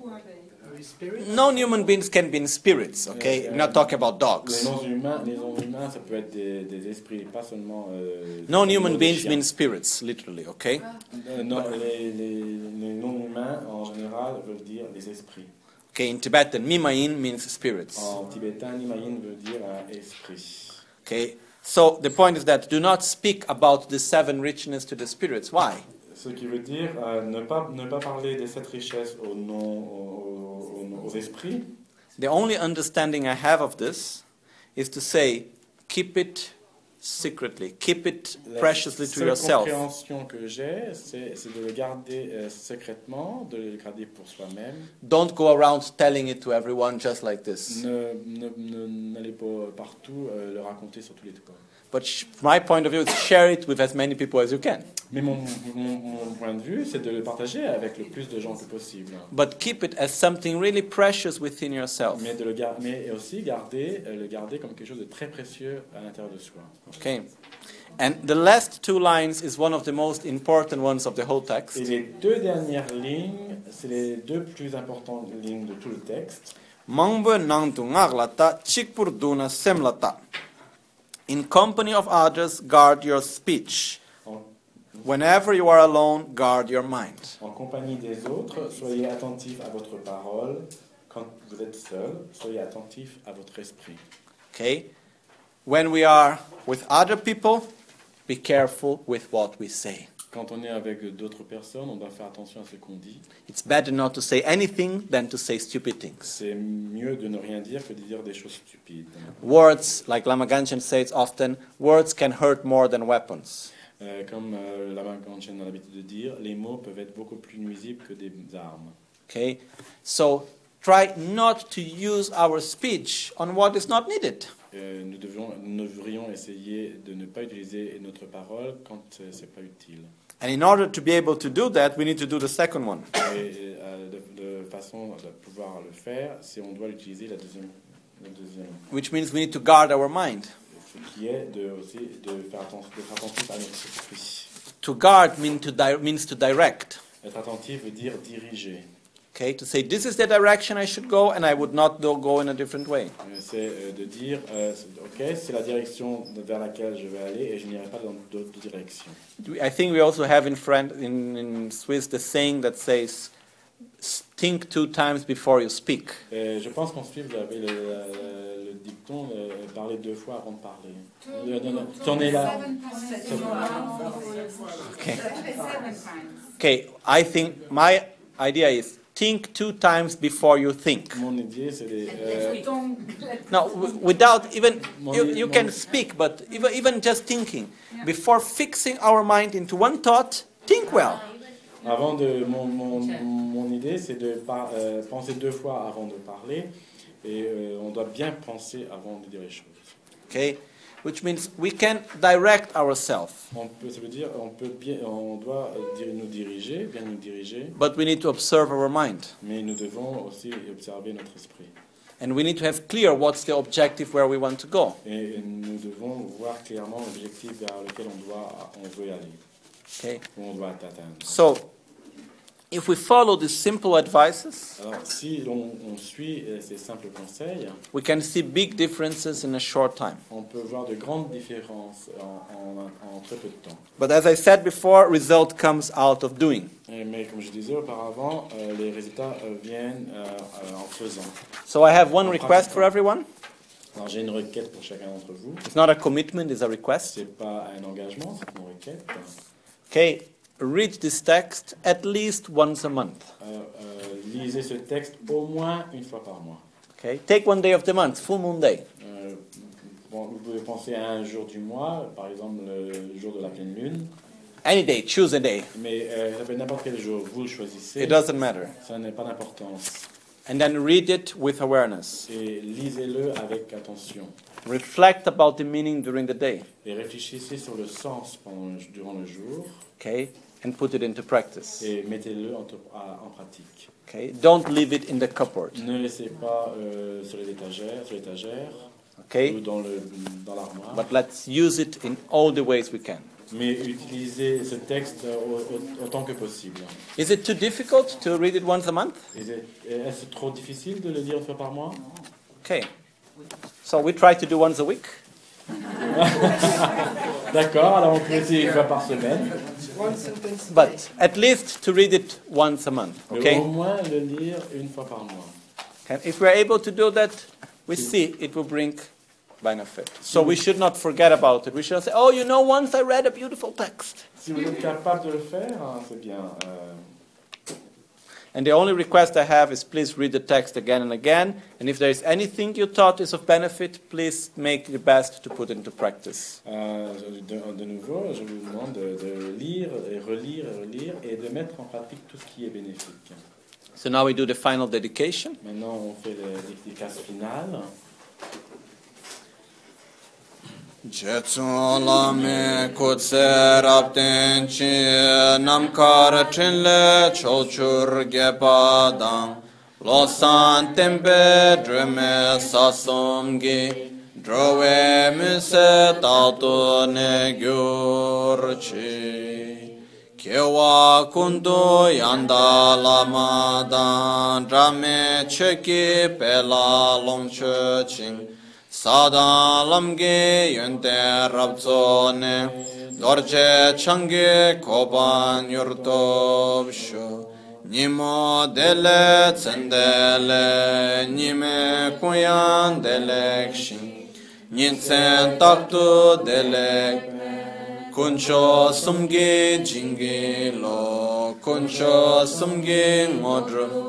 Speaker 3: Who are they?
Speaker 8: Holy Spirit.
Speaker 1: Non-human beings can be in spirits. Okay,
Speaker 2: Yeah,
Speaker 1: we're
Speaker 2: yeah.
Speaker 1: not talking about
Speaker 2: Les
Speaker 1: dogs.
Speaker 2: non-humains, les non-humains, ça peut être des, des esprits, pas seulement. euh,
Speaker 1: Non-human
Speaker 2: des
Speaker 1: beings
Speaker 2: chiens.
Speaker 1: mean spirits, literally. Okay.
Speaker 2: Euh, non, les, les- les non-humains en général veulent dire les esprits.
Speaker 1: Okay. In Tibetan, mimain means spirits.
Speaker 2: En tibétain, nimayin veut dire un esprit.
Speaker 1: Okay. So the point is that do not speak about the seven richness to the spirits. Why?
Speaker 2: Ce qui veut dire euh, ne, pas, ne pas parler de cette richesse aux, non, aux, aux- aux esprits.
Speaker 1: The only understanding I have of this is to say, keep it secretly, keep it
Speaker 2: La
Speaker 1: preciously to
Speaker 2: seule
Speaker 1: yourself.
Speaker 2: compréhension que j'ai, c'est c'est de le garder euh, secrètement, de le garder pour soi-même.
Speaker 1: Don't go around telling it to everyone just like this.
Speaker 2: Ne- ne- ne- N'allez pas partout euh, le raconter sur tous les toits.
Speaker 1: But sh- my point of view is share it with as many people as you can.
Speaker 2: Mais mon, mon- mon point de vue, c'est de le partager avec le plus de gens que possible.
Speaker 1: But keep it as something really precious within yourself.
Speaker 2: Mais, de le gar- mais aussi garder, euh, le garder comme quelque chose de très précieux à l'intérieur de soi.
Speaker 1: Okay. And the last two lines is one of the most important ones of the whole text.
Speaker 2: Et les deux dernières lignes, c'est les deux plus importantes lignes de tout le texte.
Speaker 1: Mangbu nang tu ngak lata, chikpur duna sem lata. In company of others, guard your speech.
Speaker 2: En,
Speaker 1: Whenever you are alone, guard your mind.
Speaker 2: en compagnie des autres, soyez attentifs à votre parole. Quand vous êtes seul, soyez attentifs à votre esprit.
Speaker 1: Okay? When we are with other people, be careful with what we say.
Speaker 2: Quand on est avec d'autres personnes, on doit faire attention à ce qu'on dit.
Speaker 1: It's better not to say anything than to say stupid things.
Speaker 2: C'est mieux de ne rien dire que de dire des choses stupides.
Speaker 1: Words, like Lama Ganchen says often, words can hurt more than weapons.
Speaker 2: Euh, comme euh, Lama Gangchen a l'habitude de dire, les mots peuvent être beaucoup plus nuisibles que des armes.
Speaker 1: Okay? So try not to use our speech on what is not needed.
Speaker 2: Euh, nous, devons, nous devrions essayer de ne pas utiliser notre parole quand euh, c'est pas utile.
Speaker 1: And in order to be able to do that, we need to do the second one.
Speaker 2: Et euh, de, de façon de pouvoir le faire, c'est on doit utiliser la deuxième, la deuxième,
Speaker 1: which means we need to guard our mind.
Speaker 2: ce qui est de aussi de faire attention, d'être attentif à notre esprit.
Speaker 1: To guard mean to di- means to direct.
Speaker 2: Être attentif veut dire diriger.
Speaker 1: Okay, to say this is the direction I should go, and I would not do- go in a different way.
Speaker 2: Euh, C'est euh, de dire, euh, c'est- ok, c'est la direction vers laquelle je vais aller et je n'irai pas dans d'autres directions.
Speaker 1: Do- I think we also have in French, in, in Swiss, the saying that says, "S- "Think two times before you speak."
Speaker 2: Et Euh, je pense qu'en Suisse, vous avez le, le- le dicton euh, parler deux fois avant de parler. Euh, non, non, tournez là.
Speaker 1: Okay, I think my idea is think two times before you think.
Speaker 2: Mon idée, c'est des. euh,
Speaker 1: Now, w- without even you,
Speaker 2: Moni-
Speaker 1: you can
Speaker 2: moni-
Speaker 1: speak, but even, even just thinking before fixing our mind into one thought, think well.
Speaker 2: Avant de mon, mon, mon idée, c'est de par- euh, penser deux fois avant de parler, et euh, on doit bien penser avant de dire les choses.
Speaker 1: Okay, which means we can direct ourselves,
Speaker 2: On peut, ça veut dire, on peut bien, on doit euh, dir- nous diriger, bien nous diriger,
Speaker 1: but we need to observe our mind.
Speaker 2: mais nous devons aussi observer notre esprit.
Speaker 1: And we need to have clear what's the objective where we want to go.
Speaker 2: Et nous devons voir clairement l'objectif vers lequel on, doit, on veut aller,
Speaker 1: Okay?
Speaker 2: où on doit atteindre.
Speaker 1: So, if we follow these simple advices,
Speaker 2: Alors, si on, on suit euh, ces simples conseils,
Speaker 1: we can see big differences in a short time.
Speaker 2: on peut voir de grandes différences en, en- en très peu de temps.
Speaker 1: But as I said before, result comes out of doing.
Speaker 2: Et- mais comme je disais auparavant, euh, les résultats euh, viennent euh, euh, en faisant.
Speaker 1: So I have one request for everyone.
Speaker 2: Alors, j'ai une requête pour chacun d'entre vous.
Speaker 1: It's not a commitment, it's a request.
Speaker 2: C'est pas un engagement, c'est une requête.
Speaker 1: Okay, read this text at least once a month.
Speaker 2: Euh, euh, lisez ce texte au moins une fois par mois.
Speaker 1: Okay, take one day of the month, full moon day.
Speaker 2: Euh, bon, vous pouvez penser à un jour du mois, par exemple le jour de la pleine lune,
Speaker 1: Any day, choose a day.
Speaker 2: mais euh, ça peut être n'importe quel jour, vous le choisissez.
Speaker 1: It doesn't matter.
Speaker 2: Ça n'est pas d'importance.
Speaker 1: And then read it with awareness.
Speaker 2: Et lisez-le avec attention.
Speaker 1: Reflect about the meaning during the day.
Speaker 2: Et réfléchissez sur le sens pendant le- durant le jour
Speaker 1: Okay, and put it into practice.
Speaker 2: et mettez-le en, à- en pratique.
Speaker 1: Okay, don't leave it in the cupboard.
Speaker 2: Ne laissez pas euh, sur les étagères, sur l'étagère ou
Speaker 1: Okay,
Speaker 2: dans le dans l'armoire.
Speaker 1: but let's use it in all the ways we can.
Speaker 2: Mais utilisez ce texte au- au- autant que possible.
Speaker 1: Is it too difficult to read it once a month?
Speaker 2: Is it- Est-ce trop difficile de le lire une fois par mois
Speaker 1: Okay, so we try to do once a week.
Speaker 2: D'accord, alors on peut essayer une fois par semaine.
Speaker 8: One sentence. a day.
Speaker 1: But at least to read it once a month,
Speaker 2: Mais
Speaker 1: okay?
Speaker 2: au moins le lire une fois par mois.
Speaker 1: And if we're able to do that, we see it will bring benefit. So we should not forget about it. We should not say, oh, you know, once I read a beautiful text.
Speaker 2: Si vous êtes capable de le faire, hein, c'est bien. euh,
Speaker 1: And the only request I have is please read the text again and again. And if there is anything you thought is of benefit, please make the best to put into practice.
Speaker 2: euh, de, de nouveau, je vous demande de, de lire et relire et relire et de mettre en pratique tout ce qui est bénéfique.
Speaker 1: So now we do the final dedication.
Speaker 2: Maintenant, on fait l'explication finale.
Speaker 9: Jetsun lami kutse rabten chi namkar chinle chochur gepadang losan tempe drume sasumgi drowe muse tatu ne gyurchi kewa kundu yanda lamadan drame cheki pela longchuching Sada lamge yönte rabzone Dorje change koban yurtobşu Nimo dele tsendele Nime kuyan delekşin Ninsen taktu delek Kuncho sumge jingi lo Kuncho sumge modrum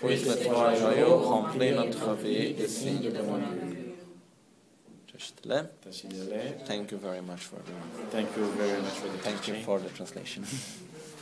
Speaker 9: puisse les trois joyaux remplir notre vie de signes de bonheur. Just let-
Speaker 2: Tâchez de lire.
Speaker 9: Thank you very much for everyone.
Speaker 2: Thank you very much for the
Speaker 9: Thank you
Speaker 2: teaching.
Speaker 9: for the translation.